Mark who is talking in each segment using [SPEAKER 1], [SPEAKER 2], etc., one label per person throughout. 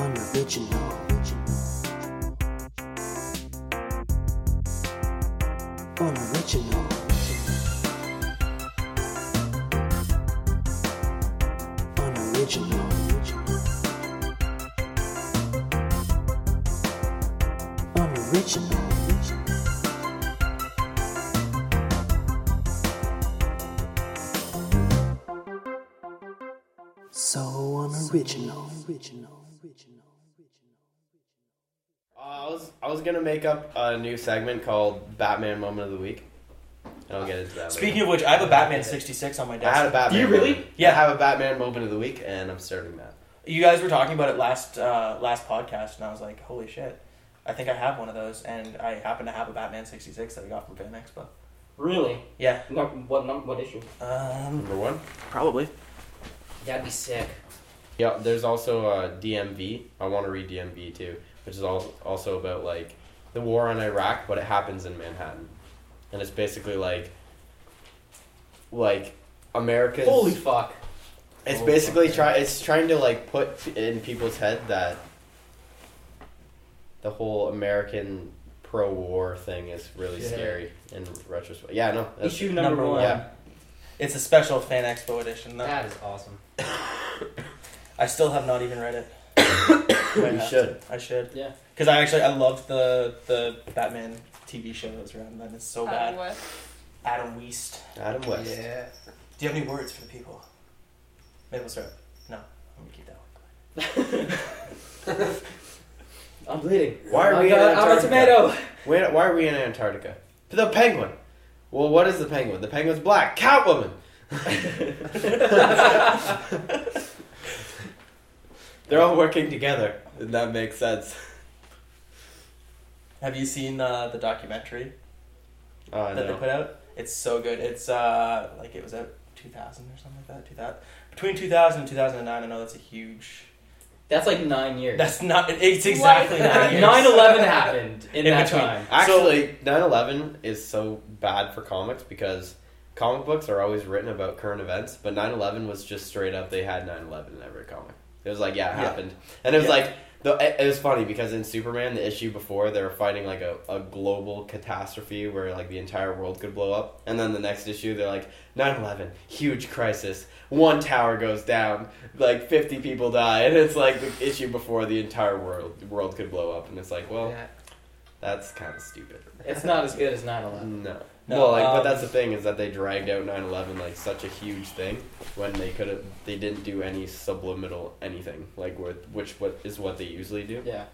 [SPEAKER 1] original. Unoriginal. Unoriginal. Unoriginal. So unoriginal. Original. Original.
[SPEAKER 2] Uh, I was I was gonna make up a new segment called Batman Moment of the Week. And I'll get into that.
[SPEAKER 3] Speaking
[SPEAKER 2] later.
[SPEAKER 3] of which, I have a Batman 66 on my
[SPEAKER 2] I had
[SPEAKER 3] desk.
[SPEAKER 2] a Batman.
[SPEAKER 4] Do you really?
[SPEAKER 2] moment.
[SPEAKER 3] Yeah.
[SPEAKER 2] I have a Batman Moment of the Week, and I'm starting that.
[SPEAKER 3] You guys were talking about it last uh, last podcast, and I was like, "Holy shit!" I think I have one of those, and I happen to have a Batman 66 that I got from Fan Expo.
[SPEAKER 4] Really?
[SPEAKER 3] Yeah.
[SPEAKER 4] No, what num- what issue?
[SPEAKER 3] Um,
[SPEAKER 2] Number one.
[SPEAKER 3] probably.
[SPEAKER 4] That'd be sick.
[SPEAKER 2] Yeah. There's also uh, DMV. I want to read DMV too, which is al- also about like the war on Iraq, but it happens in Manhattan, and it's basically like like America's
[SPEAKER 4] Holy fuck! Oh,
[SPEAKER 2] It's
[SPEAKER 3] Holy
[SPEAKER 2] basically
[SPEAKER 3] fuck.
[SPEAKER 2] try. It's trying to like put in people's head that the whole American pro-war thing is really
[SPEAKER 4] Yeah.
[SPEAKER 2] scary in retrospect. Yeah, no. that's-
[SPEAKER 4] issue number,
[SPEAKER 3] number
[SPEAKER 4] one.
[SPEAKER 3] one.
[SPEAKER 2] Yeah.
[SPEAKER 3] It's a special Fan Expo edition. though.
[SPEAKER 4] That is awesome.
[SPEAKER 3] I still have not even read it. I
[SPEAKER 2] You
[SPEAKER 3] have
[SPEAKER 2] should.
[SPEAKER 3] to. I should.
[SPEAKER 4] Yeah.
[SPEAKER 3] Because I actually I loved the the Batman TV show that was around then. It's so
[SPEAKER 5] Adam
[SPEAKER 3] bad.
[SPEAKER 5] West.
[SPEAKER 3] Adam West.
[SPEAKER 2] Adam West.
[SPEAKER 4] Yeah.
[SPEAKER 3] Do you have any words for the people? Maple syrup. No. I'm gonna keep that one.
[SPEAKER 4] I'm bleeding.
[SPEAKER 2] Why are
[SPEAKER 4] Oh
[SPEAKER 2] we in
[SPEAKER 4] God, I'm a
[SPEAKER 2] Antarctica?
[SPEAKER 4] tomato.
[SPEAKER 2] Wait, why are we in Antarctica? The penguin. Well, what is the penguin? The penguin's black. Catwoman. They're all working together. And that makes sense.
[SPEAKER 3] Have you seen uh, the documentary
[SPEAKER 2] Oh,
[SPEAKER 3] that they
[SPEAKER 2] no.
[SPEAKER 3] put out? It's so good. It's uh like it was out 2000 or something like that. 2000 between 2000 and 2009. I know that's a huge.
[SPEAKER 4] That's like nine years.
[SPEAKER 3] That's not. It's exactly
[SPEAKER 5] What?
[SPEAKER 3] nine years.
[SPEAKER 4] 9/11 happened in,
[SPEAKER 3] In
[SPEAKER 4] that
[SPEAKER 3] between.
[SPEAKER 4] time.
[SPEAKER 2] Actually, 9 11 is so bad for comics because comic books are always written about current events, but 9 11 was just straight up they had 9 11 in every comic. It was like, yeah, it
[SPEAKER 3] Yeah.
[SPEAKER 2] happened. And it was
[SPEAKER 3] Yeah.
[SPEAKER 2] like, the, it- it was funny because in Superman, the issue before, they were fighting like a, a global catastrophe where like the entire world could blow up. And then the next issue, they're like, 9 11, huge crisis. One tower goes down, like 50 people die. And it's like the issue before the entire world, world could blow up. And it's like, well,
[SPEAKER 4] Yeah.
[SPEAKER 2] that's kind of stupid.
[SPEAKER 4] It's not as good as 9/11.
[SPEAKER 2] No.
[SPEAKER 3] No,
[SPEAKER 2] well, like, but
[SPEAKER 3] um,
[SPEAKER 2] that's the thing is that they dragged out 9/11 like such a huge thing when they could have they didn't do any subliminal anything like with which what is what they usually do.
[SPEAKER 4] Yeah.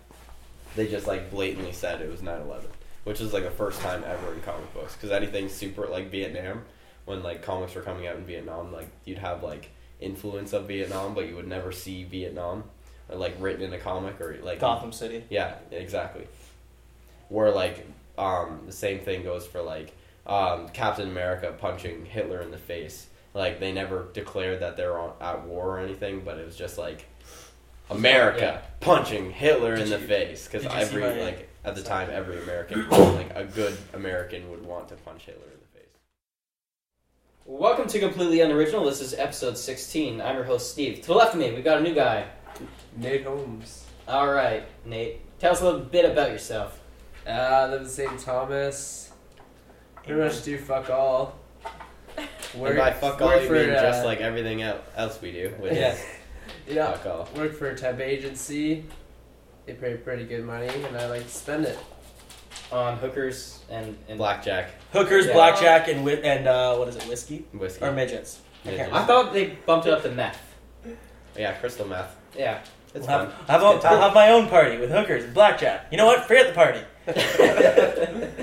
[SPEAKER 2] They just like blatantly said it was 9/11, which is like a first time ever in comic books because anything super like Vietnam when like comics were coming out in Vietnam like you'd have like influence of Vietnam but you would never see Vietnam or, like written in a comic or like
[SPEAKER 3] Gotham City.
[SPEAKER 2] yeah, exactly. Where like um, the same thing goes for like um, Captain America punching Hitler in the face. Like they never declared that they're on, at war or anything, but it was just like America punching Hitler in
[SPEAKER 3] Did
[SPEAKER 2] the
[SPEAKER 3] you-
[SPEAKER 2] face because
[SPEAKER 3] did you see
[SPEAKER 2] every
[SPEAKER 3] my-
[SPEAKER 2] like at the
[SPEAKER 3] Sorry.
[SPEAKER 2] time every American like a good American would want to punch Hitler in the face.
[SPEAKER 4] Welcome to Completely Unoriginal. This is episode 16. I'm your host Steve. To the left of me, we've got a new guy.
[SPEAKER 6] Nate Holmes.
[SPEAKER 4] All right, Nate. Tell us a little bit about yourself.
[SPEAKER 6] Uh, I live in St. Thomas. Pretty
[SPEAKER 3] Amen.
[SPEAKER 6] much do fuck all.
[SPEAKER 2] and by fuck all
[SPEAKER 6] work
[SPEAKER 2] you
[SPEAKER 6] for,
[SPEAKER 2] mean just
[SPEAKER 6] uh,
[SPEAKER 2] like everything el- else we do, which
[SPEAKER 6] Yeah.
[SPEAKER 2] is
[SPEAKER 6] yeah.
[SPEAKER 2] fuck all.
[SPEAKER 6] Work for a temp agency. They pay pretty good money, and I like to spend it.
[SPEAKER 4] On hookers and, and
[SPEAKER 2] Blackjack,
[SPEAKER 3] Hookers,
[SPEAKER 4] Yeah.
[SPEAKER 3] blackjack, and whi- and uh, what is it? Whiskey
[SPEAKER 2] whiskey.
[SPEAKER 3] or midgets? I can't
[SPEAKER 2] Midgets.
[SPEAKER 4] I thought they bumped it up to meth.
[SPEAKER 2] yeah, crystal meth.
[SPEAKER 4] Yeah.
[SPEAKER 2] It's
[SPEAKER 3] I'll
[SPEAKER 2] fun.
[SPEAKER 3] have, I'll have- I'll have my own party with hookers and blackjack. You know what? Forget the party.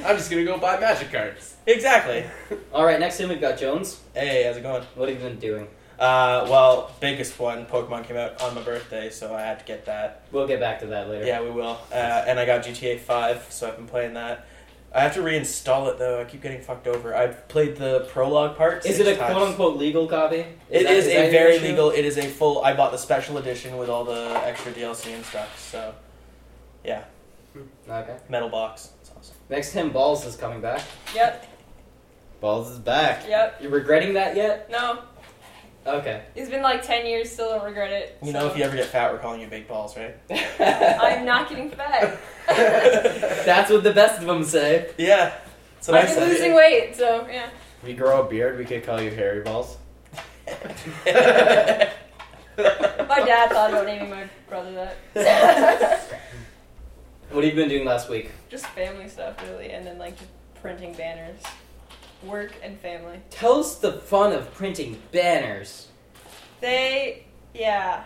[SPEAKER 6] I'm just gonna go buy magic cards.
[SPEAKER 3] Exactly.
[SPEAKER 4] All right, next in we've got Jones.
[SPEAKER 3] Hey, how's it going?
[SPEAKER 4] What have you been doing?
[SPEAKER 3] Uh, well, biggest one, Pokemon came out on my birthday, so I had to get that.
[SPEAKER 4] We'll get back to that later.
[SPEAKER 3] Yeah, we will. Uh, and I got GTA 5, so I've been playing that. I have to reinstall it though. I keep getting fucked over. I've played the prologue part.
[SPEAKER 4] Is
[SPEAKER 3] six
[SPEAKER 4] it a
[SPEAKER 3] times.
[SPEAKER 4] quote unquote legal copy?
[SPEAKER 3] It
[SPEAKER 4] that-
[SPEAKER 3] is
[SPEAKER 4] that
[SPEAKER 3] a
[SPEAKER 4] your
[SPEAKER 3] very
[SPEAKER 4] issue?
[SPEAKER 3] legal. It is a full. I bought the special edition with all the extra DLC and stuff. So, yeah,
[SPEAKER 4] Okay.
[SPEAKER 3] metal box. It's awesome.
[SPEAKER 4] Next him, Balls is coming back.
[SPEAKER 5] Yep,
[SPEAKER 2] Balls is back.
[SPEAKER 5] yep.
[SPEAKER 4] You're regretting that yet?
[SPEAKER 5] No,
[SPEAKER 4] Oh, Okay.
[SPEAKER 5] It's been like 10 years, still don't regret it.
[SPEAKER 3] You know, if you ever get fat, we're calling you big balls, right?
[SPEAKER 5] I'm not getting fat.
[SPEAKER 4] That's what the best of them say.
[SPEAKER 3] Yeah. That's what I
[SPEAKER 5] I've been losing
[SPEAKER 3] said.
[SPEAKER 5] weight, so yeah.
[SPEAKER 2] If you grow a beard, we could call you Hairy Balls.
[SPEAKER 5] My dad thought about naming my brother that.
[SPEAKER 4] What have you been doing last week?
[SPEAKER 5] just family stuff, really, and then like just printing banners. Work and family.
[SPEAKER 4] Tell us the fun of printing banners.
[SPEAKER 5] They, yeah,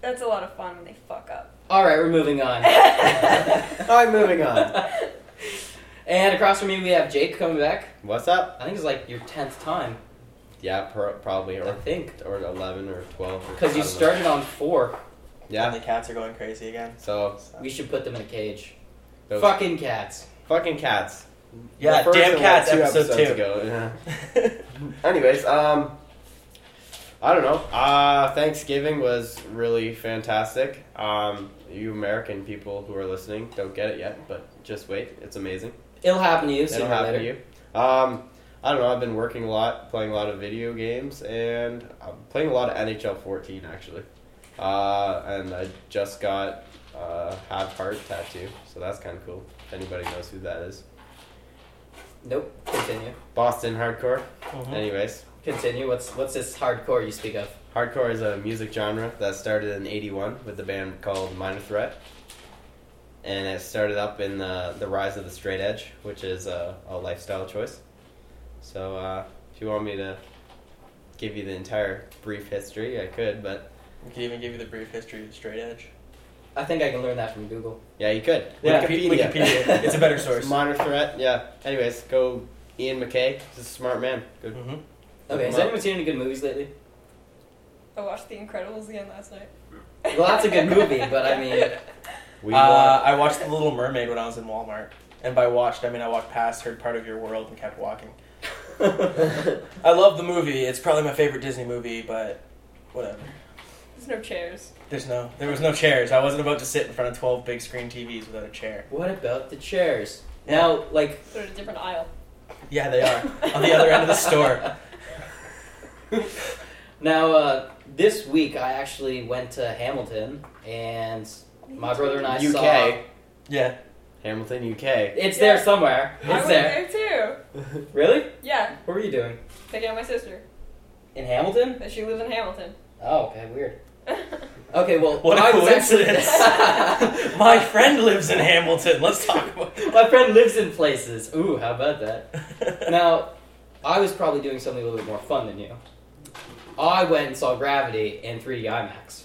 [SPEAKER 5] that's a lot of fun when they fuck up.
[SPEAKER 4] All right, we're moving on.
[SPEAKER 2] All right, moving on.
[SPEAKER 4] and across from me, we have Jake coming back.
[SPEAKER 2] What's up?
[SPEAKER 4] I think it's like your tenth time.
[SPEAKER 2] Yeah, pro- probably
[SPEAKER 4] I
[SPEAKER 2] or
[SPEAKER 4] think
[SPEAKER 2] or eleven or twelve. or-
[SPEAKER 4] because you
[SPEAKER 2] I don't know.
[SPEAKER 4] started on four.
[SPEAKER 3] And
[SPEAKER 2] Yeah.
[SPEAKER 3] the cats are going crazy again.
[SPEAKER 2] So
[SPEAKER 4] We should put them in a cage.
[SPEAKER 2] those
[SPEAKER 4] Fucking cats.
[SPEAKER 2] fucking cats.
[SPEAKER 3] Yeah,
[SPEAKER 2] The first
[SPEAKER 3] damn
[SPEAKER 2] and, like,
[SPEAKER 3] cats,
[SPEAKER 2] two
[SPEAKER 3] episode
[SPEAKER 2] episodes
[SPEAKER 3] two.
[SPEAKER 2] ago, yeah. Anyways, um, I don't know. Uh, Thanksgiving was really fantastic. Um, you American people who are listening don't get it yet, but just wait. It's amazing.
[SPEAKER 4] It'll happen to you.
[SPEAKER 2] It'll
[SPEAKER 4] sooner or
[SPEAKER 2] happen to
[SPEAKER 4] later.
[SPEAKER 2] you. Um, I don't know. I've been working a lot, playing a lot of video games, and I'm playing a lot of NHL 14 actually. Uh, and I just got uh, Have Heart tattoo, so that's kind of cool. If anybody knows who that is,
[SPEAKER 4] Nope. Continue.
[SPEAKER 2] Boston Hardcore.
[SPEAKER 3] Mhm.
[SPEAKER 2] Anyways.
[SPEAKER 4] Continue. What's what's this hardcore you speak of?
[SPEAKER 2] Hardcore is a music genre that started in 81 with a band called Minor Threat. And it started up in the, the rise of the straight edge, which is a, a lifestyle choice. So, uh, if you want me to give you the entire brief history, I could, but
[SPEAKER 3] We can even give you the brief history of straight edge.
[SPEAKER 4] I think I can learn that from Google.
[SPEAKER 2] yeah, you could.
[SPEAKER 3] Yeah,
[SPEAKER 2] Wikipedia.
[SPEAKER 3] Wikipedia. It's a better source.
[SPEAKER 2] Minor Threat, yeah. Anyways, go Ian McKay. He's a smart man. Good.
[SPEAKER 3] Mm-hmm.
[SPEAKER 4] Okay. Has
[SPEAKER 2] Well-
[SPEAKER 4] anyone seen any good movies lately?
[SPEAKER 5] I watched The Incredibles again last night.
[SPEAKER 4] Well, that's a good movie, but I mean,
[SPEAKER 2] We
[SPEAKER 3] uh,
[SPEAKER 2] want-
[SPEAKER 3] I watched The Little Mermaid when I was in Walmart. And by watched, I mean I walked past, heard part of your world, and kept walking. I love the movie. It's probably my favorite Disney movie, but whatever.
[SPEAKER 5] There's no chairs.
[SPEAKER 3] There's no, there was no chairs. I wasn't about to sit in front of 12 big screen TVs without a chair.
[SPEAKER 4] what about the chairs? Now, like,
[SPEAKER 5] They're in a different aisle.
[SPEAKER 3] Yeah, they are. On the other end of the store.
[SPEAKER 4] now uh, this week I actually went to Hamilton, and my brother and I
[SPEAKER 2] UK.
[SPEAKER 4] saw.
[SPEAKER 3] Yeah.
[SPEAKER 2] Hamilton, UK.
[SPEAKER 4] It's
[SPEAKER 5] Yeah.
[SPEAKER 4] there somewhere.
[SPEAKER 5] I
[SPEAKER 4] It's
[SPEAKER 5] was
[SPEAKER 4] there.
[SPEAKER 5] there too.
[SPEAKER 4] Really?
[SPEAKER 5] Yeah,
[SPEAKER 4] What were you doing
[SPEAKER 5] taking out my sister.
[SPEAKER 4] in Hamilton?
[SPEAKER 5] That she lives in Hamilton.
[SPEAKER 4] Oh, okay, weird. Okay, well,
[SPEAKER 3] What a
[SPEAKER 4] I was actually-
[SPEAKER 3] coincidence. My friend lives in Hamilton. Let's talk about
[SPEAKER 4] my friend lives in places. Ooh, how about that?
[SPEAKER 3] it.
[SPEAKER 4] Now, I was probably doing something a little bit more fun than you. I went and saw Gravity in 3D IMAX.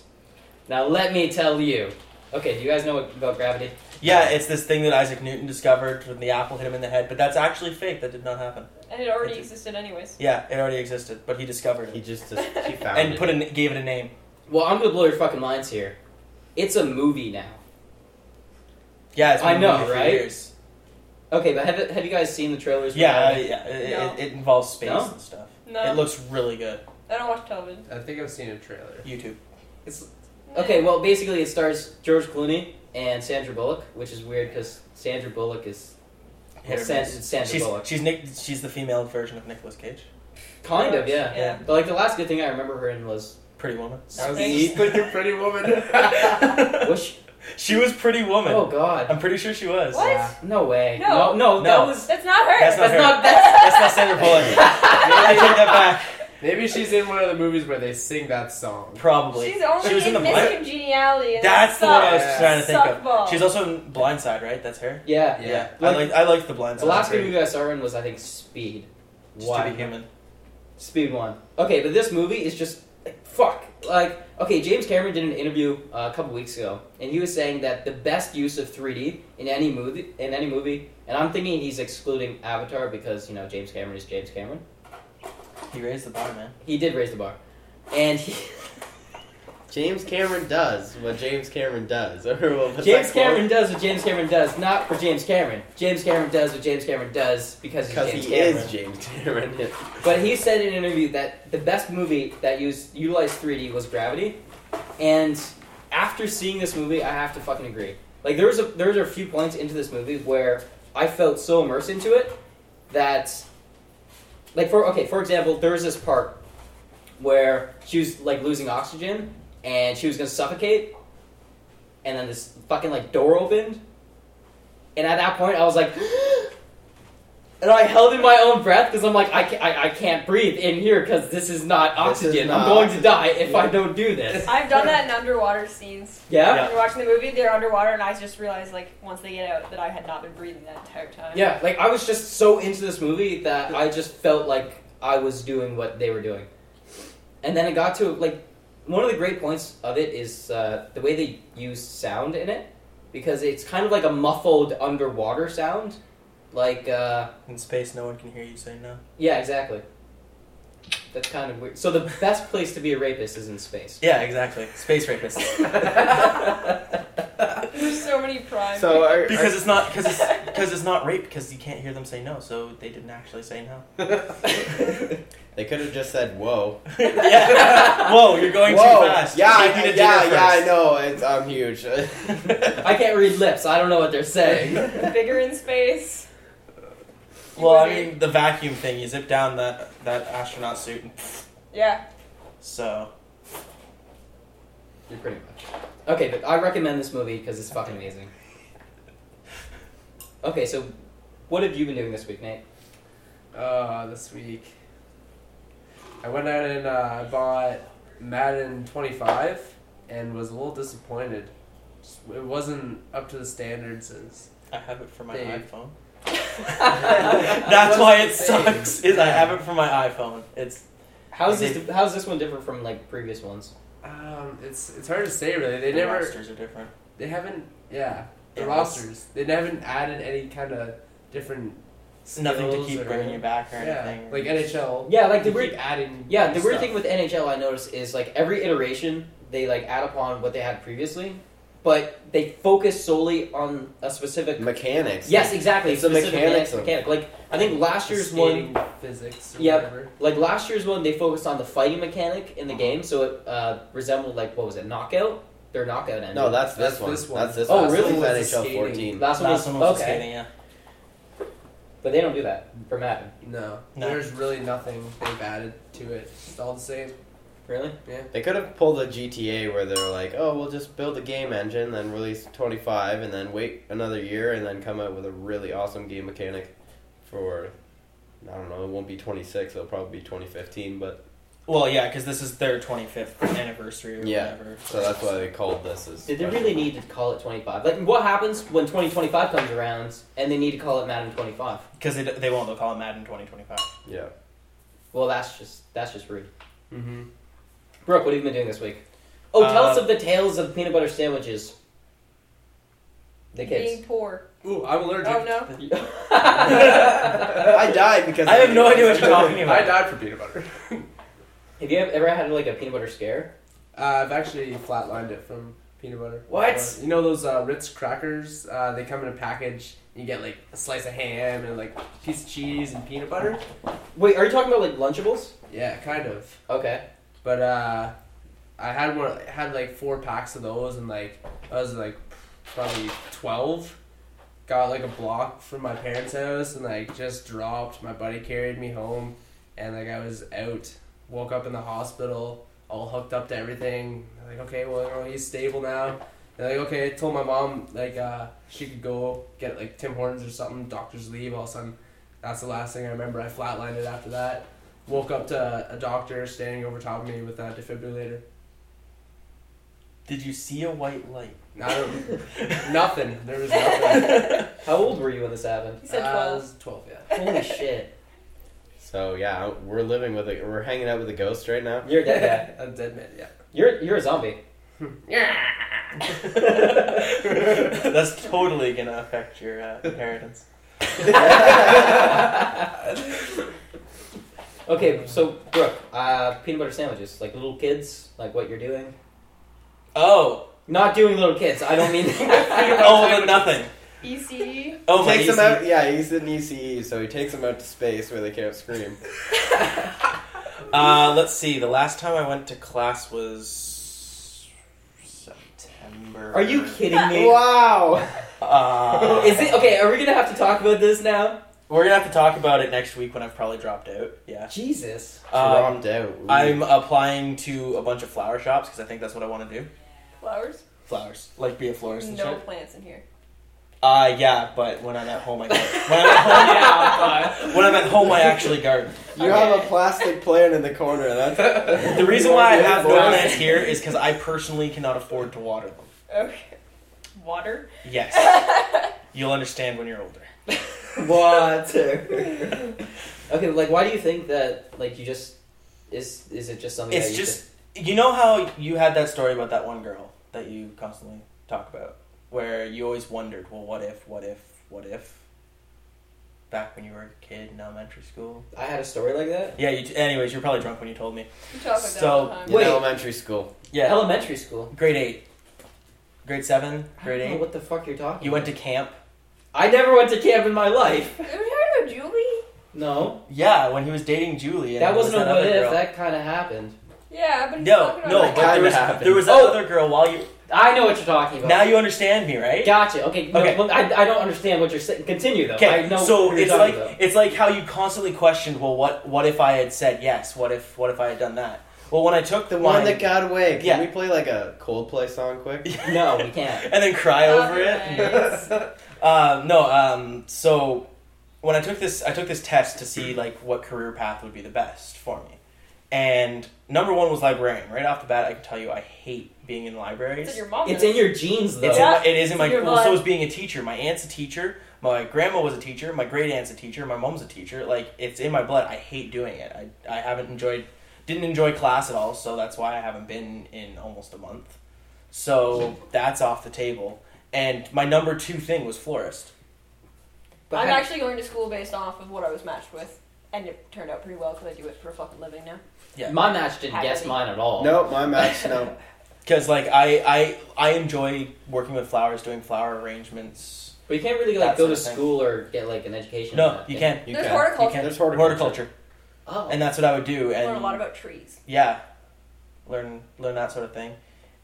[SPEAKER 4] Now, let me tell you. Okay, do you guys know what, about Gravity?
[SPEAKER 3] Yeah, it's this thing that Isaac Newton discovered when the apple hit him in the head, but that's actually fake. That did not happen.
[SPEAKER 5] And it already
[SPEAKER 3] That's it.
[SPEAKER 5] existed anyways.
[SPEAKER 3] Yeah, it already existed, but he discovered
[SPEAKER 2] He
[SPEAKER 3] it
[SPEAKER 2] just, just he found
[SPEAKER 3] and
[SPEAKER 2] it.
[SPEAKER 3] put a, gave it a name.
[SPEAKER 4] Well, I'm gonna blow your fucking minds here. It's a movie now.
[SPEAKER 3] Yeah, it's been
[SPEAKER 4] I
[SPEAKER 3] a
[SPEAKER 4] know,
[SPEAKER 3] movie for
[SPEAKER 4] right?
[SPEAKER 3] years.
[SPEAKER 4] Okay, but have, have you guys seen the trailers? for
[SPEAKER 3] Yeah,
[SPEAKER 4] Gravity?
[SPEAKER 3] yeah. It,
[SPEAKER 5] No.
[SPEAKER 3] it, it involves space
[SPEAKER 4] No?
[SPEAKER 3] and stuff.
[SPEAKER 5] No,
[SPEAKER 3] It looks really good.
[SPEAKER 5] I don't watch television.
[SPEAKER 6] I think I've seen a trailer.
[SPEAKER 3] YouTube.
[SPEAKER 4] Okay, well, basically, it stars George Clooney and Sandra Bullock, which is weird because Sandra Bullock is well,
[SPEAKER 3] Hit or
[SPEAKER 4] San-
[SPEAKER 3] miss.
[SPEAKER 4] it's Sandra
[SPEAKER 3] she's
[SPEAKER 4] Bullock.
[SPEAKER 3] she's Nick. She's the female version of Nicolas Cage.
[SPEAKER 4] kind of, yeah.
[SPEAKER 5] Yeah.
[SPEAKER 4] But like the last good thing I remember her in was
[SPEAKER 3] Pretty Woman.
[SPEAKER 6] I was
[SPEAKER 5] Thanks.
[SPEAKER 6] thinking Pretty Woman.
[SPEAKER 4] was she?
[SPEAKER 3] she was Pretty Woman.
[SPEAKER 4] Oh God,
[SPEAKER 3] I'm pretty sure she was.
[SPEAKER 5] What?
[SPEAKER 4] no way,
[SPEAKER 5] No.
[SPEAKER 4] no, no,
[SPEAKER 3] No.
[SPEAKER 4] that was
[SPEAKER 5] That's not her.
[SPEAKER 3] That's not
[SPEAKER 4] that's
[SPEAKER 3] her.
[SPEAKER 4] not that's
[SPEAKER 3] That's not Sandra Bullock. I take that back.
[SPEAKER 6] Maybe she's in one of the movies where they sing that song.
[SPEAKER 3] Probably.
[SPEAKER 5] She's only
[SPEAKER 3] she was in
[SPEAKER 5] in,
[SPEAKER 3] the
[SPEAKER 5] Miss
[SPEAKER 3] Blind-
[SPEAKER 5] Congeniality. and
[SPEAKER 3] That's
[SPEAKER 5] that
[SPEAKER 3] the one I was
[SPEAKER 5] sucks.
[SPEAKER 3] trying to think of.
[SPEAKER 5] Suckball.
[SPEAKER 3] She's also in Blindside, right? That's her.
[SPEAKER 4] yeah.
[SPEAKER 6] Yeah.
[SPEAKER 3] I like I like the Blindside.
[SPEAKER 4] The last
[SPEAKER 3] Pretty-
[SPEAKER 4] movie you guys saw her in was I think Speed.
[SPEAKER 3] Just
[SPEAKER 4] Why?
[SPEAKER 3] to be human.
[SPEAKER 4] Speed one. Okay, but this movie is just like, fuck. Like, okay, James Cameron did an interview uh, a couple weeks ago, and he was saying that the best use of 3D in any movie, in any movie, and I'm thinking he's excluding Avatar because you know James Cameron is James Cameron.
[SPEAKER 3] He raised the bar, man.
[SPEAKER 4] He did raise the bar, and he,
[SPEAKER 2] James Cameron does what James Cameron does. Or what's that
[SPEAKER 4] James
[SPEAKER 2] quote?
[SPEAKER 4] Cameron does what James Cameron does, not for James Cameron. James Cameron does what James Cameron does because he's
[SPEAKER 2] Because
[SPEAKER 4] James
[SPEAKER 2] he
[SPEAKER 4] Cameron.
[SPEAKER 2] is James Cameron.
[SPEAKER 4] But he said in an interview that the best movie that used utilized 3D was Gravity, and after seeing this movie, I have to fucking agree. Like there was a there was a few points into this movie where I felt so immersed into it that, like for okay for example, there was this part where she was like losing oxygen and she was gonna suffocate, and then this fucking like door opened, and at that point I was like. And I held in my own breath because I'm like I can't, I, I can't breathe in here because this is not
[SPEAKER 2] This is
[SPEAKER 4] oxygen.
[SPEAKER 2] not
[SPEAKER 4] I'm going
[SPEAKER 2] oxygen.
[SPEAKER 4] to die if I
[SPEAKER 2] Yeah.
[SPEAKER 4] don't do this.
[SPEAKER 5] I've done that in underwater scenes.
[SPEAKER 4] Yeah,
[SPEAKER 5] When you're watching the movie, they're underwater, and I just realized, like, once they get out, that I had not been breathing that entire time.
[SPEAKER 4] Yeah, like I was just so into this movie that I just felt like I was doing what they were doing. And then it got to like one of the great points of it is uh, the way they use sound in it because it's kind of like a muffled underwater sound. Like uh,
[SPEAKER 3] In space, no one can hear you say no.
[SPEAKER 4] yeah, exactly. That's kind of weird. So the best place to be a rapist is in space.
[SPEAKER 3] Yeah, exactly. Space rapist.
[SPEAKER 5] There's so many prime.
[SPEAKER 2] So are, are-
[SPEAKER 3] Because it's not because it's because it's not rape because you can't hear them say no, so they didn't actually say no.
[SPEAKER 2] they could have just said whoa.
[SPEAKER 3] yeah. Whoa, you're going
[SPEAKER 2] whoa.
[SPEAKER 3] too fast.
[SPEAKER 2] Yeah,
[SPEAKER 3] You
[SPEAKER 2] I,
[SPEAKER 3] need
[SPEAKER 2] yeah,
[SPEAKER 3] to
[SPEAKER 2] yeah,
[SPEAKER 3] dinner
[SPEAKER 2] I
[SPEAKER 3] first.
[SPEAKER 2] know. It's, I'm huge.
[SPEAKER 4] I can't read lips. I don't know what they're saying.
[SPEAKER 5] bigger in space.
[SPEAKER 3] Well, I mean the vacuum thing. You zip down that that astronaut suit, and
[SPEAKER 5] Yeah.
[SPEAKER 3] so
[SPEAKER 4] You're pretty much. Okay, but I recommend this movie because it's fucking amazing. Okay, so what have you been doing this week, Nate?
[SPEAKER 6] Uh, this week, I went out and uh, bought Madden 25 and was a little disappointed. Just- It wasn't up to the standards as.
[SPEAKER 3] I have it for my
[SPEAKER 6] Dave.
[SPEAKER 3] iPhone.
[SPEAKER 6] What's
[SPEAKER 3] That's why
[SPEAKER 6] the
[SPEAKER 3] it
[SPEAKER 6] thing?
[SPEAKER 3] sucks. Is I have it for my iPhone. It's
[SPEAKER 4] How's this? How's this one different from like previous ones?
[SPEAKER 6] Um, it's it's hard to say really. They
[SPEAKER 3] the
[SPEAKER 6] never.
[SPEAKER 3] rosters are different.
[SPEAKER 6] They haven't. Yeah, the
[SPEAKER 3] Yeah, it's-
[SPEAKER 6] rosters. They haven't added any kind of different.
[SPEAKER 3] It's nothing to
[SPEAKER 6] skills
[SPEAKER 3] keep
[SPEAKER 6] or-
[SPEAKER 3] bringing you back or
[SPEAKER 6] Yeah,
[SPEAKER 3] anything.
[SPEAKER 6] like NHL.
[SPEAKER 4] Yeah, like the
[SPEAKER 6] they
[SPEAKER 4] weird-
[SPEAKER 6] keep adding.
[SPEAKER 4] Yeah, the
[SPEAKER 6] stuff.
[SPEAKER 4] weird thing with NHL I noticed is like every iteration they like add upon what they had previously, but they focus solely on a specific.
[SPEAKER 2] mechanics.
[SPEAKER 4] yes, exactly.
[SPEAKER 2] It's the
[SPEAKER 4] specific
[SPEAKER 2] mechanics of-
[SPEAKER 4] Mechanic. Like I think last year's one
[SPEAKER 6] Skating physics. Or
[SPEAKER 4] Yep.
[SPEAKER 6] whatever.
[SPEAKER 4] Like last year's one, they focused on the fighting mechanic in the game, so it uh, resembled like what was it, knockout? Their knockout ending.
[SPEAKER 2] No, that's this
[SPEAKER 6] That's
[SPEAKER 2] one.
[SPEAKER 6] this one.
[SPEAKER 2] That's this
[SPEAKER 4] Oh,
[SPEAKER 2] one. This
[SPEAKER 4] really?
[SPEAKER 2] is
[SPEAKER 6] That's
[SPEAKER 2] NHL
[SPEAKER 6] skating.
[SPEAKER 2] 14.
[SPEAKER 4] last one
[SPEAKER 3] Last
[SPEAKER 4] was
[SPEAKER 3] one was
[SPEAKER 4] okay,
[SPEAKER 3] skating, yeah.
[SPEAKER 4] but they don't do that for Madden,
[SPEAKER 6] No,
[SPEAKER 3] No.
[SPEAKER 6] there's really nothing they've added to it. It's all the same.
[SPEAKER 4] really.
[SPEAKER 2] They could have pulled a GTA where they're like, oh, we'll just build a game engine, then release 25, and then wait another year, and then come out with a really awesome game mechanic for, I don't know, it won't be 26, it'll probably be 2015, but
[SPEAKER 3] Well, yeah, because this is their 25th anniversary or
[SPEAKER 2] Yeah.
[SPEAKER 3] whatever.
[SPEAKER 2] so that's why they called this. Is
[SPEAKER 4] Did they really need to call it twenty five? Like, what happens when twenty twenty five comes around and they need to call it Madden twenty five?
[SPEAKER 3] Because they, they won't. They'll call it Madden 2025.
[SPEAKER 2] Yeah.
[SPEAKER 4] Well, that's just that's just rude.
[SPEAKER 6] Mm-hmm.
[SPEAKER 4] Brooke, what have you been doing this week? Oh, tell
[SPEAKER 3] Uh,
[SPEAKER 4] us of the tales of peanut butter sandwiches. The
[SPEAKER 5] Being
[SPEAKER 4] kids.
[SPEAKER 5] poor.
[SPEAKER 6] Ooh, I'm allergic.
[SPEAKER 5] Oh no.
[SPEAKER 2] I died because
[SPEAKER 3] I have no idea what you're talking
[SPEAKER 6] I
[SPEAKER 3] about.
[SPEAKER 6] died for peanut butter.
[SPEAKER 4] have you ever had like a peanut butter scare?
[SPEAKER 6] Uh, I've actually flatlined it from peanut butter.
[SPEAKER 4] What?
[SPEAKER 6] Uh, you know those uh, Ritz crackers? Uh, they come in a package. You get like a slice of ham and like a piece of cheese and peanut butter.
[SPEAKER 4] Wait, are you talking about like Lunchables?
[SPEAKER 6] Yeah, kind of.
[SPEAKER 4] Okay.
[SPEAKER 6] But uh, I had one. Had like four packs of those, and like I was like probably twelve. Got like a block from my parents' house, and like just dropped. My buddy carried me home, and like I was out. Woke up in the hospital, all hooked up to everything. Like okay, well you know, he's stable now. And like okay, I told my mom like uh, she could go get like Tim Hortons or something. Doctors leave all of a sudden. That's the last thing I remember. I flatlined it after that. Woke up to a doctor standing over top of me with a defibrillator.
[SPEAKER 3] Did you see a white light?
[SPEAKER 6] I don't, nothing. There was nothing.
[SPEAKER 4] How old were you when this happened?
[SPEAKER 5] He said
[SPEAKER 6] Uh, I
[SPEAKER 5] 12.
[SPEAKER 6] was 12, yeah.
[SPEAKER 4] Holy shit.
[SPEAKER 2] So yeah, we're living with a we're hanging out with a ghost right now.
[SPEAKER 4] You're a dead guy.
[SPEAKER 6] A dead man, yeah.
[SPEAKER 4] You're you're a zombie.
[SPEAKER 3] That's totally gonna affect your uh, inheritance.
[SPEAKER 4] Okay, so Brooke, uh, peanut butter sandwiches, like little kids, like what you're doing.
[SPEAKER 3] Oh,
[SPEAKER 4] Not doing little kids. I don't mean.
[SPEAKER 3] oh, but nothing.
[SPEAKER 5] E ECE.
[SPEAKER 3] Oh, my
[SPEAKER 2] takes him
[SPEAKER 3] easy-
[SPEAKER 2] out. Yeah, he's in ECE, so he takes him out to space where they can't scream.
[SPEAKER 3] Uh, let's see. The last time I went to class was September.
[SPEAKER 4] Are you kidding me?
[SPEAKER 2] wow.
[SPEAKER 3] Uh,
[SPEAKER 4] Is it okay? Are we gonna have to talk about this now?
[SPEAKER 3] We're gonna have to talk about it next week when I've probably dropped out. Yeah.
[SPEAKER 4] Jesus.
[SPEAKER 3] Um,
[SPEAKER 2] Dropped out. Ooh.
[SPEAKER 3] I'm applying to a bunch of flower shops because I think that's what I want to do.
[SPEAKER 5] Flowers?
[SPEAKER 3] Flowers, like be a florist and
[SPEAKER 5] No
[SPEAKER 3] shit.
[SPEAKER 5] plants in here.
[SPEAKER 3] Uh, yeah, but when I'm at home, I garden. when I'm at home,
[SPEAKER 4] Yeah,
[SPEAKER 3] when I'm at home, I actually garden.
[SPEAKER 2] You have a
[SPEAKER 5] Okay.
[SPEAKER 2] plastic plant in the corner. That's
[SPEAKER 3] The reason why I have no
[SPEAKER 2] Florist.
[SPEAKER 3] plants here is because I personally cannot afford to water them.
[SPEAKER 5] Okay. Water?
[SPEAKER 3] Yes, you'll understand when you're older.
[SPEAKER 4] Water. okay, like why do you think that like you just is is it just something that
[SPEAKER 3] It's
[SPEAKER 4] you
[SPEAKER 3] just you know how you had that story about that one girl that you constantly talk about, where you always wondered, well, what if, what if, what if. Back when you were a kid in elementary school.
[SPEAKER 4] I had a story like that?
[SPEAKER 3] Yeah. You t- anyways, you're probably drunk when you told me.
[SPEAKER 5] You talk about that
[SPEAKER 3] So,
[SPEAKER 5] all the time.
[SPEAKER 2] in
[SPEAKER 4] Wait.
[SPEAKER 2] elementary school.
[SPEAKER 3] Yeah.
[SPEAKER 4] Elementary school.
[SPEAKER 3] Grade eight. Grade seven. Grade
[SPEAKER 4] I don't know
[SPEAKER 3] eight.
[SPEAKER 4] what the fuck you're talking
[SPEAKER 3] You went to camp.
[SPEAKER 4] I never went to camp in my life.
[SPEAKER 5] Have you heard of Julie?
[SPEAKER 4] No.
[SPEAKER 3] Yeah, when he was dating Julie. and
[SPEAKER 4] That
[SPEAKER 3] there was
[SPEAKER 4] wasn't a
[SPEAKER 3] other
[SPEAKER 4] what if,
[SPEAKER 3] girl.
[SPEAKER 4] that kinda happened.
[SPEAKER 5] Yeah, but he's
[SPEAKER 3] no,
[SPEAKER 5] talking about
[SPEAKER 3] no,
[SPEAKER 5] that.
[SPEAKER 3] but there
[SPEAKER 2] kinda
[SPEAKER 3] was,
[SPEAKER 2] happened.
[SPEAKER 3] there was that
[SPEAKER 4] Oh.
[SPEAKER 3] other girl while you.
[SPEAKER 4] I know what you're talking about.
[SPEAKER 3] Now you understand me, right?
[SPEAKER 4] Gotcha. Okay. No,
[SPEAKER 3] Okay.
[SPEAKER 4] well, I, I don't understand what you're saying. Continue though.
[SPEAKER 3] Okay,
[SPEAKER 4] I know
[SPEAKER 3] so
[SPEAKER 4] what you're
[SPEAKER 3] it's like
[SPEAKER 4] talking about.
[SPEAKER 3] it's like how you constantly questioned, well, what what if I had said yes? What if what if I had done that? Well, when I took
[SPEAKER 2] The
[SPEAKER 3] wine
[SPEAKER 2] one that got away. Can
[SPEAKER 3] Yeah.
[SPEAKER 2] we play like a Coldplay song quick?
[SPEAKER 4] No, we can't.
[SPEAKER 3] and then cry
[SPEAKER 5] Oh,
[SPEAKER 3] over
[SPEAKER 5] nice.
[SPEAKER 3] it. um, no, um, so when I took this, I took this test to see like what career path would be the best for me, and number one was librarian. Right off the bat, I can tell you, I hate being in libraries.
[SPEAKER 5] It's in your mom.
[SPEAKER 4] It's in your genes though.
[SPEAKER 3] It's in my- it is in
[SPEAKER 5] It's
[SPEAKER 3] my.
[SPEAKER 5] in your
[SPEAKER 3] Well, so
[SPEAKER 5] blood.
[SPEAKER 3] is being a teacher. My aunt's a teacher. My grandma was a teacher. My great aunt's a teacher. My mom's a teacher. Like it's in my blood. I hate doing it. I I haven't enjoyed, didn't enjoy class at all. So that's why I haven't been in almost a month. So that's off the table. And my number two thing was florist.
[SPEAKER 4] But
[SPEAKER 5] I'm
[SPEAKER 4] how-
[SPEAKER 5] actually going to school based off of what I was matched with, and it turned out pretty well because I do it for a fucking living now.
[SPEAKER 3] Yeah.
[SPEAKER 4] my match didn't guess
[SPEAKER 5] Happy.
[SPEAKER 4] mine at all.
[SPEAKER 2] no, my match. No.
[SPEAKER 3] Because like I I I enjoy working with flowers, doing flower arrangements.
[SPEAKER 4] But you can't really
[SPEAKER 3] That
[SPEAKER 4] like go
[SPEAKER 3] sort
[SPEAKER 4] to
[SPEAKER 3] of thing.
[SPEAKER 4] school or get like an education. on
[SPEAKER 3] No,
[SPEAKER 4] that,
[SPEAKER 3] you
[SPEAKER 4] yeah.
[SPEAKER 3] can.
[SPEAKER 2] You
[SPEAKER 5] There's
[SPEAKER 2] can.
[SPEAKER 3] You
[SPEAKER 5] horticulture.
[SPEAKER 3] can.
[SPEAKER 2] There's horticulture.
[SPEAKER 3] Horticulture.
[SPEAKER 4] Oh.
[SPEAKER 3] And that's what I would do.
[SPEAKER 5] I
[SPEAKER 3] And
[SPEAKER 5] learn a lot about trees.
[SPEAKER 3] Yeah, learn learn that sort of thing,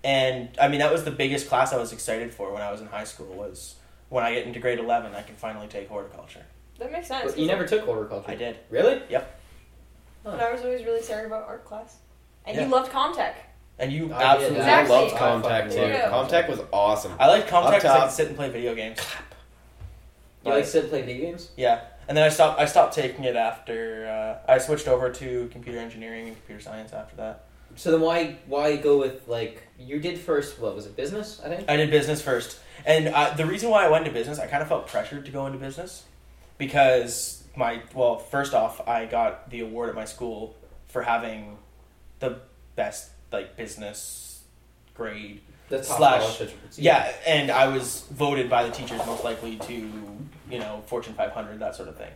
[SPEAKER 3] and I mean that was the biggest class I was excited for when I was in high school was when I get into grade eleven I can finally take horticulture.
[SPEAKER 5] That makes sense.
[SPEAKER 4] but you never took horticulture.
[SPEAKER 3] I did.
[SPEAKER 4] Really?
[SPEAKER 5] But I was always really sad about art class, and
[SPEAKER 3] Yeah.
[SPEAKER 5] you loved Comtech.
[SPEAKER 3] And you
[SPEAKER 4] I did.
[SPEAKER 3] absolutely
[SPEAKER 2] I
[SPEAKER 5] Exactly.
[SPEAKER 2] loved
[SPEAKER 4] I
[SPEAKER 2] Contact too.
[SPEAKER 4] fucking
[SPEAKER 5] love
[SPEAKER 2] Contact was awesome.
[SPEAKER 3] I like
[SPEAKER 2] Up
[SPEAKER 3] contact because I
[SPEAKER 2] top.
[SPEAKER 3] could sit and play video games.
[SPEAKER 4] You like sit and play video games?
[SPEAKER 3] Yeah, and then I stopped I stopped taking it after uh, I switched over to computer engineering and computer science after that.
[SPEAKER 4] So then why why go with like you did first? What was it? Business? I think.
[SPEAKER 3] I did business first, and uh, the reason why I went into business I kind of felt pressured to go into business because my well first off i got the award at my school for having the best like business grade
[SPEAKER 4] The top
[SPEAKER 3] Slash-
[SPEAKER 4] scholarship.
[SPEAKER 3] yeah and i was voted by the teachers most likely to you know fortune 500 that sort of thing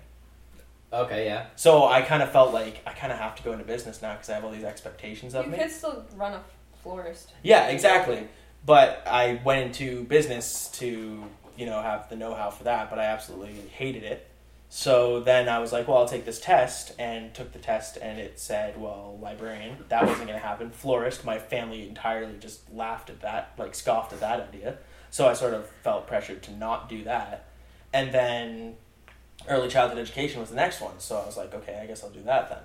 [SPEAKER 4] Okay. Yeah.
[SPEAKER 3] so i kind of felt like i kind of have to go into business now because i have all these expectations of
[SPEAKER 5] You
[SPEAKER 3] me
[SPEAKER 5] could still run a florist.
[SPEAKER 3] yeah exactly but i went into business to you know have the know-how for that but i absolutely hated it so then i was like well i'll take this test and took the test and it said well librarian that wasn't going to happen florist my family entirely just laughed at that like scoffed at that idea so i sort of felt pressured to not do that and then early childhood education was the next one so i was like okay i guess i'll do that then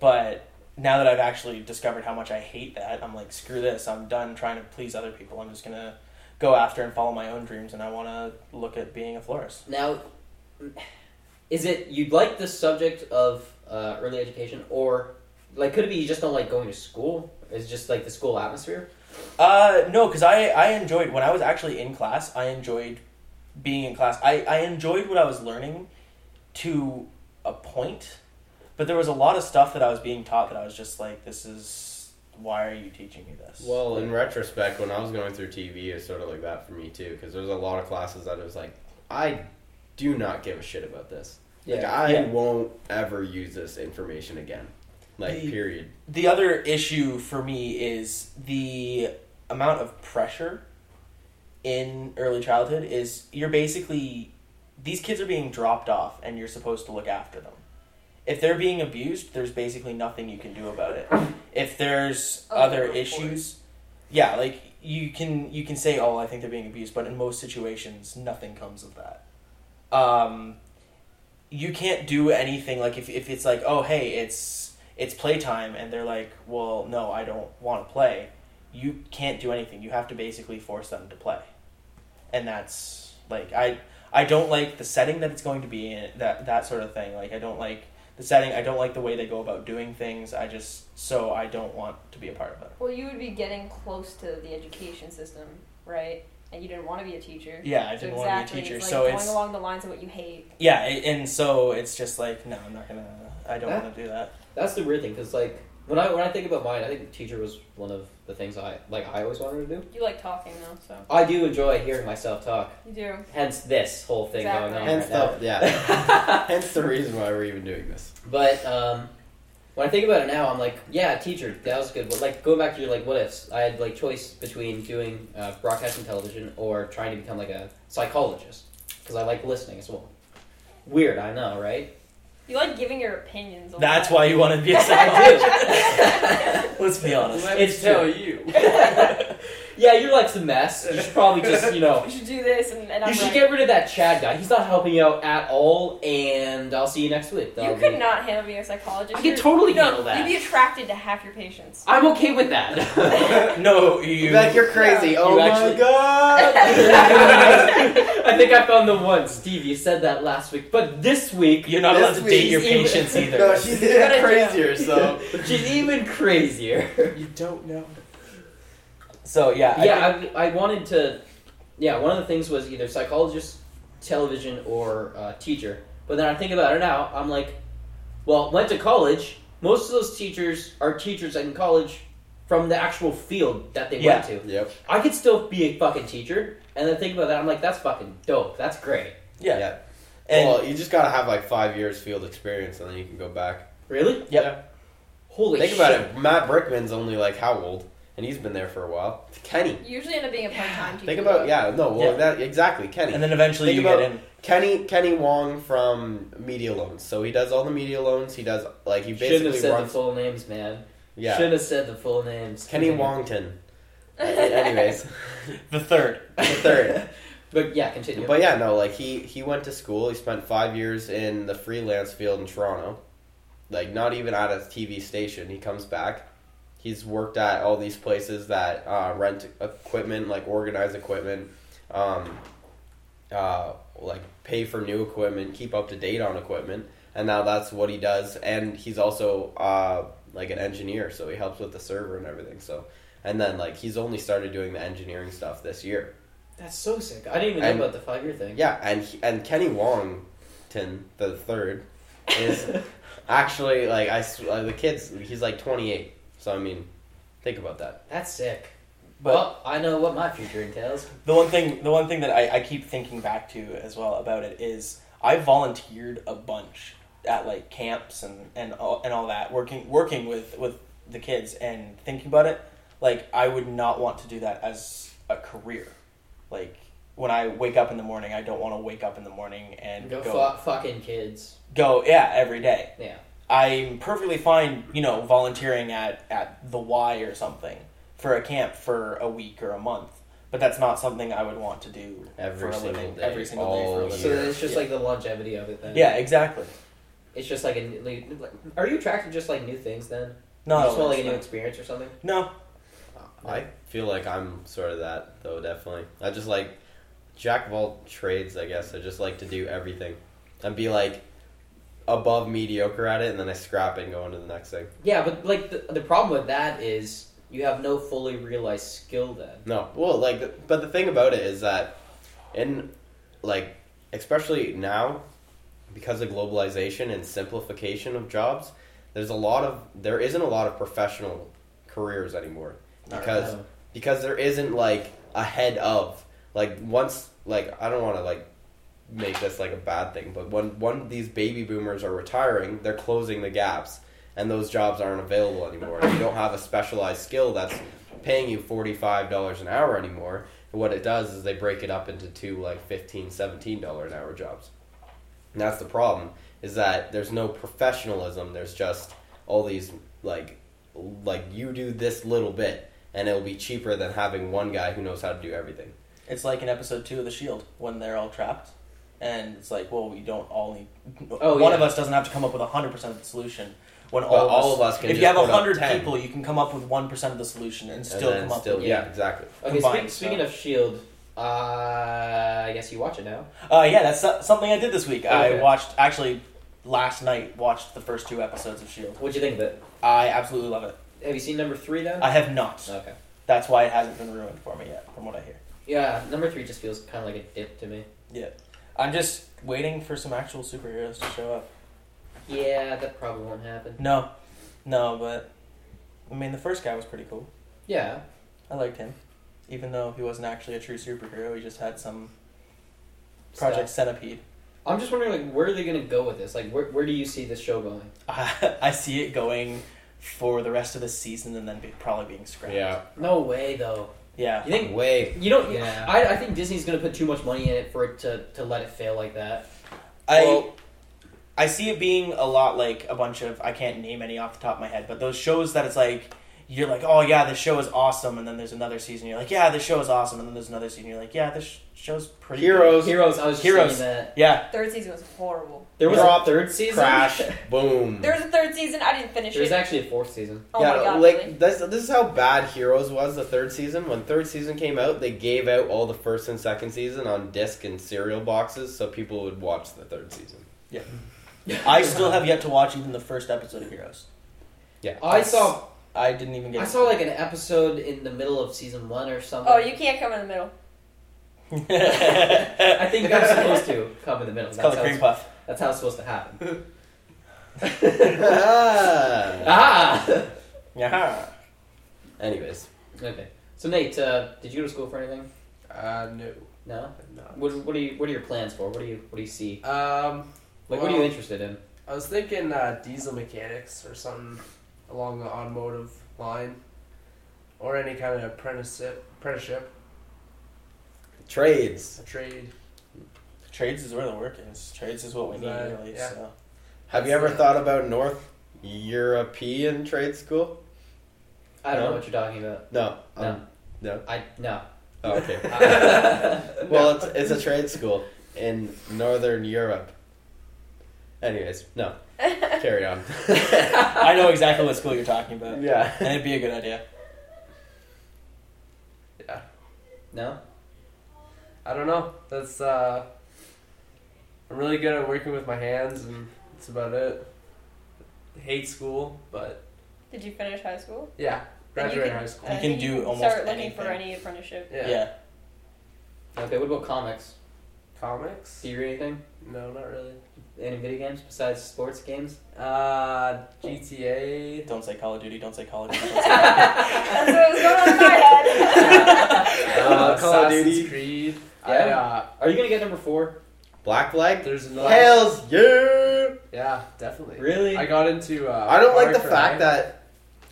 [SPEAKER 3] but now that i've actually discovered how much i hate that i'm like screw this i'm done trying to please other people i'm just going to go after and follow my own dreams and i want to look at being a florist
[SPEAKER 4] Now, is it you like the subject of uh, early education, or like could it be you just don't like going to school? It's just like the school atmosphere.
[SPEAKER 3] Uh, no, because I, I enjoyed, when I was actually in class, I enjoyed being in class. I, I enjoyed what I was learning to a point, but there was a lot of stuff that I was being taught that I was just like, this is, why are you teaching me this?
[SPEAKER 2] Well, in retrospect, when I was going through TV, it's sort of like that for me too, because there was a lot of classes that it was like, I do not give a shit about this. Like, I
[SPEAKER 3] Yeah.
[SPEAKER 2] won't ever use this information again. Like,
[SPEAKER 3] The-
[SPEAKER 2] period.
[SPEAKER 3] the other issue for me is the amount of pressure in early childhood is you're basically these kids are being dropped off and you're supposed to look after them if they're being abused there's basically nothing you can do about it if there's
[SPEAKER 5] Oh,
[SPEAKER 3] other
[SPEAKER 5] report.
[SPEAKER 3] issues yeah like you can you can say oh i think they're being abused but in most situations nothing comes of that um, you can't do anything like if if it's like oh hey it's it's playtime and they're like well no I don't want to play. You can't do anything. You have to basically force them to play, and that's like I I don't like the setting that it's going to be in that that sort of thing. Like I don't like the setting. I don't like the way they go about doing things. I just so I don't want to be a part of it.
[SPEAKER 5] Well, you would be getting close to the education system, right? And you didn't want to be a teacher.
[SPEAKER 3] Yeah, I
[SPEAKER 5] So
[SPEAKER 3] didn't
[SPEAKER 5] exactly,
[SPEAKER 3] want to be a teacher.
[SPEAKER 5] it's like
[SPEAKER 3] so
[SPEAKER 5] going
[SPEAKER 3] it's
[SPEAKER 5] along the lines of what you hate.
[SPEAKER 3] yeah, a- and so it's just like no, I'm not gonna. I don't
[SPEAKER 4] That-
[SPEAKER 3] want to do that.
[SPEAKER 4] That's the weird thing, because like when I when I think about mine, I think teacher was one of the things I like. I always wanted to do.
[SPEAKER 5] You like talking though, so
[SPEAKER 4] I do enjoy hearing myself talk.
[SPEAKER 5] you do.
[SPEAKER 4] Hence this whole thing going on.
[SPEAKER 2] Hence
[SPEAKER 4] right
[SPEAKER 2] the-
[SPEAKER 4] now.
[SPEAKER 2] Hence the reason why we're even doing this.
[SPEAKER 4] but um, when I think about it now, I'm like, yeah, teacher, that was good. But like going back to your like what ifs, I had like choice between doing uh, broadcasting television or trying to become like a psychologist because I like listening as well. Weird, I know, right?
[SPEAKER 5] You like giving your opinions. A
[SPEAKER 3] That's
[SPEAKER 5] lot.
[SPEAKER 3] why you want to be a
[SPEAKER 4] I
[SPEAKER 3] psychologist. Let's be honest.
[SPEAKER 6] Let
[SPEAKER 4] It's
[SPEAKER 6] me tell you.
[SPEAKER 4] yeah, your life's a mess. You should probably just you know
[SPEAKER 5] You should do this, and, and I'm
[SPEAKER 4] you should
[SPEAKER 5] like,
[SPEAKER 4] get rid of that Chad guy. He's not helping you out at all, and I'll see you next week. That'll
[SPEAKER 5] you could
[SPEAKER 4] be-
[SPEAKER 5] not handle being a psychologist.
[SPEAKER 4] I could
[SPEAKER 5] You're-
[SPEAKER 4] totally
[SPEAKER 5] no,
[SPEAKER 4] handle that.
[SPEAKER 5] You'd be attracted to half your patients.
[SPEAKER 4] I'm okay with that.
[SPEAKER 3] No, you.
[SPEAKER 2] like you're crazy.
[SPEAKER 5] You
[SPEAKER 2] oh
[SPEAKER 4] actually-
[SPEAKER 2] my god.
[SPEAKER 4] I think I found the one. Steve, you said that last week, but this week
[SPEAKER 3] You're not allowed
[SPEAKER 2] This
[SPEAKER 3] to date your
[SPEAKER 4] week's even-
[SPEAKER 3] patients either.
[SPEAKER 2] no, she's even
[SPEAKER 5] gotta do-
[SPEAKER 2] crazier. So
[SPEAKER 4] she's even crazier.
[SPEAKER 6] You don't know.
[SPEAKER 3] so yeah, I think-
[SPEAKER 4] yeah, I, I wanted to. Yeah, one of the things was either psychologist, television, or uh, teacher. But then I think about it now. I'm like, well, went to college. Most of those teachers are teachers in college from the actual field that they
[SPEAKER 3] Yeah.
[SPEAKER 4] went to.
[SPEAKER 2] yep.
[SPEAKER 4] I could still be a fucking teacher. And then think about that, I'm like, that's fucking dope. That's great.
[SPEAKER 3] yeah,
[SPEAKER 2] yeah.
[SPEAKER 3] and
[SPEAKER 2] well, you just gotta have like five years field experience, and then you can go back.
[SPEAKER 4] Really?
[SPEAKER 3] Yep.
[SPEAKER 4] Holy
[SPEAKER 2] Think
[SPEAKER 4] shit.
[SPEAKER 2] about it. Matt Brickman's only like how old, and he's been there for a while. Kenny.
[SPEAKER 5] You usually end up being a part-time teacher.
[SPEAKER 2] Think about yeah. No, well,
[SPEAKER 3] Yeah.
[SPEAKER 2] that exactly Kenny.
[SPEAKER 3] and then eventually
[SPEAKER 2] Think
[SPEAKER 3] you
[SPEAKER 2] about-
[SPEAKER 3] get in.
[SPEAKER 2] Kenny Kenny Wong from Media Loans. So he does all the media loans. He does like he
[SPEAKER 4] Shouldn't have
[SPEAKER 2] basically
[SPEAKER 4] said
[SPEAKER 2] runs.
[SPEAKER 4] the full names, man.
[SPEAKER 2] yeah.
[SPEAKER 4] Shouldn't have said the full names.
[SPEAKER 2] Kenny Wongton. Anyways,
[SPEAKER 3] The third.
[SPEAKER 2] the third.
[SPEAKER 4] But yeah, continue.
[SPEAKER 2] But yeah, no, like he he went to school. He spent five years in the freelance field in Toronto. Like not even at a TV station. He comes back. He's worked at all these places that uh, rent equipment, like organize equipment, um, uh, like pay for new equipment, keep up to date on equipment, and now that's what he does. And he's also uh, like an engineer, so he helps with the server and everything. So, and then like he's only started doing the engineering stuff this year.
[SPEAKER 4] That's so sick. I didn't even know
[SPEAKER 2] And-
[SPEAKER 4] about the five year thing.
[SPEAKER 2] Yeah, and he- and Kenny Wongton the third is actually like I s- uh, the kids. He's like twenty eight. So I mean, think about that.
[SPEAKER 4] That's sick.
[SPEAKER 3] But
[SPEAKER 4] well, I know what my future entails.
[SPEAKER 3] the one thing, the one thing that I, I keep thinking back to as well about it is I volunteered a bunch at like camps and and all, and all that, working working with with the kids and thinking about it, like I would not want to do that as a career. Like when I wake up in the morning, I don't want to wake up in the morning and
[SPEAKER 4] Go,
[SPEAKER 3] go
[SPEAKER 4] fu- fucking kids.
[SPEAKER 3] go yeah every day.
[SPEAKER 4] Yeah.
[SPEAKER 3] I'm perfectly fine, you know, volunteering at, at the Y or something for a camp for a week or a month. But that's not something I would want to do
[SPEAKER 2] Every
[SPEAKER 3] for a
[SPEAKER 2] single
[SPEAKER 3] living
[SPEAKER 2] day,
[SPEAKER 3] every single day for a
[SPEAKER 2] all
[SPEAKER 3] living.
[SPEAKER 4] So then it's just
[SPEAKER 3] Yeah.
[SPEAKER 4] like the longevity of it then.
[SPEAKER 3] yeah, exactly.
[SPEAKER 4] It's just like a. new- Like, like- are you attracted to just like new things then?
[SPEAKER 3] No,
[SPEAKER 4] you just want like a
[SPEAKER 3] it's
[SPEAKER 4] new
[SPEAKER 3] not.
[SPEAKER 4] experience or something?
[SPEAKER 3] no.
[SPEAKER 2] I feel like I'm sort of that though. Definitely, I just like jack of all trades. I guess I just like to do everything and be like above mediocre at it, and then I scrap it and go on to the next thing.
[SPEAKER 4] Yeah, but like the, the problem with that is you have no fully realized skill then.
[SPEAKER 2] No, well, like, th- but the thing about it is that, in, like, especially now, because of globalization and simplification of jobs, there's a lot of there isn't a lot of professional careers anymore
[SPEAKER 4] Not
[SPEAKER 2] because
[SPEAKER 4] really.
[SPEAKER 2] because there isn't like a head of like once like I don't want to like make this like a bad thing, but when one of these baby boomers are retiring, they're closing the gaps and those jobs aren't available anymore. If you don't have a specialized skill that's paying you $45 an hour anymore, what it does is they break it up into two like $15, $17 an hour jobs. And that's the problem is that there's no professionalism. There's just all these like like you do this little bit and it'll be cheaper than having one guy who knows how to do everything.
[SPEAKER 3] It's like in episode two of The Shield when they're all trapped And it's like, well, we don't all need.
[SPEAKER 4] Oh,
[SPEAKER 3] One
[SPEAKER 4] yeah.
[SPEAKER 3] of us doesn't have to come up with hundred percent of the solution. When
[SPEAKER 2] But
[SPEAKER 3] all,
[SPEAKER 2] all
[SPEAKER 3] of
[SPEAKER 2] of
[SPEAKER 3] us,
[SPEAKER 2] us can
[SPEAKER 3] if you
[SPEAKER 2] just
[SPEAKER 3] have
[SPEAKER 2] put up
[SPEAKER 3] hundred
[SPEAKER 2] 10.
[SPEAKER 3] people, you can come up with one percent of the solution and
[SPEAKER 2] And
[SPEAKER 3] still
[SPEAKER 2] then
[SPEAKER 3] come up.
[SPEAKER 2] still,
[SPEAKER 3] with
[SPEAKER 2] yeah, exactly.
[SPEAKER 4] Okay,
[SPEAKER 3] Combined
[SPEAKER 4] speak, speaking
[SPEAKER 3] stuff.
[SPEAKER 4] of Shield, uh, I guess you watch it now.
[SPEAKER 3] Uh, yeah, that's so- something I did this week. I
[SPEAKER 4] Okay.
[SPEAKER 3] watched actually last night. Watched the first two episodes of Shield.
[SPEAKER 4] What'd you think of it?
[SPEAKER 3] E I absolutely love it.
[SPEAKER 4] Have you seen number three then?
[SPEAKER 3] I have not.
[SPEAKER 4] okay.
[SPEAKER 3] That's why it hasn't been ruined for me yet, from what I hear.
[SPEAKER 4] Yeah, number three just feels kind of like a dip to me.
[SPEAKER 3] I'm just waiting for some actual superheroes to show up.
[SPEAKER 4] Yeah, that probably won't happen.
[SPEAKER 3] No, no, but I mean, the first guy was pretty cool.
[SPEAKER 4] Yeah,
[SPEAKER 3] I liked him, even though he wasn't actually a true superhero. He just had some
[SPEAKER 4] Stuff.
[SPEAKER 3] Project Centipede.
[SPEAKER 4] I'm just wondering like where are they gonna go with this? Like where where do you see this show going?
[SPEAKER 3] I, I see it going for the rest of the season and then be, probably being scrapped.
[SPEAKER 2] Yeah.
[SPEAKER 4] No way though.
[SPEAKER 3] yeah.
[SPEAKER 4] You think
[SPEAKER 2] Way.
[SPEAKER 4] you don't?
[SPEAKER 6] Yeah.
[SPEAKER 4] I I think Disney's gonna put too much money in it for it to to let it fail like that.
[SPEAKER 3] I
[SPEAKER 2] Well-
[SPEAKER 3] I see it being a lot like a bunch of I can't name any off the top of my head, but those shows that it's like you're like, oh yeah, this show is awesome, and then there's another season. You're like, yeah, this show is awesome, and then there's another season. You're like, yeah, this sh- show's pretty. good."
[SPEAKER 2] Heroes.
[SPEAKER 4] Heroes. I was just
[SPEAKER 3] Heroes.
[SPEAKER 4] Heroes. that
[SPEAKER 3] Yeah,
[SPEAKER 5] Third season was horrible.
[SPEAKER 4] there was
[SPEAKER 2] Drop,
[SPEAKER 4] a third season.
[SPEAKER 2] Crash. Boom.
[SPEAKER 5] There was a third season. I didn't finish
[SPEAKER 4] There's
[SPEAKER 5] it.
[SPEAKER 4] actually a fourth season.
[SPEAKER 5] oh
[SPEAKER 2] yeah,
[SPEAKER 5] my god,
[SPEAKER 2] like
[SPEAKER 5] really?
[SPEAKER 2] this, this is how bad Heroes was the third season. When third season came out, they gave out all the first and second season on disc and cereal boxes, so people would watch the third season.
[SPEAKER 3] I still have yet to watch even the first episode of Heroes.
[SPEAKER 2] Yeah,
[SPEAKER 4] I saw
[SPEAKER 3] I didn't even get.
[SPEAKER 4] I saw like an episode in the middle of season one or something.
[SPEAKER 5] Oh, you can't come in the middle.
[SPEAKER 4] I think I'm supposed to come in the middle.
[SPEAKER 3] It's
[SPEAKER 4] that's,
[SPEAKER 3] called
[SPEAKER 4] how
[SPEAKER 3] a cream
[SPEAKER 4] it's,
[SPEAKER 3] puff.
[SPEAKER 4] that's how it's supposed to happen.
[SPEAKER 2] Ah.
[SPEAKER 4] ah.
[SPEAKER 3] Yeah.
[SPEAKER 2] Anyways,
[SPEAKER 4] Okay. So Nate, uh, did you go to school for anything?
[SPEAKER 6] Uh, no,
[SPEAKER 4] No.
[SPEAKER 6] I'm
[SPEAKER 4] What, what are you What are your plans for? What do you What do you see?
[SPEAKER 6] not. Um,
[SPEAKER 4] Like, what are you
[SPEAKER 6] Well-
[SPEAKER 4] interested in?
[SPEAKER 6] I was thinking uh, diesel mechanics or something along the automotive line, or any kind of apprenticeship, apprenticeship,
[SPEAKER 2] trades.
[SPEAKER 6] a trade.
[SPEAKER 3] Trades is where the work is. Trades is what we need,
[SPEAKER 6] Uh,
[SPEAKER 3] really.
[SPEAKER 6] yeah.
[SPEAKER 3] So.
[SPEAKER 2] Have you ever thought about North European trade school?
[SPEAKER 4] I don't know
[SPEAKER 2] No.
[SPEAKER 4] what you're talking about.
[SPEAKER 2] No.
[SPEAKER 4] No.
[SPEAKER 2] Um, no.
[SPEAKER 4] I no.
[SPEAKER 2] Oh, okay.
[SPEAKER 4] I-
[SPEAKER 2] well, it's it's a trade school in Northern Europe. Anyways, no. Carry on.
[SPEAKER 3] I know exactly what school you're talking about, and
[SPEAKER 2] yeah.
[SPEAKER 3] it'd be a good idea.
[SPEAKER 4] no.
[SPEAKER 6] I don't know. That's uh, I'm really good at working with my hands, and that's about it. Hate school, but
[SPEAKER 5] Did you finish high school?
[SPEAKER 6] yeah,
[SPEAKER 5] Then
[SPEAKER 6] graduated
[SPEAKER 5] can-
[SPEAKER 6] high school.
[SPEAKER 5] uh,
[SPEAKER 3] You can do almost
[SPEAKER 5] Start looking for
[SPEAKER 3] anything.
[SPEAKER 5] any apprenticeship.
[SPEAKER 6] Yeah.
[SPEAKER 3] yeah.
[SPEAKER 4] Okay. What about comics?
[SPEAKER 6] Comics?
[SPEAKER 4] Do you read anything?
[SPEAKER 6] No, not really.
[SPEAKER 4] Any video games besides sports games?
[SPEAKER 6] Uh, GTA.
[SPEAKER 3] Don't say Call of Duty. Don't say Call of Duty. Don't say Call of Duty.
[SPEAKER 5] That's what was going on in my head.
[SPEAKER 6] Uh,
[SPEAKER 2] Call of
[SPEAKER 6] Assassin's
[SPEAKER 2] Duty.
[SPEAKER 6] Creed. I,
[SPEAKER 4] Yeah.
[SPEAKER 6] uh,
[SPEAKER 4] Are you gonna get number four?
[SPEAKER 2] Black flag.
[SPEAKER 6] there's another.
[SPEAKER 2] Hells yeah.
[SPEAKER 6] Yeah, definitely.
[SPEAKER 4] Really?
[SPEAKER 6] I got into. Uh,
[SPEAKER 2] I don't like the
[SPEAKER 6] RFRI.
[SPEAKER 2] fact that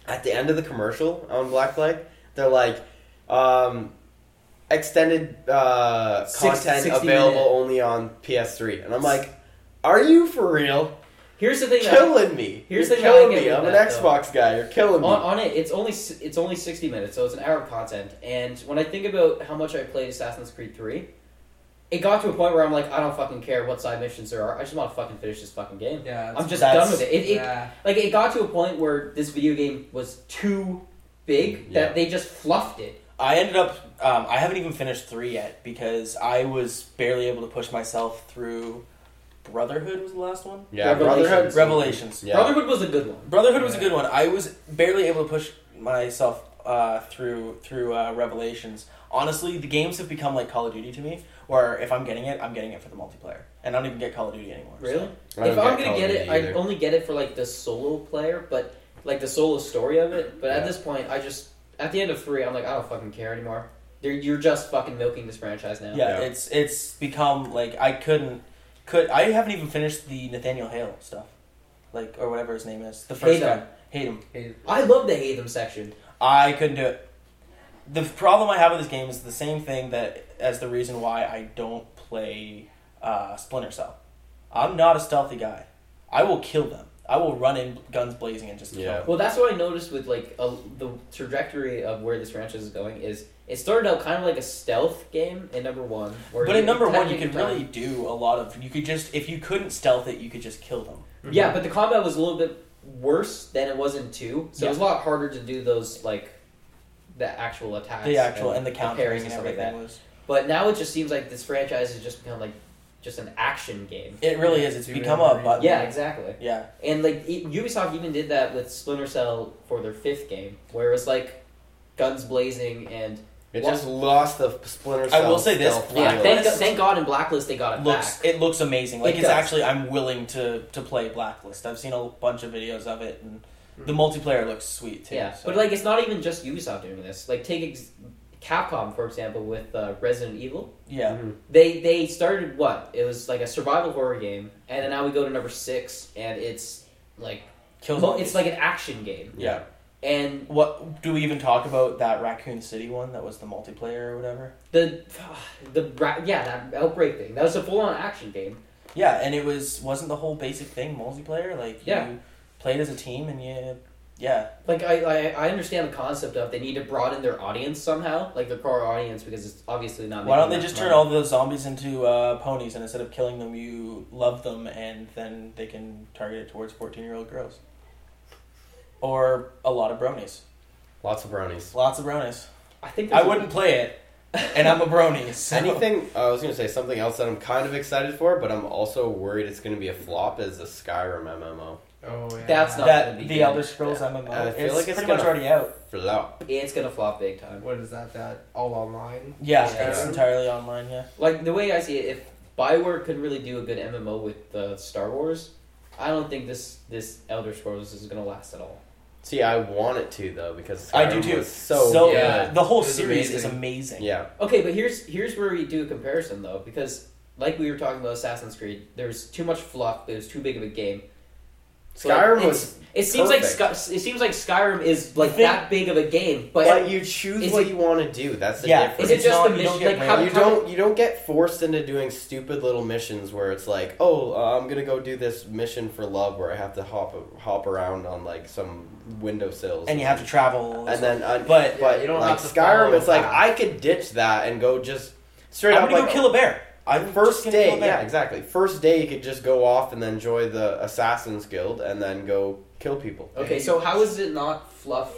[SPEAKER 2] at the end of the commercial on Black Flag, they're like, um, extended uh,
[SPEAKER 4] Six-
[SPEAKER 2] content
[SPEAKER 4] 60
[SPEAKER 2] available only
[SPEAKER 4] minute.
[SPEAKER 2] on PS3. And I'm like, are you for real?
[SPEAKER 4] Here's the thing. That,
[SPEAKER 2] killing me.
[SPEAKER 4] Here's
[SPEAKER 2] You're
[SPEAKER 4] the thing that I
[SPEAKER 2] killing
[SPEAKER 4] get
[SPEAKER 2] me.
[SPEAKER 4] with
[SPEAKER 2] I'm an
[SPEAKER 4] that, though.
[SPEAKER 2] Xbox guy. You're killing me.
[SPEAKER 4] on, on it, it's only s- it's only sixty minutes, so it's an hour of content. And when I think about how much I played Assassin's Creed Three, it got to a point where I'm like, I don't fucking care what side missions there are. I just want to fucking finish this fucking game.
[SPEAKER 6] Yeah,
[SPEAKER 4] I'm
[SPEAKER 6] it's-
[SPEAKER 4] just
[SPEAKER 3] that's-
[SPEAKER 4] done with it. It, it
[SPEAKER 6] yeah.
[SPEAKER 4] like it got to a point where this video game was too big
[SPEAKER 2] Yeah.
[SPEAKER 4] that they just fluffed it.
[SPEAKER 3] I ended up. Um, I haven't even finished three yet because I was barely able to push myself through. Brotherhood was the last one.
[SPEAKER 2] yeah,
[SPEAKER 4] Revelations.
[SPEAKER 2] Brotherhood.
[SPEAKER 3] Revelations.
[SPEAKER 2] Yeah.
[SPEAKER 4] Brotherhood was a good one.
[SPEAKER 3] Brotherhood was a good one. I was barely able to push myself uh, through through uh, Revelations. Honestly, the games have become like Call of Duty to me, where if I'm getting it, I'm getting it for the multiplayer, and I don't even get Call of Duty anymore. so-
[SPEAKER 4] Really?
[SPEAKER 2] I
[SPEAKER 4] If
[SPEAKER 2] don't
[SPEAKER 4] I'm
[SPEAKER 2] get
[SPEAKER 4] gonna
[SPEAKER 2] Call of
[SPEAKER 4] get it,
[SPEAKER 2] Duty
[SPEAKER 4] I
[SPEAKER 2] either.
[SPEAKER 4] only get it for like the solo player, but like the solo story of it. But at
[SPEAKER 2] Yeah.
[SPEAKER 4] this point, I just at the end of three, I'm like, I don't fucking care anymore. They're, you're just fucking milking this franchise now.
[SPEAKER 3] Yeah,
[SPEAKER 2] Yeah.
[SPEAKER 3] it's it's become like I couldn't could I haven't even finished the Nathaniel Hale stuff, like or whatever his name is. The first
[SPEAKER 4] Hayden.
[SPEAKER 3] guy, hate him.
[SPEAKER 4] I love the hate them section.
[SPEAKER 3] I couldn't do it. The problem I have with this game is the same thing that as the reason why I don't play uh, Splinter Cell. I'm not a stealthy guy. I will kill them. I will run in guns blazing and just
[SPEAKER 2] Yeah.
[SPEAKER 3] kill.
[SPEAKER 4] Well, that's what I noticed with like a, the trajectory of where this franchise is going is it started out kind of like a stealth game in number one. Where
[SPEAKER 3] But in
[SPEAKER 4] you
[SPEAKER 3] number one, you
[SPEAKER 4] technically
[SPEAKER 3] could really do a lot of. You could just if you couldn't stealth it, you could just kill them.
[SPEAKER 4] yeah, but the combat was a little bit worse than it was in two, so it was a lot harder to do those like the actual attacks,
[SPEAKER 3] The actual and the
[SPEAKER 4] parries
[SPEAKER 3] countering and
[SPEAKER 4] stuff like
[SPEAKER 3] everything
[SPEAKER 4] that.
[SPEAKER 3] was.
[SPEAKER 4] But now it just seems like this franchise has just become like just an action game.
[SPEAKER 3] It really is. It's
[SPEAKER 6] Do we
[SPEAKER 3] become
[SPEAKER 6] have
[SPEAKER 3] a
[SPEAKER 6] a-
[SPEAKER 3] button.
[SPEAKER 4] Yeah, exactly.
[SPEAKER 3] Yeah.
[SPEAKER 4] And like e- Ubisoft even did that with Splinter Cell for their fifth game, where it was like guns blazing and
[SPEAKER 2] It
[SPEAKER 4] Well-
[SPEAKER 2] just lost the Splinter
[SPEAKER 3] I
[SPEAKER 2] Cell.
[SPEAKER 3] will say this,
[SPEAKER 2] stealth
[SPEAKER 4] yeah.
[SPEAKER 2] feel.
[SPEAKER 3] Blacklist-
[SPEAKER 4] Thank, thank God in Blacklist they got it
[SPEAKER 3] looks
[SPEAKER 4] back.
[SPEAKER 3] it looks amazing. Like
[SPEAKER 4] It
[SPEAKER 3] it's
[SPEAKER 4] does.
[SPEAKER 3] actually I'm willing to to play Blacklist. I've seen a bunch of videos of it, and the multiplayer looks sweet too.
[SPEAKER 4] Hmm. Yeah,
[SPEAKER 3] so.
[SPEAKER 4] but like it's not even just Ubisoft doing this. Like take ex- Capcom for example with uh, Resident Evil.
[SPEAKER 3] yeah,
[SPEAKER 2] Mhm.
[SPEAKER 4] They they started what it was like a survival horror game, and then now we go to number six, and it's like
[SPEAKER 3] kill.
[SPEAKER 4] mo-
[SPEAKER 3] zombies.
[SPEAKER 4] it's like an action game.
[SPEAKER 2] Yeah.
[SPEAKER 4] And
[SPEAKER 3] what do we even talk about that Raccoon City one that was the multiplayer or whatever?
[SPEAKER 4] the the bra- yeah that outbreak thing that was a full on action game.
[SPEAKER 3] Yeah, and it was wasn't the whole basic thing multiplayer. Like
[SPEAKER 4] Yeah.
[SPEAKER 3] you played as a team and you yeah
[SPEAKER 4] Like I, I I understand the concept of they need to broaden their audience somehow, like their core audience, because it's obviously not.
[SPEAKER 3] Why don't they
[SPEAKER 4] making
[SPEAKER 3] just
[SPEAKER 4] enough
[SPEAKER 3] turn
[SPEAKER 4] money.
[SPEAKER 3] all the zombies into uh, ponies, and instead of killing them, you love them, and then they can target it towards fourteen-year-old girls, or a lot of bronies,
[SPEAKER 2] Lots of brownies.
[SPEAKER 3] lots of bronies.
[SPEAKER 4] I think
[SPEAKER 3] I
[SPEAKER 4] there's a-
[SPEAKER 3] wouldn't play it, and I'm a brony. So.
[SPEAKER 2] Anything I was gonna say something else that I'm kind of excited for, but I'm also worried it's gonna be a flop is the Skyrim MMO
[SPEAKER 6] Oh yeah.
[SPEAKER 4] That's not-
[SPEAKER 3] that
[SPEAKER 4] gonna be
[SPEAKER 3] the
[SPEAKER 4] good.
[SPEAKER 3] Elder Scrolls MMO,
[SPEAKER 2] I feel
[SPEAKER 3] it's,
[SPEAKER 2] like it's
[SPEAKER 3] pretty much
[SPEAKER 2] gonna-
[SPEAKER 3] already out.
[SPEAKER 2] flop.
[SPEAKER 4] It's gonna flop big time.
[SPEAKER 6] What is that? That all online?
[SPEAKER 3] Yeah,
[SPEAKER 4] Yeah.
[SPEAKER 3] it's entirely online. Yeah,
[SPEAKER 4] Like the way I see it, if Bioware could really do a good MMO with uh, Star Wars, I don't think this this Elder Scrolls is gonna last at all.
[SPEAKER 2] See, I want it to though because Skyrim
[SPEAKER 3] I do too.
[SPEAKER 2] Was so
[SPEAKER 4] yeah.
[SPEAKER 3] the whole
[SPEAKER 6] It was
[SPEAKER 3] series is
[SPEAKER 6] amazing.
[SPEAKER 3] amazing.
[SPEAKER 2] yeah,
[SPEAKER 4] Okay, but here's here's where we do a comparison though, because like we were talking about Assassin's Creed, there's too much fluff. There's too big of a game. So, like,
[SPEAKER 2] Skyrim
[SPEAKER 4] it's-
[SPEAKER 2] was.
[SPEAKER 4] It seems like
[SPEAKER 2] perfect.
[SPEAKER 4] Sky, it seems like Skyrim is like
[SPEAKER 3] thing-
[SPEAKER 4] that big of a game, but,
[SPEAKER 2] But you choose
[SPEAKER 4] is
[SPEAKER 2] what
[SPEAKER 4] it-
[SPEAKER 2] you want to do. That's the
[SPEAKER 3] Yeah,
[SPEAKER 2] difference.
[SPEAKER 4] is it
[SPEAKER 3] It's
[SPEAKER 4] just
[SPEAKER 3] not-
[SPEAKER 4] the
[SPEAKER 3] you don't get
[SPEAKER 4] mission? Like how,
[SPEAKER 3] random.
[SPEAKER 2] you
[SPEAKER 4] how-
[SPEAKER 2] don't you don't get forced into doing stupid little missions where it's like, oh, uh, I'm gonna go do this mission for love where I have to hop hop around on like some windowsills,
[SPEAKER 3] and you have to travel.
[SPEAKER 2] and then uh,
[SPEAKER 3] But-
[SPEAKER 2] but
[SPEAKER 6] you don't
[SPEAKER 2] like
[SPEAKER 6] have to
[SPEAKER 2] Skyrim,
[SPEAKER 6] follow
[SPEAKER 2] it's like
[SPEAKER 6] that.
[SPEAKER 2] I could ditch that and go just straight
[SPEAKER 3] I'm
[SPEAKER 2] up
[SPEAKER 3] gonna
[SPEAKER 2] like
[SPEAKER 3] go kill a bear. I'm
[SPEAKER 2] first
[SPEAKER 3] just gonna kill
[SPEAKER 2] day,
[SPEAKER 3] a
[SPEAKER 2] yeah,
[SPEAKER 3] bear.
[SPEAKER 2] exactly. First day you could just go off and then join the Assassin's Guild and then go kill people
[SPEAKER 4] Okay, so how is it not fluff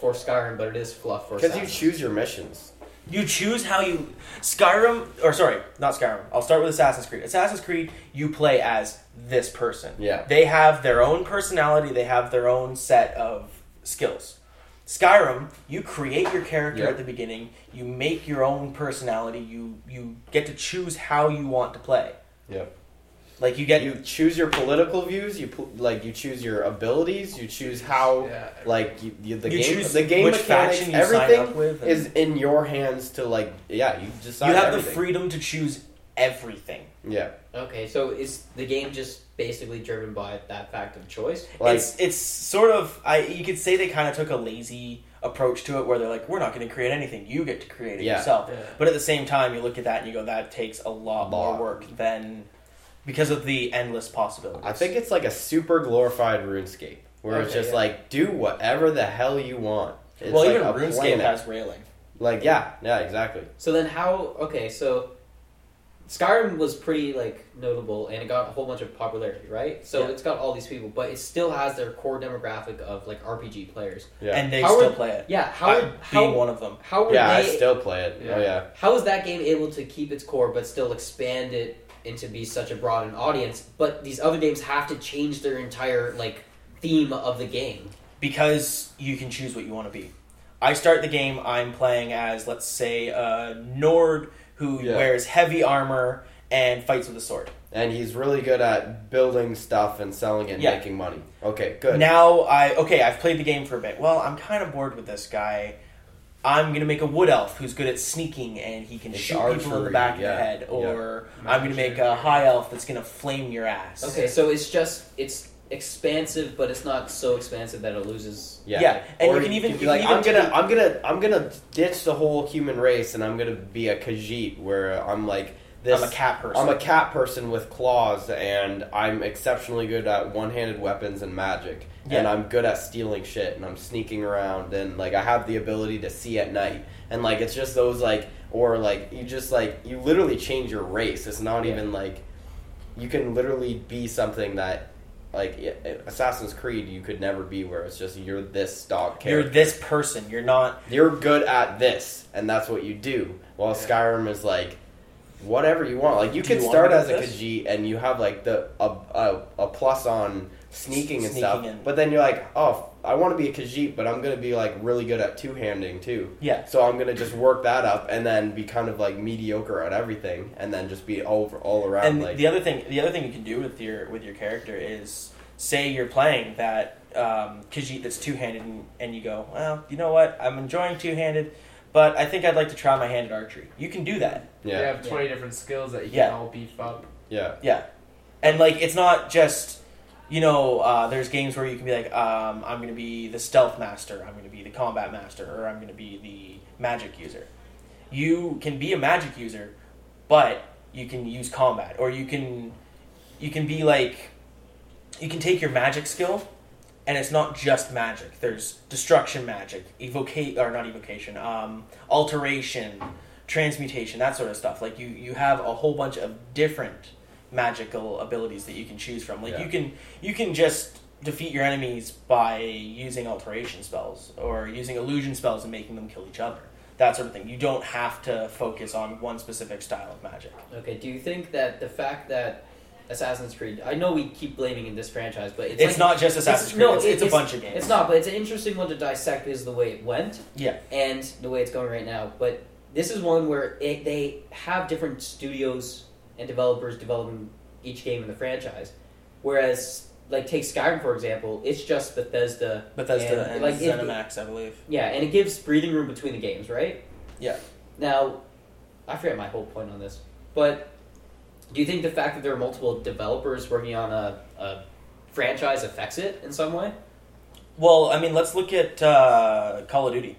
[SPEAKER 4] for Skyrim, but it is fluff for
[SPEAKER 2] because you
[SPEAKER 4] Assassin's?
[SPEAKER 2] choose your missions.
[SPEAKER 3] You choose how you Skyrim or sorry, not Skyrim. I'll start with Assassin's Creed. Assassin's Creed, you play as this person.
[SPEAKER 2] Yeah.
[SPEAKER 3] They have their own personality, they have their own set of skills. Skyrim, you create your character
[SPEAKER 2] Yeah.
[SPEAKER 3] at the beginning, you make your own personality, you you get to choose how you want to play.
[SPEAKER 2] Yeah.
[SPEAKER 3] Like you get
[SPEAKER 2] you choose your political views. You pl- like you choose your abilities. You choose how
[SPEAKER 6] Yeah.
[SPEAKER 2] like you, you, the
[SPEAKER 3] You
[SPEAKER 2] game
[SPEAKER 3] choose
[SPEAKER 2] the game
[SPEAKER 3] which
[SPEAKER 2] mechanics
[SPEAKER 3] faction you sign up
[SPEAKER 2] everything
[SPEAKER 3] with and-
[SPEAKER 2] is in your hands to like yeah you decide
[SPEAKER 3] you have the
[SPEAKER 2] everything.
[SPEAKER 3] freedom to choose everything.
[SPEAKER 2] yeah
[SPEAKER 4] Okay, so is the game just basically driven by that fact of choice?
[SPEAKER 2] like
[SPEAKER 3] it's it's sort of I you could say they kind of took a lazy approach to it where they're like we're not going to create anything you get to create it
[SPEAKER 2] Yeah.
[SPEAKER 3] yourself
[SPEAKER 6] Yeah.
[SPEAKER 3] but at the same time you look at that and you go that takes a lot, more
[SPEAKER 2] Lot.
[SPEAKER 3] work than because of the endless possibilities
[SPEAKER 2] I think it's like a super glorified RuneScape where it's
[SPEAKER 4] Okay,
[SPEAKER 2] just
[SPEAKER 4] yeah.
[SPEAKER 2] like do whatever the hell you want. It's
[SPEAKER 3] well
[SPEAKER 2] like
[SPEAKER 3] even
[SPEAKER 2] a
[SPEAKER 3] RuneScape
[SPEAKER 2] planet.
[SPEAKER 3] has railing
[SPEAKER 2] like yeah yeah exactly
[SPEAKER 4] So then how okay, so Skyrim was pretty like notable and it got a whole bunch of popularity, right? So
[SPEAKER 3] Yeah.
[SPEAKER 4] it's got all these people, but it still has their core demographic of like RPG players.
[SPEAKER 2] yeah
[SPEAKER 3] and they
[SPEAKER 4] How
[SPEAKER 3] still
[SPEAKER 4] are-
[SPEAKER 3] play it
[SPEAKER 4] Yeah, how
[SPEAKER 3] I-
[SPEAKER 4] would-
[SPEAKER 3] being
[SPEAKER 4] how
[SPEAKER 3] one of them
[SPEAKER 4] how were
[SPEAKER 2] yeah
[SPEAKER 4] Oh, they
[SPEAKER 2] I still play it oh
[SPEAKER 6] Yeah.
[SPEAKER 2] yeah
[SPEAKER 4] how is that game able to keep its core but still expand it into be such a broad an audience but these other games have to change their entire like theme of the game
[SPEAKER 3] because you can choose what you want to be I start the game I'm playing as let's say a Nord who
[SPEAKER 2] Yeah.
[SPEAKER 3] wears heavy armor and fights with a sword
[SPEAKER 2] and he's really good at building stuff and selling it and
[SPEAKER 3] Yeah.
[SPEAKER 2] making money okay good
[SPEAKER 3] Now I okay, I've played the game for a bit. Well, I'm kind of bored with this guy. I'm gonna make a wood elf who's good at sneaking and he can
[SPEAKER 2] It's
[SPEAKER 3] shoot people in the
[SPEAKER 2] archery,
[SPEAKER 3] back
[SPEAKER 2] yeah,
[SPEAKER 3] of the head.
[SPEAKER 2] yeah.
[SPEAKER 3] Or I'm gonna make a high elf that's gonna flame your ass.
[SPEAKER 4] okay so it's just it's expansive but it's not so expansive that it loses
[SPEAKER 2] Yeah.
[SPEAKER 3] Yeah, and
[SPEAKER 2] Or
[SPEAKER 3] you can even-
[SPEAKER 2] be
[SPEAKER 3] you
[SPEAKER 2] like,
[SPEAKER 3] can even
[SPEAKER 2] I'm gonna, I'm gonna, I'm gonna ditch the whole human race, and I'm gonna be a Khajiit, where I'm like this
[SPEAKER 3] I'm a cat person.
[SPEAKER 2] I'm a cat person with claws, and I'm exceptionally good at one-handed weapons and magic, and
[SPEAKER 3] Yeah.
[SPEAKER 2] I'm good at stealing shit, and I'm sneaking around, and like I have the ability to see at night, and like it's just those like or like you just like you literally change your race. It's not
[SPEAKER 3] Yeah.
[SPEAKER 2] even like you can literally be something that like i- i- Assassin's Creed you could never be, where it's just you're this dog
[SPEAKER 3] You're
[SPEAKER 2] character.
[SPEAKER 3] this person. You're not.
[SPEAKER 2] You're, good at this, and that's what you do. While
[SPEAKER 6] Yeah.
[SPEAKER 2] Skyrim is like whatever you want. Like you
[SPEAKER 3] Do
[SPEAKER 2] can
[SPEAKER 3] you
[SPEAKER 2] start
[SPEAKER 3] wanna
[SPEAKER 2] as
[SPEAKER 3] do
[SPEAKER 2] a
[SPEAKER 3] this?
[SPEAKER 2] Khajiit and you have like the a a, a plus on sneaking and
[SPEAKER 3] Sneaking
[SPEAKER 2] stuff,
[SPEAKER 3] and-
[SPEAKER 2] but then you're like, oh, I want to be a Khajiit, but I'm gonna be like really good at two handing too.
[SPEAKER 3] Yeah.
[SPEAKER 2] So I'm gonna just work that up and then be kind of like mediocre at everything, and then just be all all around.
[SPEAKER 3] And
[SPEAKER 2] like,
[SPEAKER 3] the other thing, the other thing you can do with your with your character is say you're playing that um, Khajiit that's two handed, and, and you go, well, you know what? I'm enjoying two handed, but I think I'd like to try my hand at archery. You can do that.
[SPEAKER 2] yeah,
[SPEAKER 6] You
[SPEAKER 2] yeah,
[SPEAKER 6] have 20 different skills that you
[SPEAKER 3] Yeah.
[SPEAKER 6] can all beef up.
[SPEAKER 3] And like, it's not just, you know, uh, there's games where you can be like, um, I'm going to be the stealth master, I'm going to be the combat master, or I'm going to be the magic user. You can be a magic user, but you can use combat, or you can, you can be like, you can take your magic skill, and it's not just magic. There's destruction magic, evocation or not evocation, um, alteration, transmutation, that sort of stuff. Like you, you have a whole bunch of different magical abilities that you can choose from. Like
[SPEAKER 2] Yeah.
[SPEAKER 3] you can you can just defeat your enemies by using alteration spells or using illusion spells and making them kill each other. That sort of thing. You don't have to focus on one specific style of magic.
[SPEAKER 4] Okay, do you think that the fact that Assassin's Creed, I know we keep blaming in this franchise, but it's,
[SPEAKER 3] It's,
[SPEAKER 4] like-
[SPEAKER 3] not just Assassin's Creed.
[SPEAKER 4] no,
[SPEAKER 3] it's, it's, a
[SPEAKER 4] it's-
[SPEAKER 3] bunch of games.
[SPEAKER 4] It's not, but it's an interesting one to dissect because of the way it went.
[SPEAKER 3] Yeah.
[SPEAKER 4] And the way it's going right now. But this is one where it, they have different studios and developers developing each game in the franchise. Whereas, like, take Skyrim, for example, it's just Bethesda.
[SPEAKER 3] Bethesda
[SPEAKER 4] and,
[SPEAKER 3] and,
[SPEAKER 4] like, it-
[SPEAKER 3] ZeniMax, I believe.
[SPEAKER 4] Yeah, and it gives breathing room between the games, right?
[SPEAKER 3] Yeah.
[SPEAKER 4] Now, I forget my whole point on this, but do you think the fact that there are multiple developers working on a, a franchise affects it in some way?
[SPEAKER 3] Well, I mean, let's look at uh, Call of Duty.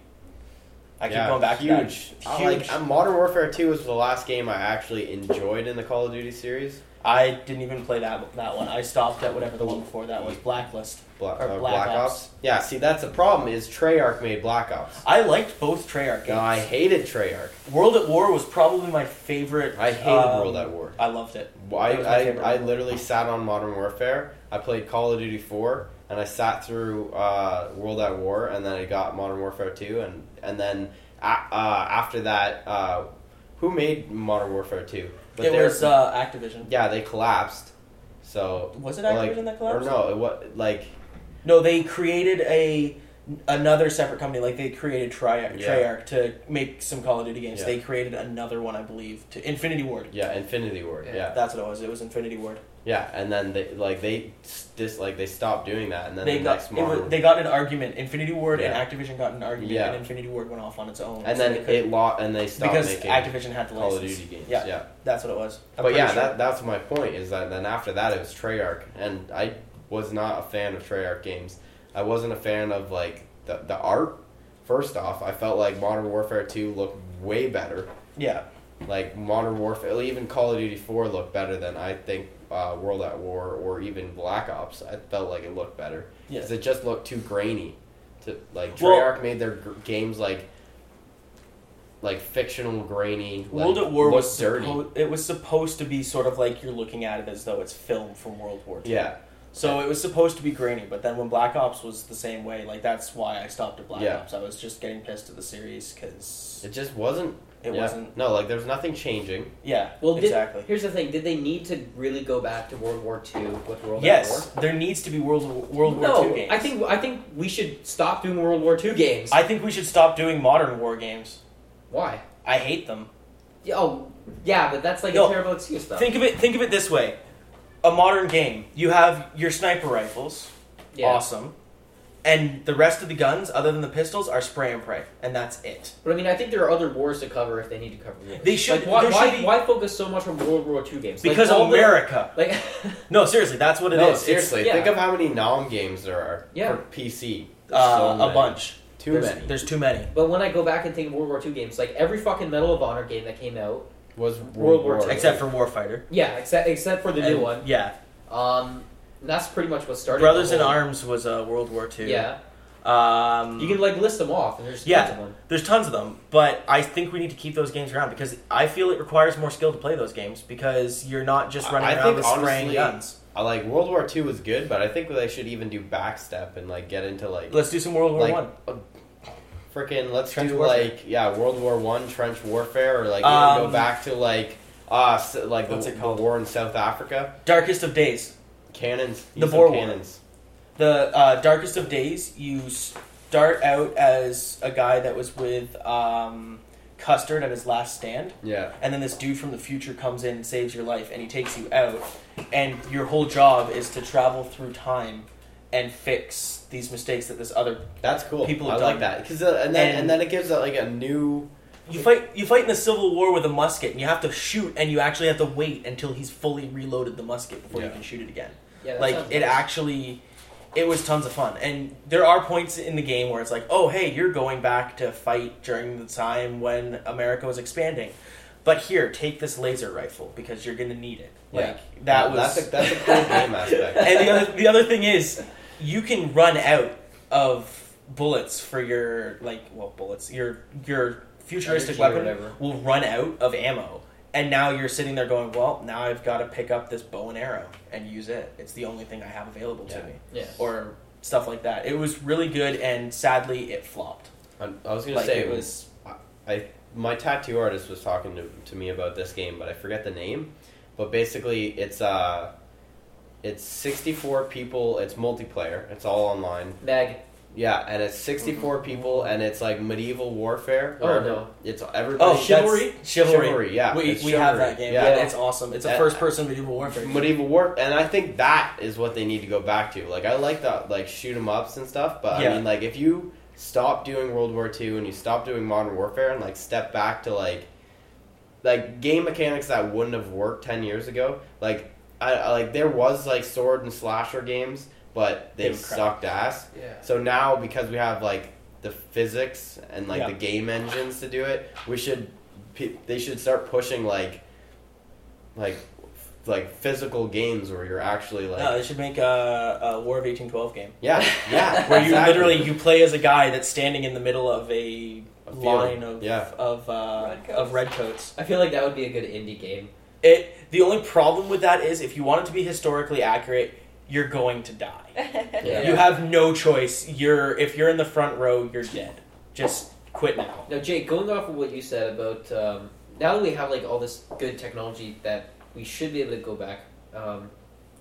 [SPEAKER 3] I keep going back
[SPEAKER 2] huge.
[SPEAKER 3] to that.
[SPEAKER 2] I
[SPEAKER 3] Huge.
[SPEAKER 2] Like uh, Modern Warfare Two was the last game I actually enjoyed in the Call of Duty series.
[SPEAKER 3] I didn't even play that that one. I stopped at whatever the one before that was, Blacklist.
[SPEAKER 2] Bla-
[SPEAKER 3] Or
[SPEAKER 2] uh,
[SPEAKER 3] Black Ops.
[SPEAKER 2] Yeah, see, that's the problem is Treyarch made Black Ops.
[SPEAKER 3] I liked both Treyarch games.
[SPEAKER 2] No, I hated Treyarch.
[SPEAKER 3] World at War was probably my favorite.
[SPEAKER 2] I hated
[SPEAKER 3] um,
[SPEAKER 2] World at War.
[SPEAKER 3] I loved it.
[SPEAKER 2] I,
[SPEAKER 3] That was my favorite
[SPEAKER 2] I, I
[SPEAKER 3] one.
[SPEAKER 2] literally sat on Modern Warfare. I played Call of Duty 4, and I sat through uh, World at War, and then I got Modern Warfare 2, and, and then a- uh, after that, uh, who made Modern Warfare 2?
[SPEAKER 3] it
[SPEAKER 2] they're-
[SPEAKER 3] was uh, Activision.
[SPEAKER 2] yeah, they collapsed. So
[SPEAKER 3] Was it
[SPEAKER 2] like,
[SPEAKER 3] Activision that collapsed?
[SPEAKER 2] Or no, it was like
[SPEAKER 3] No, they created a another separate company. Like they created Treyarch,
[SPEAKER 2] Yeah.
[SPEAKER 3] Treyarch to make some Call of Duty games.
[SPEAKER 2] Yeah.
[SPEAKER 3] They created another one, I believe, to Infinity Ward.
[SPEAKER 2] yeah, Infinity Ward.
[SPEAKER 6] Yeah.
[SPEAKER 2] yeah.
[SPEAKER 3] That's what it was. It was Infinity Ward.
[SPEAKER 2] Yeah, and then they like they s- dis like they stopped doing that, and then
[SPEAKER 3] they
[SPEAKER 2] the
[SPEAKER 3] got
[SPEAKER 2] next
[SPEAKER 3] it was,
[SPEAKER 2] modern,
[SPEAKER 3] they got in an argument. Infinity Ward
[SPEAKER 2] Yeah.
[SPEAKER 3] and Activision got in an argument,
[SPEAKER 2] Yeah.
[SPEAKER 3] and Infinity Ward went off on its own.
[SPEAKER 2] and
[SPEAKER 3] so
[SPEAKER 2] then
[SPEAKER 3] they couldn't-
[SPEAKER 2] it lot and they stopped
[SPEAKER 3] because
[SPEAKER 2] making
[SPEAKER 3] Activision had the
[SPEAKER 2] Call
[SPEAKER 3] license.
[SPEAKER 2] of Duty games.
[SPEAKER 3] Yeah,
[SPEAKER 2] Yeah,
[SPEAKER 3] that's what it was. I'm
[SPEAKER 2] but
[SPEAKER 3] pretty
[SPEAKER 2] yeah,
[SPEAKER 3] sure.
[SPEAKER 2] that that's my point is that then after that it was Treyarch, and I was not a fan of Treyarch games. I wasn't a fan of like the the art. First off, I felt like Modern Warfare Two looked way better.
[SPEAKER 3] yeah,
[SPEAKER 2] Like Modern Warfare, even Call of Duty Four looked better than I think uh, World at War or even Black Ops. I felt like it looked better.
[SPEAKER 3] yeah.
[SPEAKER 2] Because it just looked too grainy. To like
[SPEAKER 3] Well-
[SPEAKER 2] Treyarch made their g- games like like fictional grainy. Like,
[SPEAKER 3] World at War
[SPEAKER 2] look
[SPEAKER 3] was
[SPEAKER 2] dirty.
[SPEAKER 3] suppo- it was supposed to be sort of like you're looking at it as though it's film from World War II.
[SPEAKER 2] yeah,
[SPEAKER 3] So it was supposed to be grainy, but then when Black Ops was the same way, like that's why I stopped at Black
[SPEAKER 2] Yeah.
[SPEAKER 3] Ops. I was just getting pissed at the series because
[SPEAKER 2] it just wasn't.
[SPEAKER 3] it
[SPEAKER 2] yeah.
[SPEAKER 3] wasn't.
[SPEAKER 2] No, like there's nothing changing.
[SPEAKER 3] Yeah,
[SPEAKER 4] Well, did-
[SPEAKER 3] exactly.
[SPEAKER 4] Here's the thing: Did they need to really go back to World War II with World War?
[SPEAKER 3] yes, there needs to be World World
[SPEAKER 4] no,
[SPEAKER 3] War II games.
[SPEAKER 4] I think I think we should stop doing World War II games.
[SPEAKER 3] I think we should stop doing modern war games.
[SPEAKER 4] Why?
[SPEAKER 3] I hate them.
[SPEAKER 4] Yeah, Oh, yeah, but that's like
[SPEAKER 3] No.
[SPEAKER 4] a terrible excuse, though.
[SPEAKER 3] Think of it. Think of it this way: a modern game. You have your sniper rifles,
[SPEAKER 4] yeah.
[SPEAKER 3] awesome, and the rest of the guns, other than the pistols, are spray and pray, and that's it.
[SPEAKER 4] But I mean, I think there are other wars to cover if they need to cover wars.
[SPEAKER 3] They should-
[SPEAKER 4] Like, why,
[SPEAKER 3] there should
[SPEAKER 4] why,
[SPEAKER 3] be-
[SPEAKER 4] why focus so much on World War II games? Like,
[SPEAKER 3] Because
[SPEAKER 4] all the-
[SPEAKER 3] America.
[SPEAKER 4] like,
[SPEAKER 3] No, seriously, that's what it is.
[SPEAKER 2] no,
[SPEAKER 3] It's,
[SPEAKER 2] seriously,
[SPEAKER 4] yeah.
[SPEAKER 2] think of how many nom games there are
[SPEAKER 4] Yeah.
[SPEAKER 2] for PC. So
[SPEAKER 3] uh,
[SPEAKER 2] many.
[SPEAKER 3] a bunch.
[SPEAKER 2] Too
[SPEAKER 3] there's,
[SPEAKER 2] many.
[SPEAKER 3] There's too many.
[SPEAKER 4] but when I go back and think of World War II games, like every fucking Medal of Honor game that came out
[SPEAKER 2] was
[SPEAKER 4] World War II.
[SPEAKER 2] Except
[SPEAKER 3] except for Warfighter.
[SPEAKER 4] Yeah, except except for the new
[SPEAKER 3] And-
[SPEAKER 4] one.
[SPEAKER 3] Yeah,
[SPEAKER 4] Um, that's pretty much what started.
[SPEAKER 3] Brothers
[SPEAKER 4] the
[SPEAKER 3] in
[SPEAKER 4] whole-
[SPEAKER 3] Arms was a uh, World War Two.
[SPEAKER 4] Yeah,
[SPEAKER 3] um,
[SPEAKER 4] you can like list them off, and there's
[SPEAKER 3] Yeah.
[SPEAKER 4] tons of them.
[SPEAKER 3] There's tons of them, but I think we need to keep those games around because I feel it requires more skill to play those games because you're not just
[SPEAKER 2] I-
[SPEAKER 3] running
[SPEAKER 2] I
[SPEAKER 3] around
[SPEAKER 2] think
[SPEAKER 3] with spraying
[SPEAKER 2] honestly-
[SPEAKER 3] guns.
[SPEAKER 2] I like World War II was good, but I think they should even do backstep and like get into like
[SPEAKER 3] Let's do some World War
[SPEAKER 2] Like,
[SPEAKER 3] One.
[SPEAKER 2] freaking let's
[SPEAKER 3] Trench
[SPEAKER 2] do
[SPEAKER 3] warfare.
[SPEAKER 2] like yeah World War One trench warfare or like even
[SPEAKER 3] Um,
[SPEAKER 2] go back to like uh s- like the,
[SPEAKER 3] what's it
[SPEAKER 2] the
[SPEAKER 3] called?
[SPEAKER 2] war in South Africa
[SPEAKER 3] Darkest of Days.
[SPEAKER 2] cannons
[SPEAKER 3] The
[SPEAKER 2] Use of
[SPEAKER 3] Boer War.
[SPEAKER 2] cannons
[SPEAKER 3] The uh, Darkest of Days. You start out as a guy that was with um, Custard at his last stand.
[SPEAKER 2] yeah
[SPEAKER 3] and then this dude from the future comes in and saves your life and he takes you out and your whole job is to travel through time and fix these mistakes that this other
[SPEAKER 2] that's cool
[SPEAKER 3] People
[SPEAKER 2] I
[SPEAKER 3] have
[SPEAKER 2] like
[SPEAKER 3] done-
[SPEAKER 2] that because uh, and then and,
[SPEAKER 3] and-
[SPEAKER 2] then it gives uh, like a new
[SPEAKER 3] you fight you fight in a civil war with a musket and you have to shoot and you actually have to wait until he's fully reloaded the musket before
[SPEAKER 2] Yeah.
[SPEAKER 3] you can shoot it again
[SPEAKER 4] Yeah, that
[SPEAKER 3] like
[SPEAKER 4] sounds
[SPEAKER 3] it
[SPEAKER 4] nice.
[SPEAKER 3] actually it was tons of fun and there are points in the game where it's like oh hey you're going back to fight during the time when america was expanding but here take this laser rifle because you're gonna need it
[SPEAKER 2] Yeah.
[SPEAKER 3] like that was
[SPEAKER 2] that's a, that's a cool game aspect
[SPEAKER 3] and the other, the other thing is you can run out of bullets for your like well bullets your your futuristic
[SPEAKER 4] Energy or
[SPEAKER 3] weapon
[SPEAKER 4] whatever.
[SPEAKER 3] will run out of ammo and now you're sitting there going well now i've got to pick up this bow and arrow and use it it's the only thing i have available
[SPEAKER 2] Yeah.
[SPEAKER 3] to me
[SPEAKER 4] Yeah.
[SPEAKER 3] or stuff like that it was really good and sadly it flopped
[SPEAKER 2] I, I was gonna
[SPEAKER 3] like
[SPEAKER 2] say
[SPEAKER 3] it was
[SPEAKER 2] my tattoo artist was talking to, to me about this game, but I forget the name. But basically, it's uh, it's sixty four people. It's multiplayer. It's all online.
[SPEAKER 4] Meg.
[SPEAKER 2] Yeah, and it's sixty people, and it's like medieval warfare.
[SPEAKER 4] Oh,
[SPEAKER 2] where
[SPEAKER 4] no.
[SPEAKER 2] it's everybody.
[SPEAKER 3] oh that's-
[SPEAKER 2] chivalry.
[SPEAKER 3] chivalry,
[SPEAKER 2] yeah,
[SPEAKER 3] we,
[SPEAKER 2] it's
[SPEAKER 3] we have
[SPEAKER 2] chivalry,
[SPEAKER 3] that game
[SPEAKER 2] yeah.
[SPEAKER 3] yeah, it's awesome it's a
[SPEAKER 2] Yeah.
[SPEAKER 3] first person medieval warfare
[SPEAKER 2] medieval war and i think that is what they need to go back to like i like the like shoot 'em ups and stuff but
[SPEAKER 3] Yeah.
[SPEAKER 2] i mean like if you stop doing world war ii and you stop doing modern warfare and like step back to like like game mechanics that wouldn't have worked 10 years ago like i, I like there was like sword and slasher games but they,
[SPEAKER 3] They were crap.
[SPEAKER 2] sucked ass
[SPEAKER 6] Yeah.
[SPEAKER 2] so now because we have like the physics and like
[SPEAKER 3] Yeah.
[SPEAKER 2] the game engines to do it we should pe- they should start pushing like like like physical games where you're actually like
[SPEAKER 3] no they should make a, a war of 1812 game
[SPEAKER 2] yeah yeah
[SPEAKER 3] where you
[SPEAKER 2] exactly.
[SPEAKER 3] literally you play as a guy that's standing in the middle of a,
[SPEAKER 2] A field.
[SPEAKER 3] line of
[SPEAKER 2] Yeah.
[SPEAKER 3] of uh,
[SPEAKER 5] Redcoats.
[SPEAKER 3] of redcoats.
[SPEAKER 4] I feel like that would be a good indie game.
[SPEAKER 3] It the only problem with that is if you want it to be historically accurate, you're going to die.
[SPEAKER 2] Yeah.
[SPEAKER 3] You have no choice. You're if you're in the front row, you're dead. Just quit now.
[SPEAKER 4] Now, Jake, going off of what you said about um, now that we have like all this good technology that we should be able to go back, um,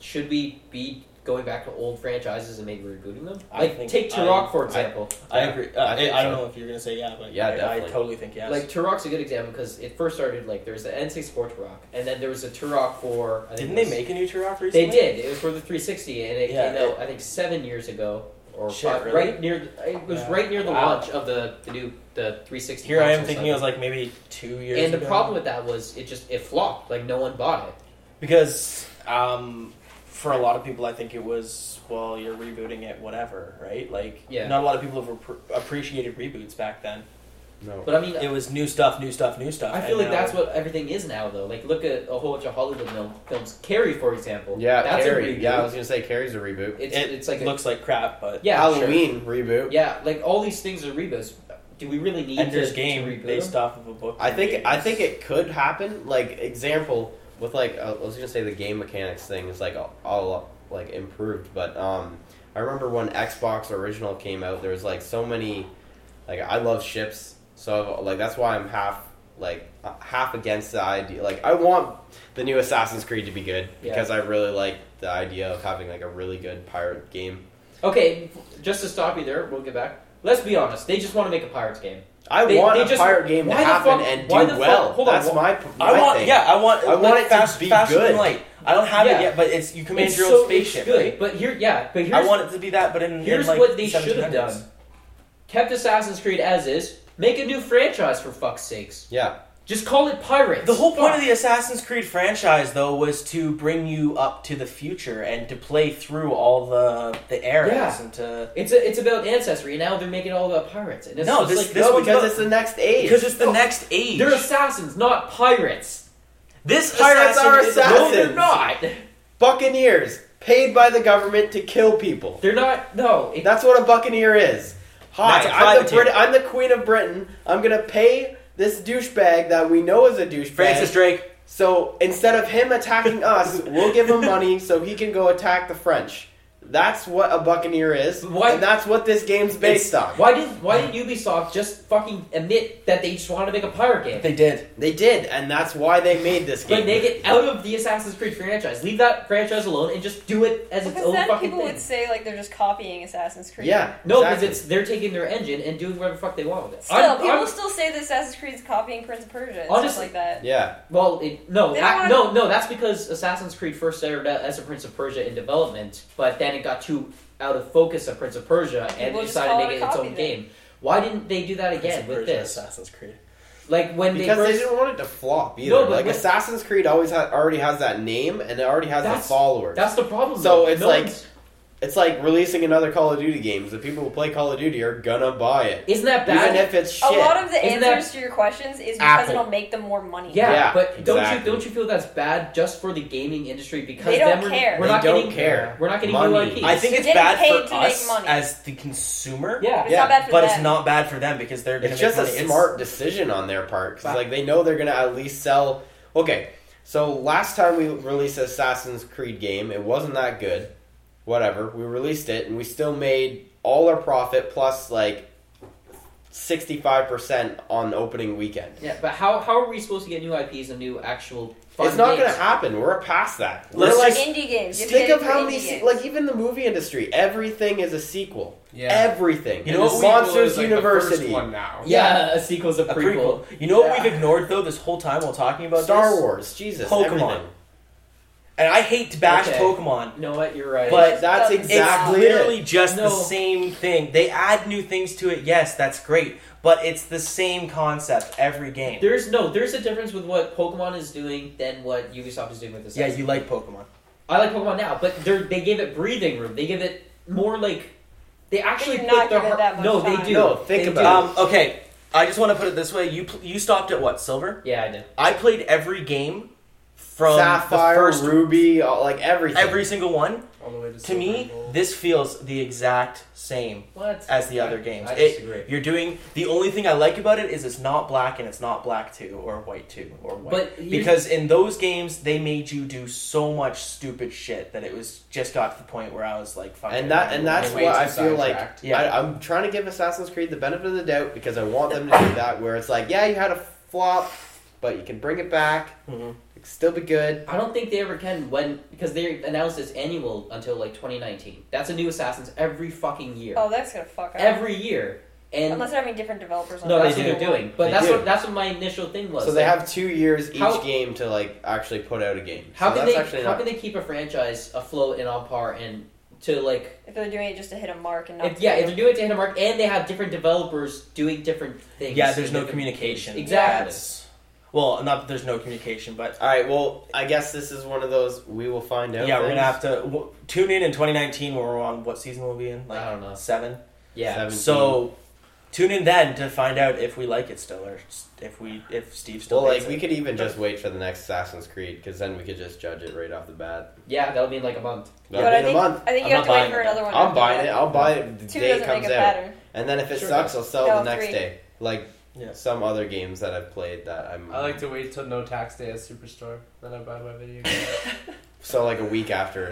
[SPEAKER 4] should we be going back to old franchises and maybe rebooting them?
[SPEAKER 3] I
[SPEAKER 4] like
[SPEAKER 3] think
[SPEAKER 4] take
[SPEAKER 3] I-
[SPEAKER 4] Turok for example.
[SPEAKER 3] I
[SPEAKER 2] Yeah,
[SPEAKER 3] agree. Uh,
[SPEAKER 2] I
[SPEAKER 3] I,
[SPEAKER 2] think
[SPEAKER 3] I don't
[SPEAKER 2] so.
[SPEAKER 3] know if you're gonna say yeah, but
[SPEAKER 2] Yeah,
[SPEAKER 3] I- I,
[SPEAKER 2] definitely.
[SPEAKER 3] totally think yes.
[SPEAKER 4] Like Turok's a good example because it first started like there was the N64 Turok, and then there was a Turok for I think
[SPEAKER 3] Didn't
[SPEAKER 4] it
[SPEAKER 3] they
[SPEAKER 4] was-
[SPEAKER 3] make a new Turok recently?
[SPEAKER 4] They did. It was for the 360, and it
[SPEAKER 3] Yeah,
[SPEAKER 4] came out I think seven years ago or
[SPEAKER 3] Shit,
[SPEAKER 4] five-
[SPEAKER 3] really?
[SPEAKER 4] right near. It was
[SPEAKER 3] Yeah.
[SPEAKER 4] right near the
[SPEAKER 3] Wow.
[SPEAKER 4] launch of the, the new the 360.
[SPEAKER 3] Here I am
[SPEAKER 4] console
[SPEAKER 3] thinking
[SPEAKER 4] cycle.
[SPEAKER 3] it was like maybe two years.
[SPEAKER 4] And the
[SPEAKER 3] ago.
[SPEAKER 4] problem with that was it just it flopped. Like no one bought it.
[SPEAKER 3] Because um, for a lot of people, I think it was well, you're rebooting it, whatever, right? Like,
[SPEAKER 4] Yeah.
[SPEAKER 3] not a lot of people have appre- appreciated reboots back then.
[SPEAKER 2] no
[SPEAKER 4] But I mean,
[SPEAKER 3] It was new stuff, new stuff, new stuff.
[SPEAKER 4] I feel
[SPEAKER 3] and
[SPEAKER 4] like
[SPEAKER 3] now-
[SPEAKER 4] that's what everything is now, though. Like look at a whole bunch of Hollywood mil- films. Carrie, for example.
[SPEAKER 2] yeah
[SPEAKER 4] that's
[SPEAKER 2] carrie
[SPEAKER 4] a reboot.
[SPEAKER 2] yeah i was gonna say carrie's a reboot
[SPEAKER 4] it's,
[SPEAKER 3] it
[SPEAKER 4] it's like a-
[SPEAKER 3] looks like crap, but
[SPEAKER 4] yeah, sure.
[SPEAKER 2] halloween reboot
[SPEAKER 4] Yeah, like all these things are reboots. Do we really need
[SPEAKER 3] and
[SPEAKER 4] to,
[SPEAKER 3] there's
[SPEAKER 4] to
[SPEAKER 3] game
[SPEAKER 4] reboot
[SPEAKER 3] based
[SPEAKER 4] them?
[SPEAKER 3] off of a book.
[SPEAKER 2] I think I think
[SPEAKER 3] it,
[SPEAKER 2] it could happen. Like example with like uh, I was gonna say the game mechanics thing is like all, all like improved, but um, I remember when Xbox original came out, there was like so many, like I love ships, so like that's why I'm half like uh, half against the idea. Like I want the new Assassin's Creed to be good
[SPEAKER 4] Yeah.
[SPEAKER 2] because I really like the idea of having like a really good pirate game.
[SPEAKER 4] Okay, just to stop you there, we'll get back. Let's be honest. They just want to make a pirates game.
[SPEAKER 2] I
[SPEAKER 4] They-
[SPEAKER 2] want
[SPEAKER 4] they
[SPEAKER 2] a
[SPEAKER 4] just-
[SPEAKER 2] pirate game to
[SPEAKER 4] why the
[SPEAKER 2] happen
[SPEAKER 4] fuck-
[SPEAKER 2] and do
[SPEAKER 4] why the fuck-
[SPEAKER 2] well.
[SPEAKER 4] hold on,
[SPEAKER 2] that's
[SPEAKER 4] wh-
[SPEAKER 2] my, my
[SPEAKER 3] I want
[SPEAKER 2] thing.
[SPEAKER 3] yeah, I want
[SPEAKER 2] I
[SPEAKER 3] like,
[SPEAKER 2] want it to
[SPEAKER 3] fast,
[SPEAKER 2] be
[SPEAKER 3] faster than
[SPEAKER 2] good.
[SPEAKER 3] light. I don't have
[SPEAKER 4] Yeah.
[SPEAKER 3] it yet, but it's you command
[SPEAKER 4] It's
[SPEAKER 3] your
[SPEAKER 4] so-
[SPEAKER 3] own spaceship.
[SPEAKER 4] it's good,
[SPEAKER 3] right?
[SPEAKER 4] but here, yeah, but here's
[SPEAKER 3] I want it to be that, but in
[SPEAKER 4] here's
[SPEAKER 3] in, like,
[SPEAKER 4] what they should have
[SPEAKER 3] 1700s.
[SPEAKER 4] done. kept Assassin's Creed as is. Make a new franchise for fuck's sakes.
[SPEAKER 2] Yeah,
[SPEAKER 4] Just call it Pirates.
[SPEAKER 3] The whole point
[SPEAKER 4] Fuck.
[SPEAKER 3] of the Assassin's Creed franchise, though, was to bring you up to the future and to play through all the the eras
[SPEAKER 4] Yeah.
[SPEAKER 3] and to
[SPEAKER 4] It's a, it's about ancestry, and now they're making it all about pirates. And it's
[SPEAKER 3] No,
[SPEAKER 4] just
[SPEAKER 3] this-
[SPEAKER 4] like,
[SPEAKER 3] this
[SPEAKER 2] no,
[SPEAKER 3] one's
[SPEAKER 2] because
[SPEAKER 3] about-
[SPEAKER 2] it's the next age.
[SPEAKER 3] because it's the next age.
[SPEAKER 4] they're assassins, not pirates.
[SPEAKER 3] This
[SPEAKER 2] Pirates
[SPEAKER 3] assassin
[SPEAKER 2] are
[SPEAKER 3] is-
[SPEAKER 2] assassins.
[SPEAKER 3] No, they're not.
[SPEAKER 2] Buccaneers, paid by the government to kill people.
[SPEAKER 4] They're not. No. It,
[SPEAKER 2] That's what a buccaneer is. Hi,
[SPEAKER 3] That's a
[SPEAKER 2] I'm the,
[SPEAKER 3] privateer.
[SPEAKER 2] Brit- I'm the queen of Britain. I'm gonna pay this douchebag that we know is a douchebag.
[SPEAKER 3] Francis Drake.
[SPEAKER 2] So instead of him attacking us, we'll give him money so he can go attack the French. That's what a buccaneer is,
[SPEAKER 4] Why-
[SPEAKER 2] and that's what this game's based on.
[SPEAKER 4] why did Why did Ubisoft just fucking admit that they just wanted to make a pirate game?
[SPEAKER 3] They did.
[SPEAKER 2] They did, and that's why they made this game.
[SPEAKER 4] But make it out of the Assassin's Creed franchise. Leave that franchise alone and just do it as its
[SPEAKER 5] Because
[SPEAKER 4] own
[SPEAKER 5] then
[SPEAKER 4] fucking
[SPEAKER 5] people
[SPEAKER 4] thing.
[SPEAKER 5] would say like they're just copying Assassin's Creed.
[SPEAKER 2] yeah,
[SPEAKER 4] No, because
[SPEAKER 2] exactly.
[SPEAKER 4] it's they're taking their engine and doing whatever the fuck they want with it.
[SPEAKER 5] Still,
[SPEAKER 4] I'm-
[SPEAKER 5] people
[SPEAKER 4] I'm-
[SPEAKER 5] still say that Assassin's Creed's copying Prince of Persia and stuff
[SPEAKER 4] Honestly-
[SPEAKER 5] like that.
[SPEAKER 2] yeah.
[SPEAKER 4] well, it, no,
[SPEAKER 5] They
[SPEAKER 4] I-
[SPEAKER 5] wanna-
[SPEAKER 4] no, no. That's because Assassin's Creed first started out as a Prince of Persia in development, but then it got too out of focus of Prince of Persia and
[SPEAKER 5] People
[SPEAKER 4] they
[SPEAKER 5] just
[SPEAKER 4] decided
[SPEAKER 5] call
[SPEAKER 4] to make
[SPEAKER 5] it
[SPEAKER 4] it
[SPEAKER 5] a
[SPEAKER 4] its
[SPEAKER 5] copy
[SPEAKER 4] own
[SPEAKER 5] then.
[SPEAKER 4] game. Why didn't they do that again
[SPEAKER 3] It's
[SPEAKER 4] with
[SPEAKER 3] version of
[SPEAKER 4] this?
[SPEAKER 3] Assassin's Creed.
[SPEAKER 4] Like when
[SPEAKER 2] Because
[SPEAKER 4] they
[SPEAKER 2] they
[SPEAKER 4] first
[SPEAKER 2] didn't want it to flop either.
[SPEAKER 4] No, but
[SPEAKER 2] like
[SPEAKER 4] when-
[SPEAKER 2] Assassin's Creed always ha- already has that name, and it already has the
[SPEAKER 4] That's-
[SPEAKER 2] followers.
[SPEAKER 4] That's the problem.
[SPEAKER 2] So
[SPEAKER 4] though.
[SPEAKER 2] it's
[SPEAKER 4] No
[SPEAKER 2] like-
[SPEAKER 4] one's-
[SPEAKER 2] It's like releasing another Call of Duty games. The people who play Call of Duty are gonna buy it,
[SPEAKER 4] isn't that bad?
[SPEAKER 2] even if it's shit.
[SPEAKER 5] A lot of the
[SPEAKER 4] Isn't that-
[SPEAKER 5] answers to your questions is because
[SPEAKER 3] Apple.
[SPEAKER 5] it'll make them more money.
[SPEAKER 4] yeah,
[SPEAKER 2] Yeah,
[SPEAKER 4] but don't you
[SPEAKER 2] exactly.
[SPEAKER 4] don't you feel that's bad just for the gaming industry because
[SPEAKER 5] They don't
[SPEAKER 4] then we're,
[SPEAKER 5] care.
[SPEAKER 4] we're
[SPEAKER 2] They
[SPEAKER 4] not
[SPEAKER 2] don't
[SPEAKER 4] getting
[SPEAKER 2] care.
[SPEAKER 4] we're not getting new
[SPEAKER 2] Money.
[SPEAKER 4] IPs.
[SPEAKER 3] I think
[SPEAKER 5] You're
[SPEAKER 3] it's
[SPEAKER 5] getting
[SPEAKER 3] bad
[SPEAKER 5] paid
[SPEAKER 3] for
[SPEAKER 5] to make
[SPEAKER 3] us
[SPEAKER 5] money.
[SPEAKER 3] as the consumer.
[SPEAKER 4] yeah.
[SPEAKER 5] But it's
[SPEAKER 2] Yeah,
[SPEAKER 5] not bad for
[SPEAKER 3] But
[SPEAKER 5] them.
[SPEAKER 3] it's not bad for them because they're going to
[SPEAKER 2] It's
[SPEAKER 3] make
[SPEAKER 2] just a
[SPEAKER 3] money. It's-
[SPEAKER 2] smart decision on their part because like they know they're gonna at least sell. Okay, so last time we released an Assassin's Creed game, it wasn't that good. Whatever, we released it and we still made all our profit plus like sixty five percent on opening weekend.
[SPEAKER 4] Yeah, but how how are we supposed to get new IPs and new actual? Fun
[SPEAKER 2] It's not
[SPEAKER 4] games?
[SPEAKER 2] going to happen. We're past that. We're
[SPEAKER 3] Let's
[SPEAKER 2] like,
[SPEAKER 5] Like indie games. You have to
[SPEAKER 2] think
[SPEAKER 5] get
[SPEAKER 2] of
[SPEAKER 5] it
[SPEAKER 2] how
[SPEAKER 5] for
[SPEAKER 2] many,
[SPEAKER 5] indie
[SPEAKER 2] se-
[SPEAKER 5] games.
[SPEAKER 2] like even the movie industry, everything is a sequel.
[SPEAKER 6] Yeah.
[SPEAKER 2] Everything.
[SPEAKER 6] You
[SPEAKER 2] And
[SPEAKER 6] know what
[SPEAKER 2] the
[SPEAKER 6] we will
[SPEAKER 2] Monsters
[SPEAKER 6] is, like, the first
[SPEAKER 2] University,
[SPEAKER 6] one now.
[SPEAKER 4] Yeah, a sequel's a
[SPEAKER 3] a
[SPEAKER 4] prequel.
[SPEAKER 3] prequel. You know what
[SPEAKER 2] Yeah.
[SPEAKER 3] we've ignored though this whole time while talking about
[SPEAKER 2] Star
[SPEAKER 3] this?
[SPEAKER 2] Wars, Jesus,
[SPEAKER 3] Pokemon.
[SPEAKER 2] everything.
[SPEAKER 3] And I hate to bash
[SPEAKER 4] Okay.
[SPEAKER 3] Pokemon,
[SPEAKER 4] You know what? You're right.
[SPEAKER 2] But
[SPEAKER 5] just
[SPEAKER 2] that's
[SPEAKER 5] doesn't-
[SPEAKER 2] exactly
[SPEAKER 3] it's literally
[SPEAKER 2] it.
[SPEAKER 3] just the
[SPEAKER 4] No.
[SPEAKER 3] same thing. They add new things to it. Yes, that's great, but it's the same concept every game.
[SPEAKER 4] there's no there's a difference with what Pokemon is doing than what Ubisoft is doing with this.
[SPEAKER 3] yeah, you like Pokemon.
[SPEAKER 4] I like Pokemon now, but they they give it breathing room. They give it more like they actually
[SPEAKER 5] do
[SPEAKER 4] put
[SPEAKER 5] not
[SPEAKER 4] their
[SPEAKER 5] give it
[SPEAKER 4] heart-
[SPEAKER 5] that much
[SPEAKER 4] no, they
[SPEAKER 5] time.
[SPEAKER 4] do.
[SPEAKER 2] No, think
[SPEAKER 4] They
[SPEAKER 2] about
[SPEAKER 4] do.
[SPEAKER 2] it.
[SPEAKER 3] Um, okay, I just want to put it this way: you pl- you stopped at what silver?
[SPEAKER 4] Yeah, I did.
[SPEAKER 3] I played every game from
[SPEAKER 2] Sapphire,
[SPEAKER 3] the first
[SPEAKER 2] Ruby, all, like everything.
[SPEAKER 3] every single one.
[SPEAKER 6] All the way to,
[SPEAKER 3] To me, this feels the exact same
[SPEAKER 4] What?
[SPEAKER 3] as the other games.
[SPEAKER 4] I
[SPEAKER 3] It-
[SPEAKER 4] disagree.
[SPEAKER 3] you're doing the only thing I like about it is it's not black and it's not black two or white two or white.
[SPEAKER 4] But you-
[SPEAKER 3] because in those games they made you do so much stupid shit that it was just got to the point where I was like, fucking
[SPEAKER 2] and that and that's
[SPEAKER 6] Way
[SPEAKER 2] what
[SPEAKER 6] too
[SPEAKER 2] I feel like.
[SPEAKER 6] sidetracked.
[SPEAKER 3] Yeah.
[SPEAKER 2] I, I'm trying to give Assassin's Creed the benefit of the doubt because I want them to do that. Where it's like, yeah, you had a flop, but you can bring it back.
[SPEAKER 3] Mhm.
[SPEAKER 2] It can still be good.
[SPEAKER 4] I don't think they ever can when because they announced it's annual until like 2019. That's a new Assassin's every fucking year.
[SPEAKER 5] oh, that's gonna fuck up.
[SPEAKER 4] Every year. And
[SPEAKER 5] Unless they're having different developers. on
[SPEAKER 4] no,
[SPEAKER 5] it.
[SPEAKER 4] that's
[SPEAKER 3] they do.
[SPEAKER 4] what they're doing. But
[SPEAKER 2] They
[SPEAKER 4] that's
[SPEAKER 2] do.
[SPEAKER 4] what that's what my initial thing was.
[SPEAKER 2] So they
[SPEAKER 4] Like,
[SPEAKER 2] have two years each
[SPEAKER 4] How-
[SPEAKER 2] game to like actually put out a game.
[SPEAKER 4] how
[SPEAKER 2] so
[SPEAKER 4] can
[SPEAKER 2] that's
[SPEAKER 4] they
[SPEAKER 2] actually
[SPEAKER 4] how
[SPEAKER 2] not-
[SPEAKER 4] can they keep a franchise afloat and on par and to like
[SPEAKER 5] If they're doing it just to hit a mark and not.
[SPEAKER 4] if, yeah if
[SPEAKER 5] to-
[SPEAKER 4] they're doing it to hit a mark and they have different developers doing different things.
[SPEAKER 3] yeah, there's
[SPEAKER 4] in
[SPEAKER 3] no
[SPEAKER 4] different-
[SPEAKER 3] communication.
[SPEAKER 4] Exactly.
[SPEAKER 3] That's- well, not that there's no communication, but
[SPEAKER 2] All right. Well, I guess this is one of those we will find out.
[SPEAKER 3] yeah, we're gonna
[SPEAKER 2] things.
[SPEAKER 3] have to w- tune in in 2019 when we're on what season we'll be in, like
[SPEAKER 4] I don't know.
[SPEAKER 3] seven.
[SPEAKER 4] Yeah.
[SPEAKER 2] 17.
[SPEAKER 3] So tune in then to find out if we like it still or s- if we if Steve still.
[SPEAKER 2] Well, like
[SPEAKER 3] hates
[SPEAKER 2] we
[SPEAKER 3] it.
[SPEAKER 2] could even just wait for the next Assassin's Creed because then we could just judge it right off the bat.
[SPEAKER 4] Yeah, that'll be in like a month.
[SPEAKER 2] That'll
[SPEAKER 5] but
[SPEAKER 2] be
[SPEAKER 5] I
[SPEAKER 2] in a
[SPEAKER 5] think,
[SPEAKER 2] month.
[SPEAKER 5] I think
[SPEAKER 4] I'm
[SPEAKER 5] you have
[SPEAKER 4] not
[SPEAKER 5] to wait
[SPEAKER 4] buying
[SPEAKER 5] for
[SPEAKER 4] it.
[SPEAKER 5] another one.
[SPEAKER 2] I'm
[SPEAKER 5] after
[SPEAKER 2] buying
[SPEAKER 5] that.
[SPEAKER 2] it. I'll buy it the
[SPEAKER 5] Two
[SPEAKER 2] day it
[SPEAKER 5] doesn't
[SPEAKER 2] comes
[SPEAKER 5] make it
[SPEAKER 2] out,
[SPEAKER 5] better.
[SPEAKER 2] and then if it
[SPEAKER 4] Sure
[SPEAKER 2] sucks, I'll
[SPEAKER 4] does.
[SPEAKER 2] sell
[SPEAKER 5] No,
[SPEAKER 2] the next
[SPEAKER 5] three.
[SPEAKER 2] day. Like
[SPEAKER 3] Yeah.
[SPEAKER 2] some other games that I've played that I'm.
[SPEAKER 6] I like to wait till no tax day at Superstore, then I buy my video game.
[SPEAKER 2] So like a week after.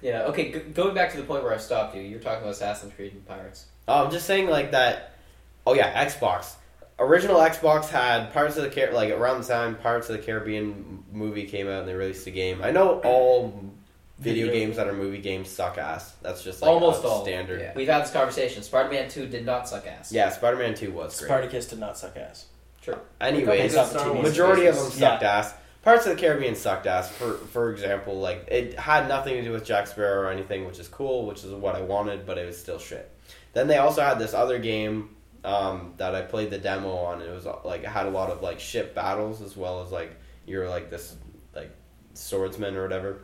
[SPEAKER 4] Yeah. Okay. G- going back to the point where I stopped you, you're talking about Assassin's Creed and pirates.
[SPEAKER 2] oh, I'm just saying like that. Oh yeah, Xbox. Original Xbox had Pirates of the Car like around the time Pirates of the Caribbean m- movie came out and they released a game. I know all video
[SPEAKER 3] Video.
[SPEAKER 2] games that are movie games suck ass. That's just like
[SPEAKER 4] Almost
[SPEAKER 2] a
[SPEAKER 4] all.
[SPEAKER 2] standard.
[SPEAKER 6] Yeah.
[SPEAKER 4] We've had this conversation. Spider-Man Two did not suck ass.
[SPEAKER 2] Yeah, Spider Man Two was great.
[SPEAKER 3] Spartacus did not suck ass.
[SPEAKER 2] Anyways,
[SPEAKER 3] It's not the
[SPEAKER 6] Star
[SPEAKER 3] TV
[SPEAKER 6] Wars
[SPEAKER 2] majority of them
[SPEAKER 6] business.
[SPEAKER 2] sucked ass. Parts of the Caribbean sucked ass. For for example, like it had nothing to do with Jack Sparrow or anything, which is cool, which is what I wanted, but it was still shit. Then they also had this other game um, that I played the demo on. It was like it had a lot of like ship battles as well as like you're like this like swordsman or whatever.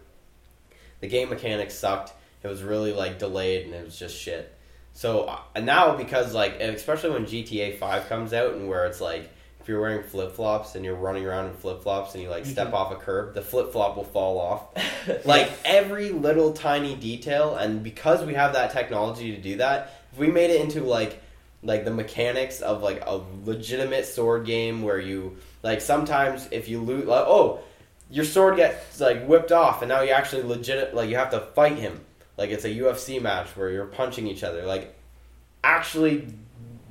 [SPEAKER 2] The game mechanics sucked. It was really like delayed and it was just shit. So uh, and now because like especially when GTA Five comes out and where it's like if you're wearing flip flops and you're running around in flip flops and you like step off a curb, the flip flop will fall off. like every little tiny detail, and because we have that technology to do that, if we made it into like like the mechanics of like a legitimate sword game where you like sometimes if you lose like oh your sword gets like whipped off and now you actually legit like you have to fight him like it's a UFC match where you're punching each other like actually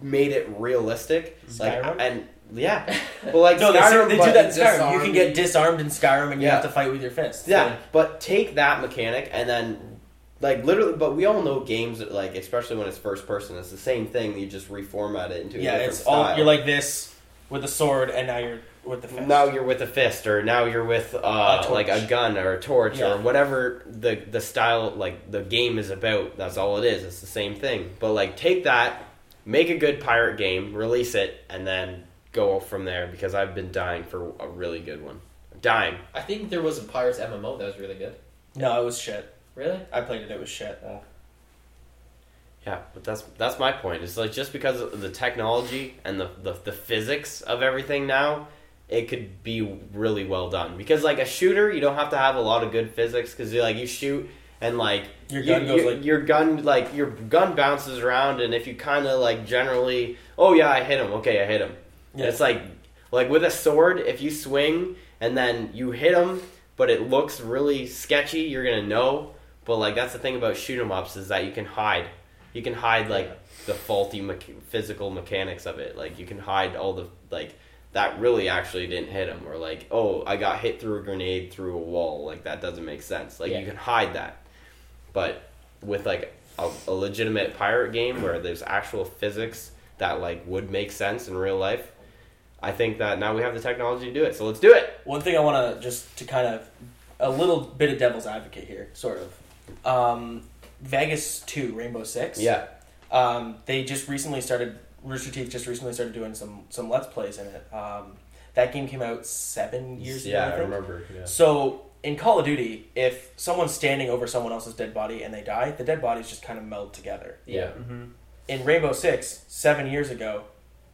[SPEAKER 2] made it realistic like
[SPEAKER 3] Skyrim?
[SPEAKER 2] and yeah well like
[SPEAKER 3] no, they,
[SPEAKER 2] Skyrim,
[SPEAKER 3] they
[SPEAKER 2] but-
[SPEAKER 3] do that in Skyrim.
[SPEAKER 6] disarm
[SPEAKER 3] You can get disarmed in Skyrim, and you
[SPEAKER 2] Yeah.
[SPEAKER 3] have to fight with your fists.
[SPEAKER 2] yeah, but take that mechanic and then, like, literally, but we all know games, that, like, especially when it's first person, it's the same thing. You just reformat it into a
[SPEAKER 3] yeah.
[SPEAKER 2] different
[SPEAKER 3] It's
[SPEAKER 2] style.
[SPEAKER 3] all you're like this with a sword, and now you're with the fist.
[SPEAKER 2] now you're with a fist, or now you're with uh,
[SPEAKER 3] torch.
[SPEAKER 2] like a gun or a torch
[SPEAKER 3] Yeah.
[SPEAKER 2] or whatever the the style like the game is about. That's all it is. It's the same thing. But like, take that, make a good pirate game, release it, and then go from there. Because I've been dying for a really good one. Dying.
[SPEAKER 4] I think there was a Pirates MMO that was really good.
[SPEAKER 3] no, it was shit.
[SPEAKER 4] Really?
[SPEAKER 3] I played it. It was shit.
[SPEAKER 2] Yeah, but that's that's my point. It's like just because of the technology and the, the the physics of everything now, it could be really well done. Because like a shooter, you don't have to have a lot of good physics because like you shoot and like
[SPEAKER 3] Your
[SPEAKER 2] you-
[SPEAKER 3] gun goes
[SPEAKER 2] you-
[SPEAKER 3] like-
[SPEAKER 2] your gun like your gun bounces around and if you kind of like generally oh yeah I hit him okay I hit him
[SPEAKER 3] Yeah.
[SPEAKER 2] it's like like with a sword if you swing and then you hit him but it looks really sketchy you're gonna know but like that's the thing about shoot 'em ups is that you can hide you can hide like the faulty mecha- physical mechanics of it like you can hide all the like that really actually didn't hit him or like oh i got hit through a grenade through a wall like that doesn't make sense like
[SPEAKER 4] Yeah.
[SPEAKER 2] you can hide that but with like a, a legitimate pirate game where there's actual physics that like would make sense in real life i think that now we have the technology to do it so let's do it
[SPEAKER 3] One thing I want to just to kind of a little bit of devil's advocate here, sort of. Um, Vegas Two, Rainbow Six.
[SPEAKER 2] yeah
[SPEAKER 3] Um, they just recently started. Rooster Teeth just recently started doing some some let's plays in it. Um, that game came out seven years ago.
[SPEAKER 2] yeah
[SPEAKER 3] I
[SPEAKER 2] i
[SPEAKER 3] think.
[SPEAKER 2] remember yeah.
[SPEAKER 3] So in Call of Duty, if someone's standing over someone else's dead body and they die, the dead bodies just kind of meld together.
[SPEAKER 4] Yeah.
[SPEAKER 3] In Rainbow Six, seven years ago,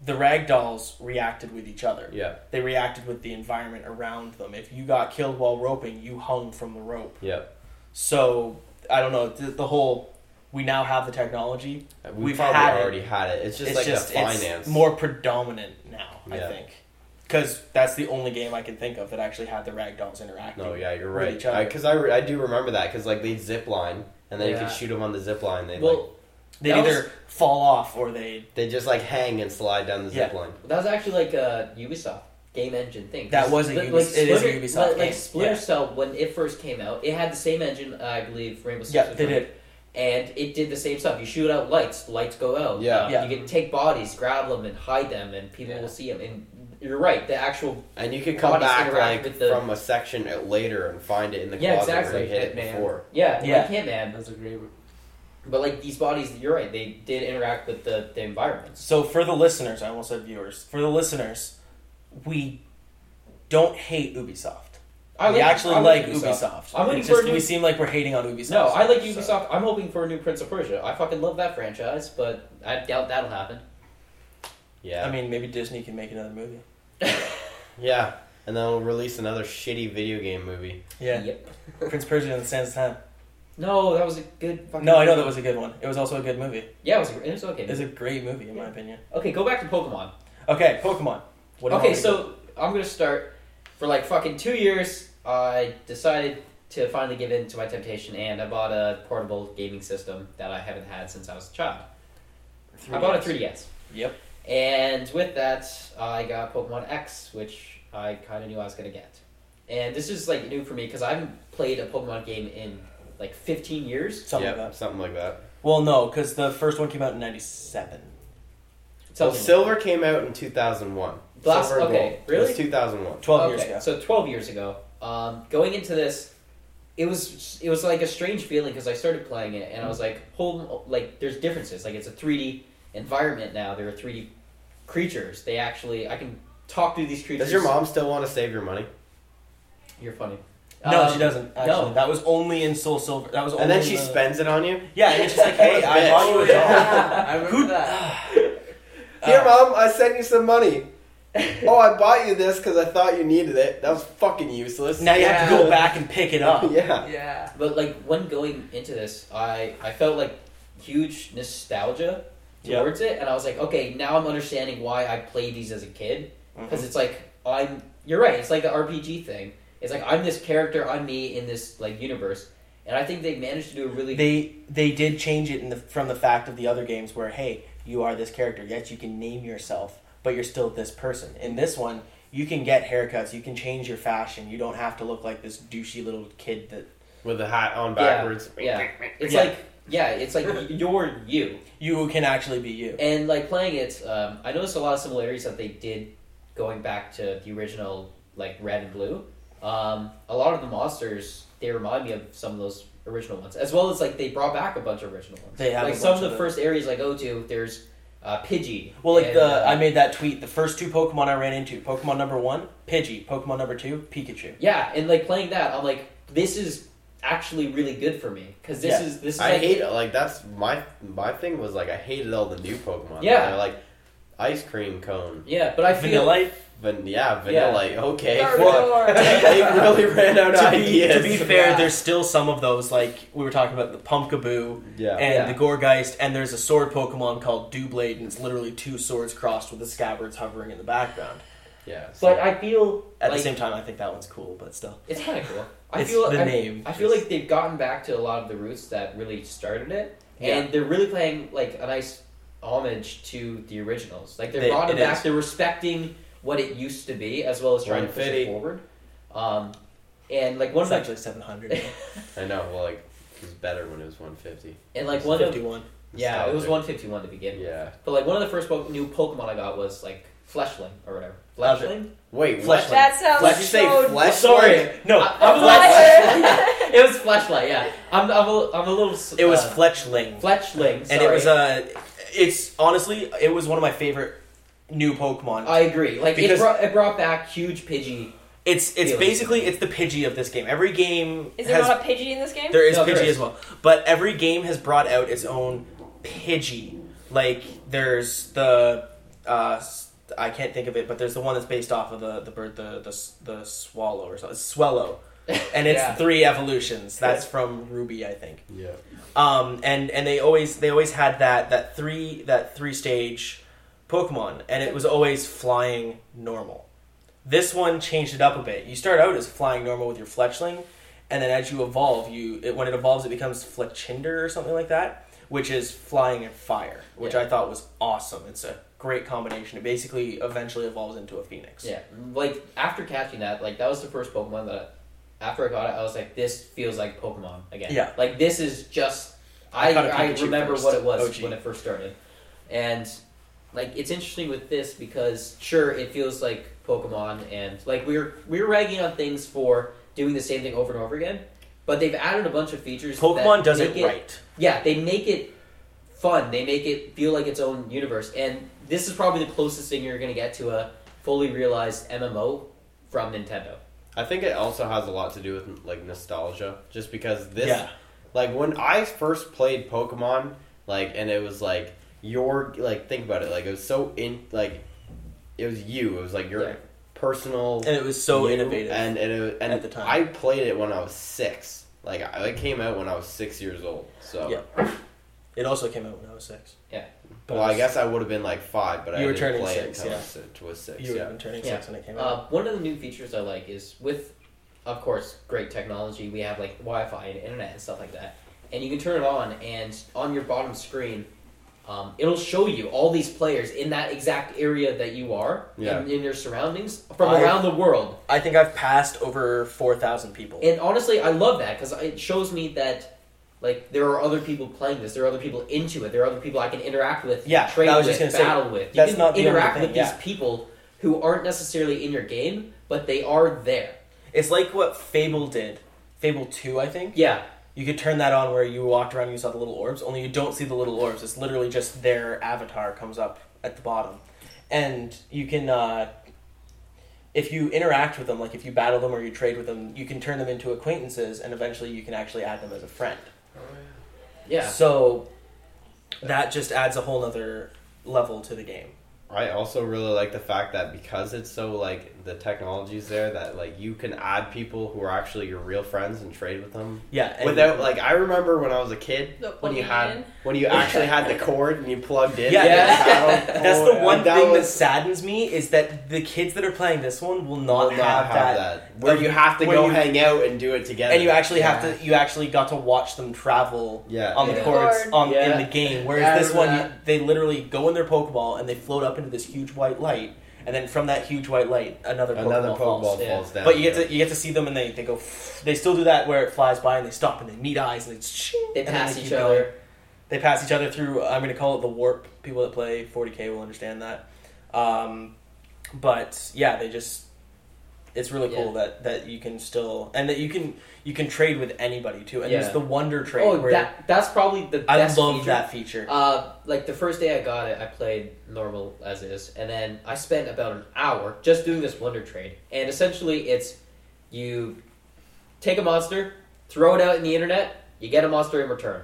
[SPEAKER 3] the ragdolls reacted with each other.
[SPEAKER 2] yeah
[SPEAKER 3] They reacted with the environment around them. If you got killed while roping, you hung from the rope.
[SPEAKER 2] yeah
[SPEAKER 3] So I don't know the, the whole. We now have the technology.
[SPEAKER 2] we
[SPEAKER 3] We've
[SPEAKER 2] probably
[SPEAKER 3] had it.
[SPEAKER 2] already had it it's just
[SPEAKER 3] it's
[SPEAKER 2] like
[SPEAKER 3] just
[SPEAKER 2] a
[SPEAKER 3] it's
[SPEAKER 2] finance
[SPEAKER 3] more predominant now. I
[SPEAKER 2] Yeah.
[SPEAKER 3] think because that's the only game I can think of that actually had the ragdolls interacting.
[SPEAKER 2] no yeah you're
[SPEAKER 3] with
[SPEAKER 2] right
[SPEAKER 3] each other.
[SPEAKER 2] because I, re- I do remember that because like they zip line and then you
[SPEAKER 4] Yeah.
[SPEAKER 2] can shoot them on the zip line they like,
[SPEAKER 4] Well,
[SPEAKER 3] They
[SPEAKER 4] That
[SPEAKER 3] either fall off or they.
[SPEAKER 2] they just like hang and slide down the zip
[SPEAKER 3] Yeah.
[SPEAKER 2] line
[SPEAKER 4] that was actually like a Ubisoft game engine thing.
[SPEAKER 3] That was a
[SPEAKER 4] Like,
[SPEAKER 3] Ubis-
[SPEAKER 4] like
[SPEAKER 3] it is a
[SPEAKER 4] Splinter-
[SPEAKER 3] Ubisoft
[SPEAKER 4] like,
[SPEAKER 3] game,
[SPEAKER 4] Like Splinter
[SPEAKER 3] yeah.
[SPEAKER 4] Cell, when it first came out, it had the same engine, I believe, Rainbow Six.
[SPEAKER 3] Yeah,
[SPEAKER 4] was
[SPEAKER 3] they
[SPEAKER 4] running.
[SPEAKER 3] did.
[SPEAKER 4] And it did the same stuff. You shoot out lights, lights go out.
[SPEAKER 2] Yeah.
[SPEAKER 4] Uh,
[SPEAKER 3] Yeah.
[SPEAKER 4] You can take bodies, grab them, and hide them, and people
[SPEAKER 2] Yeah.
[SPEAKER 4] will see them. And you're right, the actual.
[SPEAKER 2] and you can come
[SPEAKER 4] Bodies
[SPEAKER 2] back
[SPEAKER 4] interact
[SPEAKER 2] like
[SPEAKER 4] with the-
[SPEAKER 2] from a section later and find it in the
[SPEAKER 4] Yeah,
[SPEAKER 2] closet where
[SPEAKER 4] exactly.
[SPEAKER 2] you hit it
[SPEAKER 6] Hitman.
[SPEAKER 2] before
[SPEAKER 4] Yeah,
[SPEAKER 3] Yeah.
[SPEAKER 4] yeah. like Hitman.
[SPEAKER 6] That's a great one.
[SPEAKER 4] But like these bodies, you're right, they did interact with the, the environments.
[SPEAKER 3] So for the listeners, I almost said viewers. For the listeners, we don't hate Ubisoft.
[SPEAKER 4] I
[SPEAKER 3] we actually
[SPEAKER 4] I
[SPEAKER 3] like Ubisoft.
[SPEAKER 4] I'm waiting
[SPEAKER 3] It's
[SPEAKER 4] for a
[SPEAKER 3] just
[SPEAKER 4] new-
[SPEAKER 3] we seem like we're hating on Ubisoft.
[SPEAKER 4] No, I like
[SPEAKER 3] so-
[SPEAKER 4] Ubisoft. I'm hoping for a new Prince of Persia. I fucking love that franchise, but I doubt that'll happen.
[SPEAKER 2] yeah
[SPEAKER 3] I mean, maybe Disney can make another movie.
[SPEAKER 2] Yeah, and then we'll release another shitty video game movie.
[SPEAKER 3] Yeah,
[SPEAKER 4] Yep.
[SPEAKER 3] Prince Persia and the Sands of Time.
[SPEAKER 4] No, that was a good fucking.
[SPEAKER 3] No, I know that was a good one. It was also a good movie.
[SPEAKER 4] Yeah, it was. A, it was okay.
[SPEAKER 3] It was a great movie in my opinion.
[SPEAKER 4] okay, go back to Pokemon.
[SPEAKER 3] Okay, Pokemon. What do you
[SPEAKER 4] okay,
[SPEAKER 3] want me to do?
[SPEAKER 4] so I'm gonna start. For like fucking two years, I decided to finally give in to my temptation, and I bought a portable gaming system that I haven't had since I was a child. I bought a 3DS.
[SPEAKER 3] Yep.
[SPEAKER 4] And with that, I got Pokemon X, which I kind of knew I was gonna get. And this is like new for me because I haven't played a Pokemon game in like 15 years.
[SPEAKER 3] something
[SPEAKER 2] Yep,
[SPEAKER 3] like that.
[SPEAKER 2] something like that.
[SPEAKER 3] Well, no, because the first one came out in '97.
[SPEAKER 2] So
[SPEAKER 4] Something like
[SPEAKER 2] Silver came out in two thousand one.
[SPEAKER 4] Blast-
[SPEAKER 2] Silver and
[SPEAKER 4] okay,
[SPEAKER 2] Gold.
[SPEAKER 4] really?
[SPEAKER 2] It was two thousand one.
[SPEAKER 3] Twelve
[SPEAKER 4] Okay,
[SPEAKER 3] years ago.
[SPEAKER 4] So twelve years ago, um, going into this, it was it was like a strange feeling because I started playing it and I was like, whole like there's differences. Like it's a three D environment now. There are three D creatures. They actually I can talk to these creatures.
[SPEAKER 2] Does your mom still want to save your money?
[SPEAKER 4] You're funny.
[SPEAKER 3] No,
[SPEAKER 4] Um,
[SPEAKER 3] she doesn't. Actually.
[SPEAKER 4] no.
[SPEAKER 3] that was only in Soul Silver. That was only
[SPEAKER 2] And then
[SPEAKER 3] in
[SPEAKER 2] she
[SPEAKER 3] the-
[SPEAKER 2] spends it on you.
[SPEAKER 3] Yeah, and she's like, "Hey,
[SPEAKER 2] What a
[SPEAKER 3] I
[SPEAKER 2] bitch."
[SPEAKER 3] bought you a doll."
[SPEAKER 6] I remember that.
[SPEAKER 2] Here, mom, I sent you some money. oh, I bought you this because I thought you needed it. That was fucking useless.
[SPEAKER 3] Now you have to
[SPEAKER 6] Yeah.
[SPEAKER 3] go back and pick it up.
[SPEAKER 2] yeah.
[SPEAKER 6] Yeah.
[SPEAKER 4] But like when going into this, I I felt like huge nostalgia
[SPEAKER 3] Yeah.
[SPEAKER 4] towards it, and I was like, okay, now I'm understanding why I played these as a kid
[SPEAKER 3] Mm-hmm.
[SPEAKER 4] because it's like I'm. You're right. It's like the RPG thing. It's like I'm this character. I'm me in this like universe, and I think they managed to do a really.
[SPEAKER 3] They they did change it in the, from the fact of the other games where hey you are this character yes you can name yourself but you're still this person. In this one you can get haircuts you can change your fashion you don't have to look like this douchey little kid that
[SPEAKER 2] With the hat on
[SPEAKER 4] Yeah,
[SPEAKER 2] backwards.
[SPEAKER 4] yeah. It's
[SPEAKER 3] Yeah.
[SPEAKER 4] like yeah, it's like y- you're you.
[SPEAKER 3] you can actually be you.
[SPEAKER 4] And like playing it, um, I noticed a lot of similarities that they did going back to the original like Red and Blue. Um, a lot of the monsters they remind me of some of those original ones, as well as like they brought back a bunch of original ones.
[SPEAKER 3] They have
[SPEAKER 4] like
[SPEAKER 3] a
[SPEAKER 4] some
[SPEAKER 3] bunch
[SPEAKER 4] of the
[SPEAKER 3] of
[SPEAKER 4] first areas I go to. There's uh, Pidgey.
[SPEAKER 3] Well, like
[SPEAKER 4] and,
[SPEAKER 3] the
[SPEAKER 4] uh,
[SPEAKER 3] I made that tweet. The first two Pokemon I ran into: Pokemon number one, Pidgey. Pokemon number two, Pikachu.
[SPEAKER 4] yeah, and like playing that, I'm like, this is actually really good for me because this
[SPEAKER 3] Yeah.
[SPEAKER 4] is this is
[SPEAKER 2] I
[SPEAKER 4] like,
[SPEAKER 2] hate like that's my my thing was like I hated all the new Pokemon.
[SPEAKER 4] Yeah.
[SPEAKER 2] They're like ice cream cone.
[SPEAKER 4] yeah, but I feel like
[SPEAKER 3] Vanillite.
[SPEAKER 2] Van- yeah, vanilla. Okay, fuck. they
[SPEAKER 4] Well,
[SPEAKER 2] really ran out of
[SPEAKER 3] To be,
[SPEAKER 2] ideas.
[SPEAKER 3] to be fair,
[SPEAKER 4] Yeah.
[SPEAKER 3] there's still some of those. Like we were talking about the Pumpkaboo
[SPEAKER 2] yeah.
[SPEAKER 3] and
[SPEAKER 4] Oh, Yeah.
[SPEAKER 3] the Gorgeist, and there's a sword Pokemon called Dewblade, and it's literally two swords crossed with the scabbards hovering in the background.
[SPEAKER 2] yeah. so-
[SPEAKER 4] but I feel
[SPEAKER 3] At
[SPEAKER 4] like,
[SPEAKER 3] the same time, I think that one's cool, but still,
[SPEAKER 4] It's kind of cool. I
[SPEAKER 3] It's
[SPEAKER 4] feel
[SPEAKER 3] the
[SPEAKER 4] I,
[SPEAKER 3] name,
[SPEAKER 4] I feel
[SPEAKER 3] just-
[SPEAKER 4] like they've gotten back to a lot of the roots that really started it,
[SPEAKER 3] Yeah.
[SPEAKER 4] and they're really playing like a nice homage to the originals. Like they're
[SPEAKER 3] They-
[SPEAKER 4] brought it
[SPEAKER 3] it
[SPEAKER 4] back.
[SPEAKER 3] is.
[SPEAKER 4] They're respecting what it used to be, as well as trying to push
[SPEAKER 2] 150.
[SPEAKER 4] it forward. Um, and like one
[SPEAKER 3] it's
[SPEAKER 4] of the,
[SPEAKER 3] actually 700.
[SPEAKER 2] I know. Well, like it was better when it was 150.
[SPEAKER 4] and like
[SPEAKER 3] It's
[SPEAKER 4] one of
[SPEAKER 3] 51.
[SPEAKER 4] yeah, it was
[SPEAKER 2] Nostalgic.
[SPEAKER 4] one fifty one to begin. with.
[SPEAKER 2] Yeah.
[SPEAKER 4] But like one of the first po- new Pokemon I got was like Fleshling or whatever.
[SPEAKER 3] How's it?
[SPEAKER 4] Fleshling.
[SPEAKER 2] Wait, what?
[SPEAKER 4] Fleshlight.
[SPEAKER 5] That sounds
[SPEAKER 2] Did you say
[SPEAKER 5] so.
[SPEAKER 2] flesh?
[SPEAKER 3] Sorry, no,
[SPEAKER 4] Oh, I-
[SPEAKER 5] I'm
[SPEAKER 4] Fleshlight. it was Fleshlight. Yeah, I'm I'm a, I'm a little. s-
[SPEAKER 3] it was
[SPEAKER 4] uh,
[SPEAKER 3] Fletchling.
[SPEAKER 4] Fletchling,
[SPEAKER 3] and it was uh, it's honestly it was one of my favorite new Pokemon.
[SPEAKER 4] I agree. Like it
[SPEAKER 3] Because-
[SPEAKER 4] brought, it brought back huge Pidgey.
[SPEAKER 3] it's it's
[SPEAKER 4] Feeling.
[SPEAKER 3] basically it's the Pidgey of this game. Every game
[SPEAKER 5] Is there
[SPEAKER 3] has
[SPEAKER 5] not a Pidgey in this game?
[SPEAKER 3] there is
[SPEAKER 4] No,
[SPEAKER 3] Pidgey
[SPEAKER 4] there is.
[SPEAKER 3] as well, but every game has brought out its own Pidgey. Like there's the uh, s- I can't think of it, but there's the one that's based off of the the bird the the, s- the swallow or something swallow, and it's
[SPEAKER 4] Yeah.
[SPEAKER 3] three evolutions. That's from Ruby, I think.
[SPEAKER 2] Yeah.
[SPEAKER 3] um, and and they always they always had that that three that three stage Pokemon, and it was always flying normal. This one changed it up a bit. You start out as flying normal with your Fletchling, and then as you evolve, you it, when it evolves, it becomes Fletchinder or something like that, which is flying and fire, which
[SPEAKER 4] Yeah.
[SPEAKER 3] I thought was awesome. It's a great combination. It basically eventually evolves into a Phoenix.
[SPEAKER 4] Yeah, like after catching that, like that was the first Pokemon that I, after I got it, I was like, this feels like Pokemon again.
[SPEAKER 3] Yeah.
[SPEAKER 4] like this is just I
[SPEAKER 3] I got a
[SPEAKER 4] I,
[SPEAKER 3] Pikachu
[SPEAKER 4] remember
[SPEAKER 3] first,
[SPEAKER 4] what it was
[SPEAKER 3] OG.
[SPEAKER 4] when it first started, and like it's interesting with this because sure it feels like Pokemon and like we were we were ragging on things for doing the same thing over and over again, but they've added a bunch of features.
[SPEAKER 3] Pokemon
[SPEAKER 4] that
[SPEAKER 3] does
[SPEAKER 4] make
[SPEAKER 3] it right.
[SPEAKER 4] yeah, they make it fun. They make it feel like its own universe. And this is probably the closest thing you're going to get to a fully realized MMO from Nintendo.
[SPEAKER 2] I think it also has a lot to do with like nostalgia, just because this,
[SPEAKER 3] Yeah.
[SPEAKER 2] like when I first played Pokemon, like and it was like your like think about it, like it was so in like it was you, it was like your
[SPEAKER 4] Yeah.
[SPEAKER 2] personal
[SPEAKER 3] And it was so
[SPEAKER 2] you,
[SPEAKER 3] innovative.
[SPEAKER 2] and and, it, and
[SPEAKER 3] at the time.
[SPEAKER 2] I played it when I was six. Like I, it came out when I was six years old, so
[SPEAKER 3] Yeah. it also came out when I was six.
[SPEAKER 4] Yeah.
[SPEAKER 3] But
[SPEAKER 2] well, I
[SPEAKER 3] was-
[SPEAKER 2] guess I would have been like five, but I
[SPEAKER 3] You were
[SPEAKER 2] didn't
[SPEAKER 3] turning
[SPEAKER 2] play
[SPEAKER 3] six,
[SPEAKER 2] it until
[SPEAKER 3] yeah.
[SPEAKER 2] I was, si- was six.
[SPEAKER 3] you were
[SPEAKER 2] yeah,
[SPEAKER 3] turning
[SPEAKER 4] Yeah.
[SPEAKER 3] six when it came out.
[SPEAKER 4] Uh, one of the new features I like is with, of course, great technology. We have like Wi-Fi and internet and stuff like that, and you can turn it on, and on your bottom screen, um, it'll show you all these players in that exact area that you are,
[SPEAKER 2] Yeah.
[SPEAKER 4] in, in your surroundings from
[SPEAKER 3] I-
[SPEAKER 4] around the world.
[SPEAKER 3] I think I've passed over 4,000 people.
[SPEAKER 4] And honestly, I love that because it shows me that like there are other people playing this. There are other people into it. There are other people I can interact with,
[SPEAKER 3] Yeah,
[SPEAKER 4] trade
[SPEAKER 3] I was
[SPEAKER 4] with,
[SPEAKER 3] just gonna say,
[SPEAKER 4] battle with. You
[SPEAKER 3] that's
[SPEAKER 4] can
[SPEAKER 3] not the only
[SPEAKER 4] interact
[SPEAKER 3] thing,
[SPEAKER 4] with
[SPEAKER 3] yeah.
[SPEAKER 4] these people who aren't necessarily in your game, but they are there.
[SPEAKER 3] it's like what Fable did. Fable 2, I think.
[SPEAKER 4] Yeah,
[SPEAKER 3] You could turn that on where you walked around and you saw the little orbs, only you don't see the little orbs. It's literally just their avatar comes up at the bottom. And you can, uh, if you interact with them, like if you battle them or you trade with them, you can turn them into acquaintances and eventually you can actually add them as a friend.
[SPEAKER 4] yeah.
[SPEAKER 3] So that just adds a whole nother level to the game.
[SPEAKER 2] I also really like the fact that because it's so like the technology's there that like you can add people who are actually your real friends and trade with them
[SPEAKER 3] Yeah. and-
[SPEAKER 2] without like I remember when I was a kid
[SPEAKER 5] The
[SPEAKER 2] when you
[SPEAKER 5] plugging
[SPEAKER 2] had
[SPEAKER 5] in.
[SPEAKER 2] when you actually had the cord and you plugged in
[SPEAKER 3] Yeah,
[SPEAKER 2] and it
[SPEAKER 4] yeah.
[SPEAKER 2] had a-
[SPEAKER 3] That's
[SPEAKER 2] oh,
[SPEAKER 3] the one
[SPEAKER 2] and that
[SPEAKER 3] thing that
[SPEAKER 2] was-
[SPEAKER 3] saddens me is that the kids that are playing this one will not,
[SPEAKER 2] will not
[SPEAKER 3] have, that,
[SPEAKER 2] have that where
[SPEAKER 3] Like,
[SPEAKER 2] you have to
[SPEAKER 3] where
[SPEAKER 2] go
[SPEAKER 3] you-
[SPEAKER 2] hang out and do it together
[SPEAKER 3] and you actually have
[SPEAKER 4] Yeah.
[SPEAKER 3] to you actually got to watch them travel
[SPEAKER 2] yeah
[SPEAKER 3] on the
[SPEAKER 4] Yeah.
[SPEAKER 3] courts
[SPEAKER 5] Lord.
[SPEAKER 3] on
[SPEAKER 4] Yeah.
[SPEAKER 3] in the game. Whereas
[SPEAKER 6] Yeah, I
[SPEAKER 3] this one,
[SPEAKER 6] remember
[SPEAKER 3] you, they literally go in their Pokeball and they float up into this huge white light, and then from that huge white light, another Pokeball
[SPEAKER 2] another Pokeball
[SPEAKER 3] falls.
[SPEAKER 2] falls,
[SPEAKER 4] yeah.
[SPEAKER 2] down
[SPEAKER 3] But you get to you get to see them and they, they go. They still do that where it flies by and they stop and they meet eyes and they shing,
[SPEAKER 4] They
[SPEAKER 3] and then
[SPEAKER 4] pass
[SPEAKER 3] keep
[SPEAKER 4] each
[SPEAKER 3] going.
[SPEAKER 4] other.
[SPEAKER 3] They pass each other through. I'm going to call it the warp. People that play 40k will understand that. Um, but yeah, they just. It's really cool that, that you can still and that you can you can trade with anybody too. And
[SPEAKER 4] Yeah.
[SPEAKER 3] there's the wonder trade
[SPEAKER 4] Oh,
[SPEAKER 3] where
[SPEAKER 4] that, that's probably the
[SPEAKER 3] I
[SPEAKER 4] best
[SPEAKER 3] love
[SPEAKER 4] feature.
[SPEAKER 3] that feature.
[SPEAKER 4] Uh, like the first day I got it, I played normal as is, and then I spent about an hour just doing this wonder trade. And essentially, it's you take a monster, throw it out in the internet, you get a monster in return.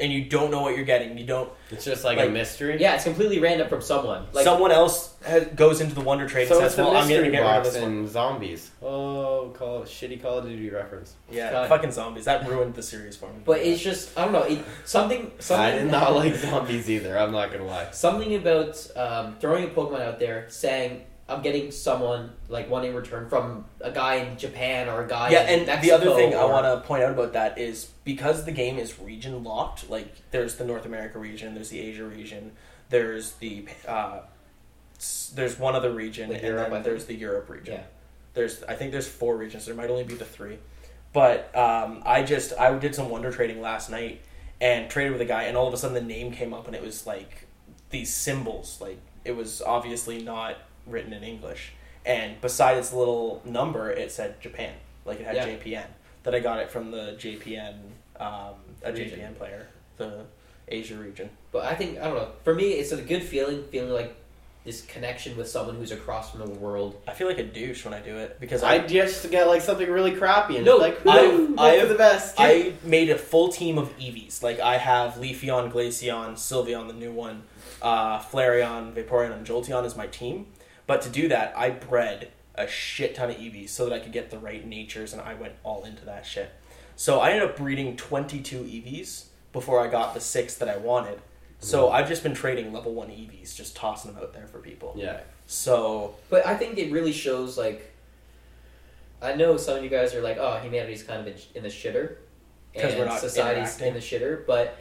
[SPEAKER 3] and you don't know what you're getting. You don't.
[SPEAKER 2] it's just like,
[SPEAKER 3] like-
[SPEAKER 2] a mystery
[SPEAKER 4] Yeah, it's completely random from someone. Like
[SPEAKER 3] someone else has, goes into the wonder trade
[SPEAKER 2] so
[SPEAKER 3] and
[SPEAKER 2] it's
[SPEAKER 3] says,
[SPEAKER 2] the
[SPEAKER 3] "Well, I'm going
[SPEAKER 2] mystery
[SPEAKER 3] to get rid of
[SPEAKER 2] box
[SPEAKER 3] this one."
[SPEAKER 2] and zombies oh call shitty Call of Duty reference
[SPEAKER 3] Yeah,
[SPEAKER 4] God.
[SPEAKER 3] fucking zombies. That ruined the series for me.
[SPEAKER 4] but it's just I don't know it, something. Something
[SPEAKER 2] I did not like zombies either I'm not gonna lie
[SPEAKER 4] something about um, throwing a Pokemon out there, saying I'm getting someone like one in return from a guy in Japan or a guy.
[SPEAKER 3] yeah,
[SPEAKER 4] in
[SPEAKER 3] and
[SPEAKER 4] Mexico
[SPEAKER 3] the other thing I
[SPEAKER 4] or-
[SPEAKER 3] want to point out about that is because the game is region locked. Like, there's the North America region, there's the Asia region, there's the uh, s- there's one other region,
[SPEAKER 4] Like
[SPEAKER 3] and
[SPEAKER 4] Europe, I
[SPEAKER 3] then
[SPEAKER 4] think.
[SPEAKER 3] there's the Europe region.
[SPEAKER 4] Yeah.
[SPEAKER 3] There's I think there's four regions. There might only be the three, but um, I just I did some wonder trading last night and traded with a guy, and all of a sudden the name came up, and it was like these symbols. Like it was obviously not written in English. And beside its little number, it said Japan. Like it had
[SPEAKER 4] Yeah.
[SPEAKER 3] JPN. That I got it from the JPN, um, a
[SPEAKER 4] Region.
[SPEAKER 3] JPN player, the Asia region.
[SPEAKER 4] But I think I don't know. For me, it's a good feeling, feeling like this connection with someone who's across from the world.
[SPEAKER 3] I feel like a douche when I do it because
[SPEAKER 2] I
[SPEAKER 3] I
[SPEAKER 2] just get like something really crappy and
[SPEAKER 4] No,
[SPEAKER 2] no, like
[SPEAKER 3] I-
[SPEAKER 2] woo,
[SPEAKER 3] I-
[SPEAKER 2] look for the best.
[SPEAKER 3] I made a full team of Eevees. Like I have Leafeon, Glaceon, Sylveon, the new one, uh, Flareon, Vaporeon, and Jolteon as my team. But to do that, I bred a shit ton of Eevees so that I could get the right natures, and I went all into that shit. So I ended up breeding 22 Eevees before I got the six that I wanted.
[SPEAKER 4] Mm.
[SPEAKER 3] So I've just been trading level one Eevees, just tossing them out there for people.
[SPEAKER 2] yeah,
[SPEAKER 3] So
[SPEAKER 4] But I think it really shows like. I know some of you guys are like, "Oh, humanity's kind of in, in the shitter,"
[SPEAKER 3] 'Cause we're
[SPEAKER 4] and
[SPEAKER 3] not
[SPEAKER 4] society's in the shitter. But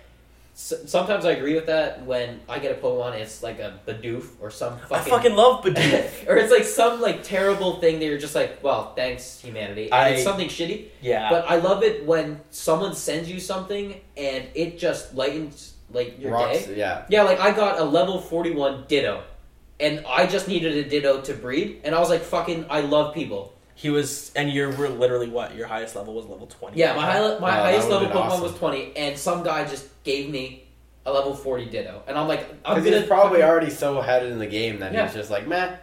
[SPEAKER 4] s- sometimes I agree with that. When I get a Pokemon, and it's like a Bidoof or some fucking,
[SPEAKER 3] I fucking love Bidoof.
[SPEAKER 4] or it's like some like terrible thing that you're just like, "Well, thanks humanity." And
[SPEAKER 3] I-
[SPEAKER 4] it's something shitty.
[SPEAKER 3] yeah.
[SPEAKER 4] But I love it when someone sends you something and it just lightens like your
[SPEAKER 2] rocks.
[SPEAKER 4] day.
[SPEAKER 2] Yeah,
[SPEAKER 4] Yeah, like I got a level forty one Ditto, and I just needed a Ditto to breed, and I was like, "Fucking, I love people."
[SPEAKER 3] He was, and you were literally what? Your highest level was level 20.
[SPEAKER 4] Yeah, my high, my
[SPEAKER 2] Wow, that
[SPEAKER 4] highest
[SPEAKER 2] would've
[SPEAKER 4] level
[SPEAKER 2] been
[SPEAKER 4] Pokemon
[SPEAKER 2] awesome.
[SPEAKER 4] was twenty, and some guy just gave me a level forty Ditto, and I'm like, "I'm
[SPEAKER 2] because
[SPEAKER 4] gonna
[SPEAKER 2] he's probably
[SPEAKER 4] fucking-
[SPEAKER 2] already so ahead in the game that
[SPEAKER 4] Yeah.
[SPEAKER 2] he's just like, meh.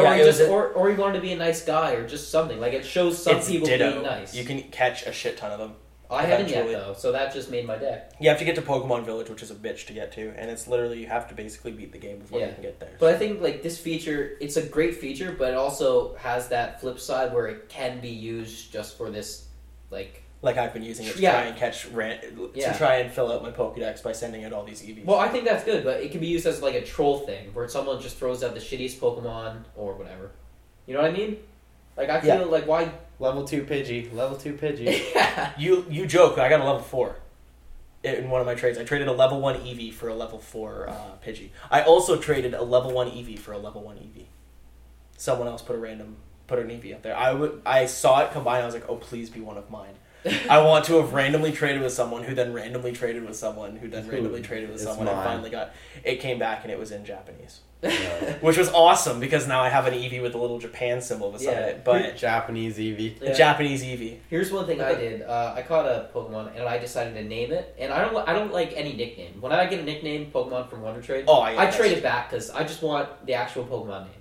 [SPEAKER 3] Yeah,
[SPEAKER 4] or
[SPEAKER 3] it
[SPEAKER 4] he
[SPEAKER 3] was
[SPEAKER 4] just
[SPEAKER 3] a-
[SPEAKER 4] or, or he wanted to be a nice guy, or just something." Like it shows some
[SPEAKER 3] it's
[SPEAKER 4] people
[SPEAKER 3] ditto.
[SPEAKER 4] being nice.
[SPEAKER 3] You can catch a shit ton of them.
[SPEAKER 4] I haven't yet
[SPEAKER 3] eventually.
[SPEAKER 4] though, so that just made my day.
[SPEAKER 3] You have to get to Pokemon Village, which is a bitch to get to, and it's literally you have to basically beat the game before
[SPEAKER 4] Yeah.
[SPEAKER 3] you can get there.
[SPEAKER 4] But I think like this feature, it's a great feature, but it also has that flip side where it can be used just for this, like.
[SPEAKER 3] like I've been using it to
[SPEAKER 4] Yeah.
[SPEAKER 3] try and catch ran-
[SPEAKER 4] Yeah.
[SPEAKER 3] to try and fill out my Pokédex by sending out all these E EVs.
[SPEAKER 4] Well, I think that's good, but it can be used as like a troll thing where someone just throws out the shittiest Pokemon or whatever. You know what I mean? Like I feel
[SPEAKER 3] Yeah.
[SPEAKER 4] like why?
[SPEAKER 2] Level two Pidgey, level two Pidgey.
[SPEAKER 4] yeah.
[SPEAKER 3] you you joke. I got a level four in one of my trades. I traded a level one EV for a level four uh, Pidgey. I also traded a level one EV for a level one EV. Someone else put a random put an EV up there. I would I saw it combined. I was like, oh please be one of mine. I want to have randomly traded with someone who then randomly traded with someone who then
[SPEAKER 2] Who
[SPEAKER 3] randomly traded with
[SPEAKER 2] is
[SPEAKER 3] someone and
[SPEAKER 2] mine.
[SPEAKER 3] finally got it came back and it was in Japanese. Which was awesome because now I have an EV with a little Japan symbol beside
[SPEAKER 4] Yeah.
[SPEAKER 3] it. But
[SPEAKER 2] Japanese Eevee.
[SPEAKER 3] a Japanese EV.
[SPEAKER 4] Here's one thing I did. Uh, I caught a Pokemon and I decided to name it. And I don't, I don't like any nickname. When I get a nickname Pokemon from Wonder Trade,
[SPEAKER 3] Oh, I,
[SPEAKER 4] I trade it back because I just want the actual Pokemon name.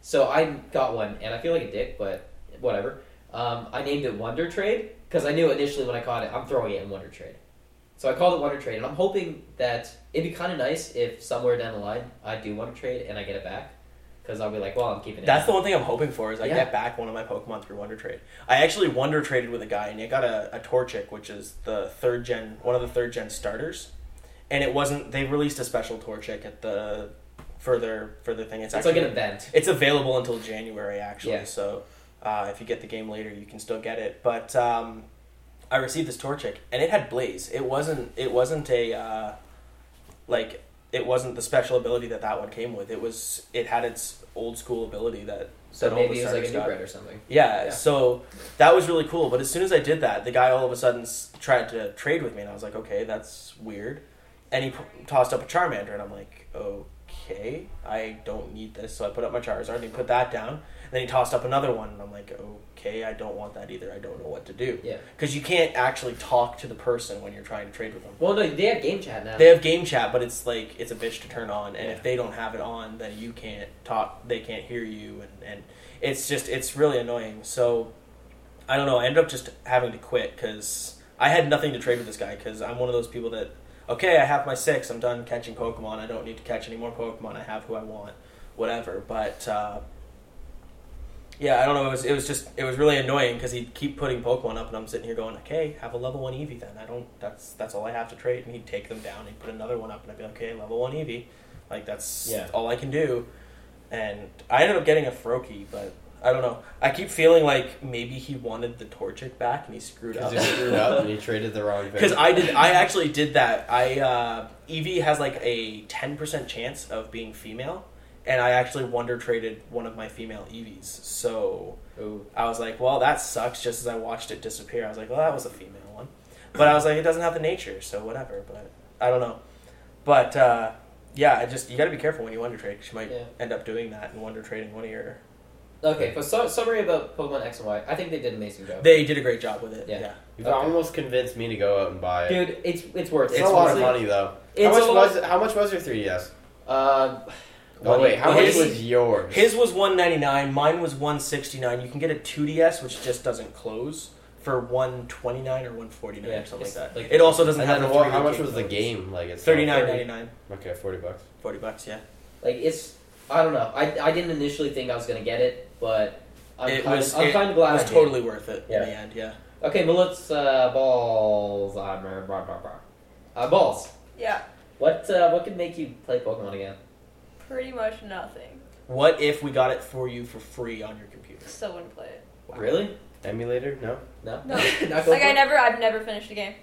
[SPEAKER 4] So I got one, and I feel like a dick, but whatever. Um, I named it Wonder Trade because I knew initially when I caught it, I'm throwing it in Wonder Trade. So I called it Wonder Trade, and I'm hoping that it'd be kind of nice if somewhere down the line I do Wonder Trade and I get it back, because I'll be like, well, I'm keeping it.
[SPEAKER 3] That's the one thing I'm hoping for is I
[SPEAKER 4] Yeah.
[SPEAKER 3] get back one of my Pokemon through Wonder Trade. I actually Wonder Traded with a guy and it got a, a Torchic, which is the third gen, one of the third gen starters. And it wasn't. They released a special Torchic at the further further thing. It's,
[SPEAKER 4] It's
[SPEAKER 3] actually
[SPEAKER 4] like an event.
[SPEAKER 3] it's available until January actually.
[SPEAKER 4] Yeah.
[SPEAKER 3] So uh, if you get the game later, you can still get it. But um, I received this Torchic, and it had Blaze. It wasn't. It wasn't a uh, like. It wasn't the special ability that that one came with. It was. It had its old school ability that.
[SPEAKER 4] So
[SPEAKER 3] that all
[SPEAKER 4] maybe
[SPEAKER 3] the
[SPEAKER 4] it was like a
[SPEAKER 3] starters
[SPEAKER 4] new
[SPEAKER 3] got.
[SPEAKER 4] bread or something.
[SPEAKER 3] Yeah,
[SPEAKER 4] Yeah.
[SPEAKER 3] So that was really cool. But as soon as I did that, the guy all of a sudden s- tried to trade with me, and I was like, okay, that's weird. And he p- tossed up a Charmander, and I'm like, okay, I don't need this. So I put up my Charizard, and he put that down. And then he tossed up another one, and I'm like, okay, I don't want that either. I don't know what to do.
[SPEAKER 4] Yeah.
[SPEAKER 3] Because you can't actually talk to the person when you're trying to trade with them.
[SPEAKER 4] Well, no, they have game chat now.
[SPEAKER 3] They have game chat, but it's like it's a bitch to turn on, and
[SPEAKER 4] Yeah.
[SPEAKER 3] if they don't have it on, then you can't talk. They can't hear you, and and it's just it's really annoying. So I don't know. I ended up just having to quit because I had nothing to trade with this guy because I'm one of those people that okay, I have my six. I'm done catching Pokemon. I don't need to catch any more Pokemon. I have who I want, whatever. But uh, yeah, I don't know. It was it was just it was really annoying because he'd keep putting Pokemon up, and I'm sitting here going, okay, have a level one Eevee then. I don't. That's that's all I have to trade, and he'd take them down. He'd put another one up, and I'd be like, okay, level one Eevee. Like that's
[SPEAKER 4] Yeah.
[SPEAKER 3] all I can do. And I ended up getting a Froakie, but I don't know. I keep feeling like maybe he wanted the Torchic back, and he screwed up.
[SPEAKER 2] Because you screwed up and you traded the wrong
[SPEAKER 3] Because
[SPEAKER 2] thing.
[SPEAKER 3] I did, I actually did that. I uh, Evie has like a ten percent chance of being female, and I actually wonder traded one of my female Eevees. So
[SPEAKER 4] Ooh.
[SPEAKER 3] I was like, well, that sucks. Just as I watched it disappear, I was like, well, that was a female one, but I was like, it doesn't have the nature, so whatever. But I don't know. But uh, yeah, I just you got to be careful when you wonder trade. 'cause you might
[SPEAKER 4] Yeah.
[SPEAKER 3] end up doing that and wonder trading one of your.
[SPEAKER 4] Okay, but so, summary about Pokemon X and Y. I think they did an amazing job.
[SPEAKER 3] They did a great job with it.
[SPEAKER 4] Yeah.
[SPEAKER 3] yeah.
[SPEAKER 2] You've
[SPEAKER 4] Okay.
[SPEAKER 2] almost convinced me to go out and buy it.
[SPEAKER 4] Dude, it's it's worth
[SPEAKER 2] it's,
[SPEAKER 4] it.
[SPEAKER 2] a lot of
[SPEAKER 4] honestly-
[SPEAKER 2] money though.
[SPEAKER 4] It's
[SPEAKER 2] how much
[SPEAKER 4] a lot-
[SPEAKER 2] was it- how much was your 3DS?
[SPEAKER 4] Uh,
[SPEAKER 2] Oh wait, how much
[SPEAKER 3] His-
[SPEAKER 2] was yours?
[SPEAKER 3] His was 199, mine was 169. You can get a 2DS which just doesn't close for 129 or 149
[SPEAKER 4] Yeah,
[SPEAKER 3] or something like
[SPEAKER 4] it's
[SPEAKER 3] that.
[SPEAKER 4] like-
[SPEAKER 3] it also doesn't
[SPEAKER 2] and
[SPEAKER 3] have
[SPEAKER 2] then
[SPEAKER 3] the E
[SPEAKER 2] what,
[SPEAKER 3] 3D
[SPEAKER 2] how much was the
[SPEAKER 3] codes.
[SPEAKER 2] game? Like it's
[SPEAKER 3] 39.99,
[SPEAKER 2] Okay, forty bucks.
[SPEAKER 3] 40 bucks, yeah.
[SPEAKER 4] like it's I don't know. I, I didn't initially think I was gonna get it, but I'm
[SPEAKER 3] it
[SPEAKER 4] kind
[SPEAKER 3] was
[SPEAKER 4] of, I'm
[SPEAKER 3] it
[SPEAKER 4] kind of glad
[SPEAKER 3] was
[SPEAKER 4] I did.
[SPEAKER 3] totally worth it
[SPEAKER 4] Yeah.
[SPEAKER 3] in the end, yeah.
[SPEAKER 4] Okay, but let's uh, balls. I'm uh, blah, blah, blah. Uh, balls.
[SPEAKER 5] Yeah,
[SPEAKER 4] What uh, what could make you play Pokemon again?
[SPEAKER 5] pretty much nothing.
[SPEAKER 3] What if we got it for you for free on your computer?
[SPEAKER 5] Still wouldn't play it.
[SPEAKER 3] Wow.
[SPEAKER 4] Really?
[SPEAKER 2] Emulator? No.
[SPEAKER 4] No.
[SPEAKER 5] No.
[SPEAKER 4] Not going
[SPEAKER 5] Like
[SPEAKER 4] for
[SPEAKER 5] I
[SPEAKER 4] it?
[SPEAKER 5] never, I've never finished a game.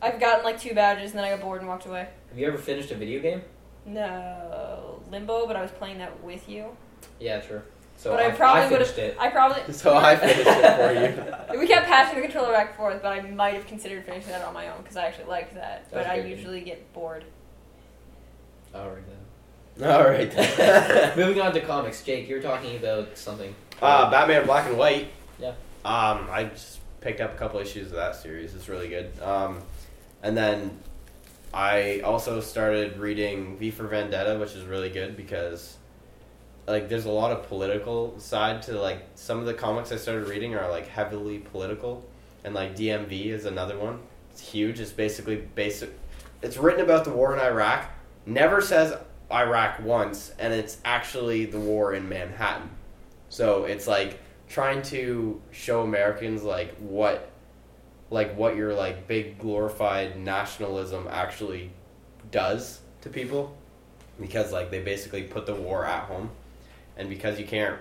[SPEAKER 5] I've gotten like two badges and then I got bored and walked away.
[SPEAKER 4] Have you ever finished a video game?
[SPEAKER 5] No limbo, but I was playing that with you.
[SPEAKER 4] Yeah, sure. So
[SPEAKER 5] But I
[SPEAKER 4] I,
[SPEAKER 5] probably
[SPEAKER 4] I
[SPEAKER 5] would've-
[SPEAKER 4] finished it.
[SPEAKER 5] I probably
[SPEAKER 2] So I finished it for you.
[SPEAKER 5] We kept passing the controller back and forth, but I might have considered finishing that on my own because I actually liked that. But
[SPEAKER 4] That's
[SPEAKER 5] I
[SPEAKER 4] very good.
[SPEAKER 5] usually get bored.
[SPEAKER 4] All right then.
[SPEAKER 2] All right. then.
[SPEAKER 4] Moving on to comics, Jake, you were talking about something.
[SPEAKER 2] uh, Batman Black and White.
[SPEAKER 4] Yeah.
[SPEAKER 2] Um, I just picked up a couple issues of that series. It's really good. Um, and then I also started reading V for Vendetta, which is really good because like there's a lot of political side to like some of the comics I started reading are like heavily political, and like DMV is another one. It's huge. It's basically basic. It's written about the war in Iraq. Never says Iraq once, and it's actually the war in Manhattan. So it's like trying to show Americans like what like what your like big glorified nationalism actually does to people because like they basically put the war at home and because you can't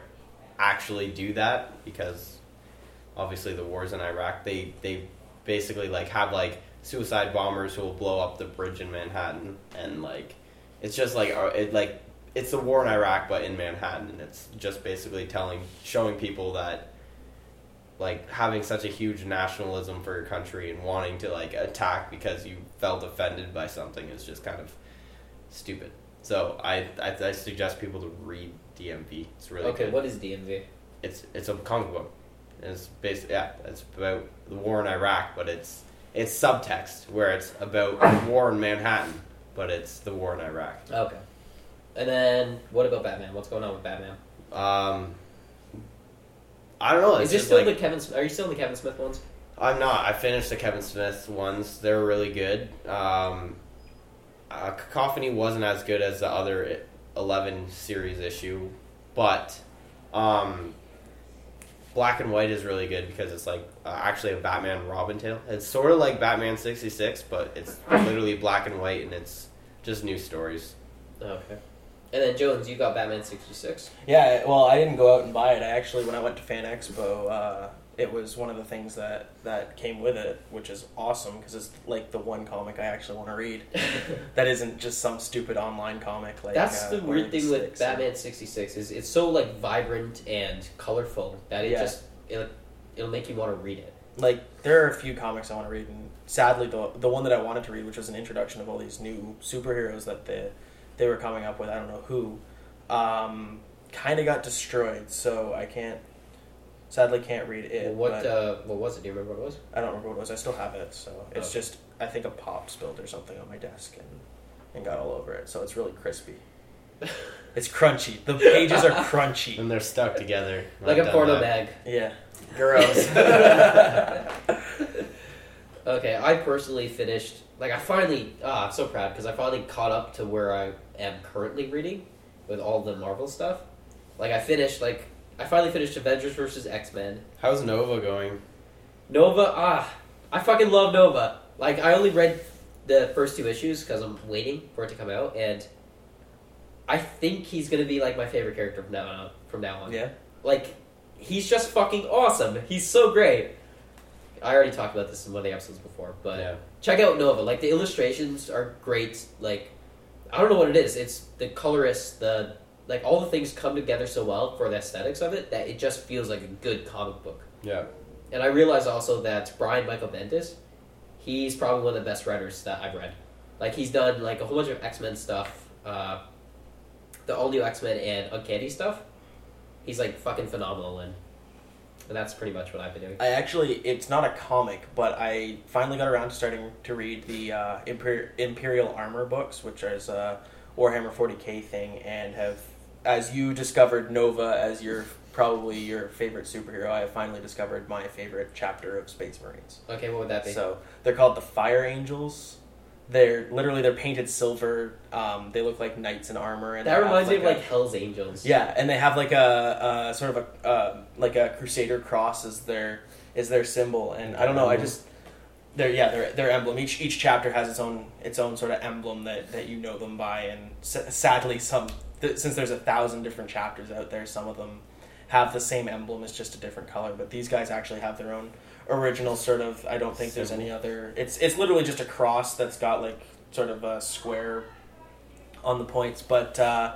[SPEAKER 2] actually do that because obviously the wars in Iraq they they basically like have like suicide bombers who will blow up the bridge in Manhattan and like it's just like uh, it like it's the war in Iraq, but in Manhattan, and it's just basically telling, showing people that, like, having such a huge nationalism for your country and wanting to like attack because you felt offended by something is just kind of stupid. So I I, I suggest people to read DMV. It's really
[SPEAKER 4] okay,
[SPEAKER 2] good.
[SPEAKER 4] what is DMV?
[SPEAKER 2] It's it's a comic book. And It's based yeah. It's about the war in Iraq, but it's it's subtext where it's about the war in Manhattan, but it's the war in Iraq.
[SPEAKER 4] Okay. And then what about Batman? What's going on with Batman?
[SPEAKER 2] Um, I don't know. It's
[SPEAKER 4] is this
[SPEAKER 2] just
[SPEAKER 4] still
[SPEAKER 2] like
[SPEAKER 4] Oh, the Kevin? Sm- Are you still in the Kevin Smith ones?
[SPEAKER 2] I'm not. I finished the Kevin Smith ones. They're really good. Um, uh, Cacophony wasn't as good as the other eleven series issue, but um, Black and White is really good because it's like uh, actually a Batman Robin tale. It's sort of like Batman sixty six, but it's literally black and white, and it's just new stories.
[SPEAKER 4] Okay. And then Jones, you got Batman sixty six.
[SPEAKER 3] Yeah, well, I didn't go out and buy it. I actually, when I went to Fan Expo, uh, it was one of the things that that came with it, which is awesome because it's like the one comic I actually want to read that isn't just some stupid online comic. Like
[SPEAKER 4] That's
[SPEAKER 3] uh,
[SPEAKER 4] the weird thing with
[SPEAKER 3] Sticks and-
[SPEAKER 4] Batman sixty six is it's so like vibrant and colorful that it
[SPEAKER 3] Yeah.
[SPEAKER 4] just it'll, it'll make you want to read it.
[SPEAKER 3] Like there are a few comics I want to read, and sadly, the the one that I wanted to read, which was an introduction of all these new superheroes that the they were coming up with, I don't know who, um, kind of got destroyed. So I can't, sadly, can't read it.
[SPEAKER 4] Well, what
[SPEAKER 3] but-
[SPEAKER 4] uh, what was it? Do you remember what it was?
[SPEAKER 3] I don't remember what it was. I still have it, so it's
[SPEAKER 4] Oh.
[SPEAKER 3] just I think a pop spilled or something on my desk and and got all over it. So it's really crispy. It's crunchy. The pages are crunchy.
[SPEAKER 2] And they're stuck together.
[SPEAKER 4] Like
[SPEAKER 2] I've
[SPEAKER 4] a
[SPEAKER 2] done
[SPEAKER 4] porno
[SPEAKER 2] that.
[SPEAKER 4] bag.
[SPEAKER 3] Yeah.
[SPEAKER 2] Gross.
[SPEAKER 4] Okay, I personally finished. Like I finally, ah, I'm so proud because I finally caught up to where I am currently reading with all the Marvel stuff. Like I finished. Like I finally finished Avengers versus X Men.
[SPEAKER 2] How's Nova going?
[SPEAKER 4] Nova, ah, I fucking love Nova. Like I only read the first two issues because I'm waiting for it to come out, and I think he's gonna be like my favorite character from now on. From now on,
[SPEAKER 3] Yeah.
[SPEAKER 4] like he's just fucking awesome. He's so great. I already talked about this in one of the episodes before, but
[SPEAKER 2] Yeah.
[SPEAKER 4] check out Nova. Like the illustrations are great. Like I don't know what it is. It's the colorist, the like all the things come together so well for the aesthetics of it that it just feels like a good comic book.
[SPEAKER 2] Yeah.
[SPEAKER 4] And I realize also that Brian Michael Bendis, he's probably one of the best writers that I've read. Like he's done like a whole bunch of X Men stuff, uh, the all new X Men and Uncanny stuff. He's like fucking phenomenal, and, and that's pretty much what I've been doing.
[SPEAKER 3] I actually, it's not a comic, but I finally got around to starting to read the uh, Imper- Imperial Armor books, which is a Warhammer 40k thing, and have, as you discovered Nova as your probably your favorite superhero, I have finally discovered my favorite chapter of Space Marines.
[SPEAKER 4] Okay, what would that be?
[SPEAKER 3] So they're called the Fire Angels. They're literally they're painted silver. Um, they look like knights in armor. And they
[SPEAKER 4] that
[SPEAKER 3] have,
[SPEAKER 4] reminds me of
[SPEAKER 3] a-
[SPEAKER 4] like Hell's Angels.
[SPEAKER 3] uh, yeah, and they have like a, a sort of a uh, like a crusader cross is their is their symbol, and I don't know. I just they're yeah they're their emblem. Each each chapter has its own its own sort of emblem that that you know them by, and s- sadly some th- since there's a thousand different chapters out there, some of them have the same emblem. It's just a different color, but these guys actually have their own original sort of. I don't think there's any other. It's it's literally just a cross that's got like sort of a square on the points, but. uh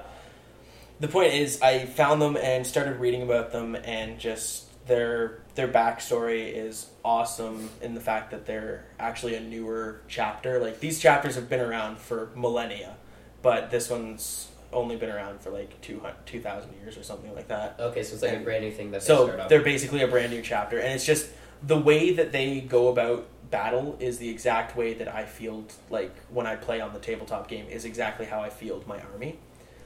[SPEAKER 3] the point is I found them and started reading about them and just their their backstory is awesome in the fact that they're actually a newer chapter. Like these chapters have been around for millennia, but this one's only been around for like 200, 2000 years or something like that
[SPEAKER 4] Okay, so it's like a brand new thing that they start
[SPEAKER 3] so
[SPEAKER 4] off.
[SPEAKER 3] they're basically a brand new chapter and it's just the way that they go about battle is the exact way that i field like when i play on the tabletop game is exactly how i field my army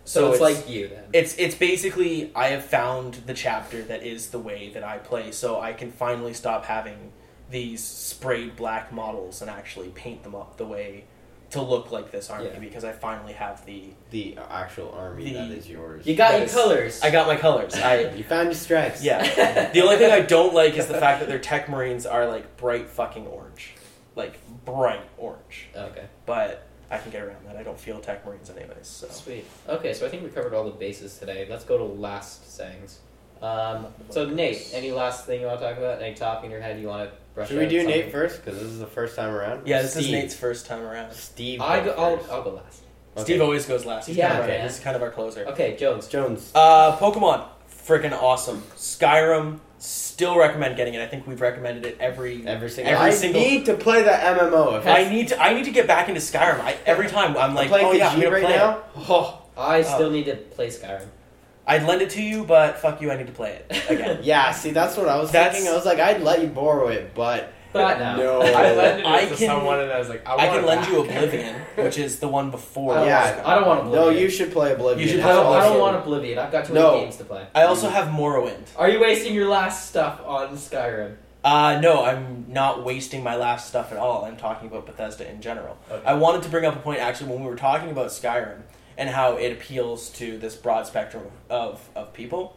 [SPEAKER 4] So, it's,
[SPEAKER 3] like.
[SPEAKER 4] like you then.
[SPEAKER 3] It's it's basically I have found the chapter that is the way that I play, so I can finally stop having these sprayed black models and actually paint them up the way to look like this army
[SPEAKER 4] Yeah.
[SPEAKER 3] because I finally have the
[SPEAKER 2] The actual army
[SPEAKER 3] The-
[SPEAKER 2] that is yours.
[SPEAKER 4] You got
[SPEAKER 3] that
[SPEAKER 4] your
[SPEAKER 3] is-
[SPEAKER 4] colors.
[SPEAKER 3] I got my colors. I
[SPEAKER 2] You found your stripes.
[SPEAKER 3] yeah. The only thing I don't like is the fact that their tech marines are like bright fucking orange. Like bright orange.
[SPEAKER 4] Okay,
[SPEAKER 3] But I can get around that. I don't feel tech marines anyways, so
[SPEAKER 4] sweet. Okay, so I think we covered all the bases today. Let's go to last sayings. Um, so Nate, any last thing you want to talk about? Any top in your head you want to brush?
[SPEAKER 2] Should we
[SPEAKER 4] out
[SPEAKER 2] do
[SPEAKER 4] something?
[SPEAKER 2] Nate first? Because this is the first time around.
[SPEAKER 3] yeah, this is
[SPEAKER 2] Steve.
[SPEAKER 3] Nate's first time around.
[SPEAKER 2] Steve.
[SPEAKER 4] I go,
[SPEAKER 2] went first.
[SPEAKER 4] I'll, I'll go last.
[SPEAKER 2] Okay.
[SPEAKER 3] Steve always goes last. He's
[SPEAKER 4] Yeah,
[SPEAKER 3] kind of
[SPEAKER 4] okay.
[SPEAKER 3] our, he's kind of our closer.
[SPEAKER 4] Okay, Jones.
[SPEAKER 2] Jones.
[SPEAKER 3] Uh, Pokemon, freaking awesome. Skyrim, still recommend getting it. I think we've recommended it every.
[SPEAKER 2] Every single.
[SPEAKER 3] Every
[SPEAKER 2] I
[SPEAKER 3] single-
[SPEAKER 2] need to play that MMO. If
[SPEAKER 3] I need to. I need to get back into Skyrim. I, every time I'm like,
[SPEAKER 2] I'm playing
[SPEAKER 3] oh yeah,
[SPEAKER 2] Khajiit
[SPEAKER 3] I'm gonna
[SPEAKER 2] right
[SPEAKER 3] play it.
[SPEAKER 2] now. Oh,
[SPEAKER 4] I
[SPEAKER 3] Oh.
[SPEAKER 4] still need to play Skyrim.
[SPEAKER 3] I'd lend it to you, but fuck you, I need to play it again.
[SPEAKER 2] yeah. See, that's what I was
[SPEAKER 3] That's-
[SPEAKER 2] thinking. I was like, I'd let you borrow it, but
[SPEAKER 4] But no.
[SPEAKER 2] No.
[SPEAKER 6] I lent it
[SPEAKER 3] I
[SPEAKER 6] to
[SPEAKER 3] can-
[SPEAKER 6] someone and I was like, I,
[SPEAKER 3] I
[SPEAKER 6] want
[SPEAKER 3] can
[SPEAKER 6] it
[SPEAKER 3] lend you
[SPEAKER 6] back.
[SPEAKER 3] Oblivion, which is the one before.
[SPEAKER 2] Yeah.
[SPEAKER 3] Skyrim.
[SPEAKER 4] I don't want to.
[SPEAKER 2] no, you should play Oblivion.
[SPEAKER 3] You should
[SPEAKER 4] I
[SPEAKER 2] That's
[SPEAKER 4] don't,
[SPEAKER 2] all
[SPEAKER 4] I don't
[SPEAKER 2] should-
[SPEAKER 4] want Oblivion. I've got too
[SPEAKER 2] No.
[SPEAKER 4] many games to play.
[SPEAKER 3] I also have Morrowind.
[SPEAKER 4] Are you wasting your last stuff on Skyrim?
[SPEAKER 3] Uh, no, I'm not wasting my last stuff at all. I'm talking about Bethesda in general.
[SPEAKER 4] Okay.
[SPEAKER 3] I wanted to bring up a point actually when we were talking about Skyrim and how it appeals to this broad spectrum of, of people.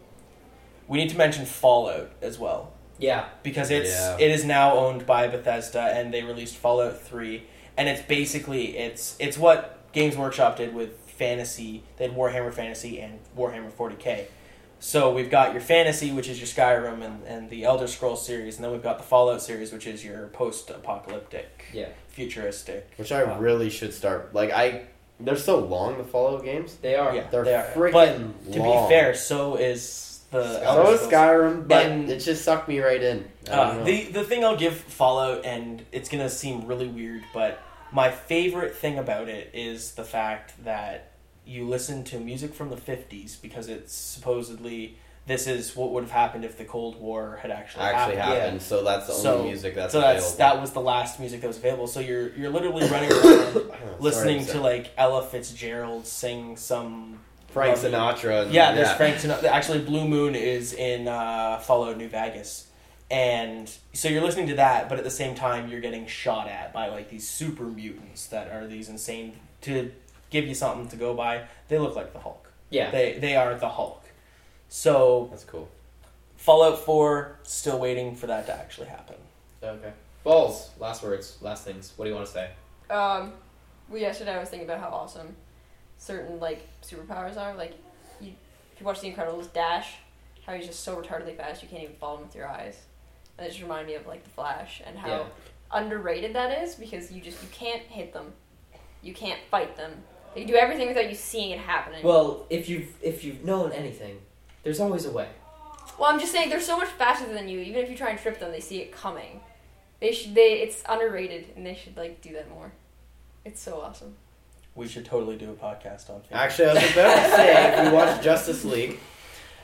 [SPEAKER 3] We need to mention Fallout as well
[SPEAKER 4] Yeah.
[SPEAKER 3] because it's
[SPEAKER 2] Yeah.
[SPEAKER 3] it is now owned by Bethesda and they released Fallout 3 and it's basically it's it's what Games Workshop did with fantasy they had Warhammer Fantasy and Warhammer 40K. So we've got your fantasy which is your Skyrim and, and the Elder Scrolls series and then we've got the Fallout series which is your post-apocalyptic
[SPEAKER 4] Yeah.
[SPEAKER 3] futuristic.
[SPEAKER 2] Which I
[SPEAKER 3] Uh,
[SPEAKER 2] really should start. Like I, they're so long. The Fallout games.
[SPEAKER 4] They are.
[SPEAKER 3] Yeah,
[SPEAKER 2] They're
[SPEAKER 3] they are.
[SPEAKER 2] freaking
[SPEAKER 3] But to
[SPEAKER 2] long.
[SPEAKER 3] be fair, so is the Elder
[SPEAKER 2] so is
[SPEAKER 3] Scrolls.
[SPEAKER 2] Skyrim, but
[SPEAKER 3] And-
[SPEAKER 2] it just sucked me right in. I don't
[SPEAKER 3] Uh,
[SPEAKER 2] know.
[SPEAKER 3] the the thing I'll give Fallout, and it's gonna seem really weird, but my favorite thing about it is the fact that you listen to music from the '50s because it's supposedly this is what would have happened if the Cold War had actually,
[SPEAKER 2] actually
[SPEAKER 3] happened.
[SPEAKER 4] yeah.
[SPEAKER 2] happened. So that's the
[SPEAKER 3] So-
[SPEAKER 2] only music that's
[SPEAKER 3] so that's
[SPEAKER 2] available.
[SPEAKER 3] that was the last music that was available. So you're you're literally running around
[SPEAKER 2] Sorry,
[SPEAKER 3] listening
[SPEAKER 2] I'm
[SPEAKER 3] to
[SPEAKER 2] sorry.
[SPEAKER 3] like Ella Fitzgerald sing some
[SPEAKER 2] Frank
[SPEAKER 3] Lovely-
[SPEAKER 2] Sinatra. And,
[SPEAKER 3] yeah, there's Frank Sinatra. Actually, Blue Moon is in uh, Fallout New Vegas. And so you're listening to that, but at the same time, you're getting shot at by like these super mutants that are these insane. To give you something to go by, they look like the Hulk.
[SPEAKER 4] Yeah.
[SPEAKER 3] They, they are the Hulk. So
[SPEAKER 2] That's cool.
[SPEAKER 3] Fallout 4, still waiting for that to actually happen.
[SPEAKER 4] Okay. Balls. Last words. Last things. What do you want to say?
[SPEAKER 5] Um, well, yesterday I was thinking about how awesome certain like superpowers are. Like, you, if you watch The Incredibles, Dash, how he's just so retardedly fast you can't even follow him with your eyes. And it just reminded me of like the Flash and how
[SPEAKER 4] Yeah.
[SPEAKER 5] underrated that is because you just you can't hit them, you can't fight them. They do everything without you seeing it happening.
[SPEAKER 4] Well, if you've if you've known anything, there's always a way.
[SPEAKER 5] Well, I'm just saying they're so much faster than you. Even if you try and trip them, they see it coming. They should. They it's underrated, and they should like do that more. It's so awesome.
[SPEAKER 3] We should totally do a podcast on Fallout.
[SPEAKER 2] Actually, I was about to say if you watch Justice League,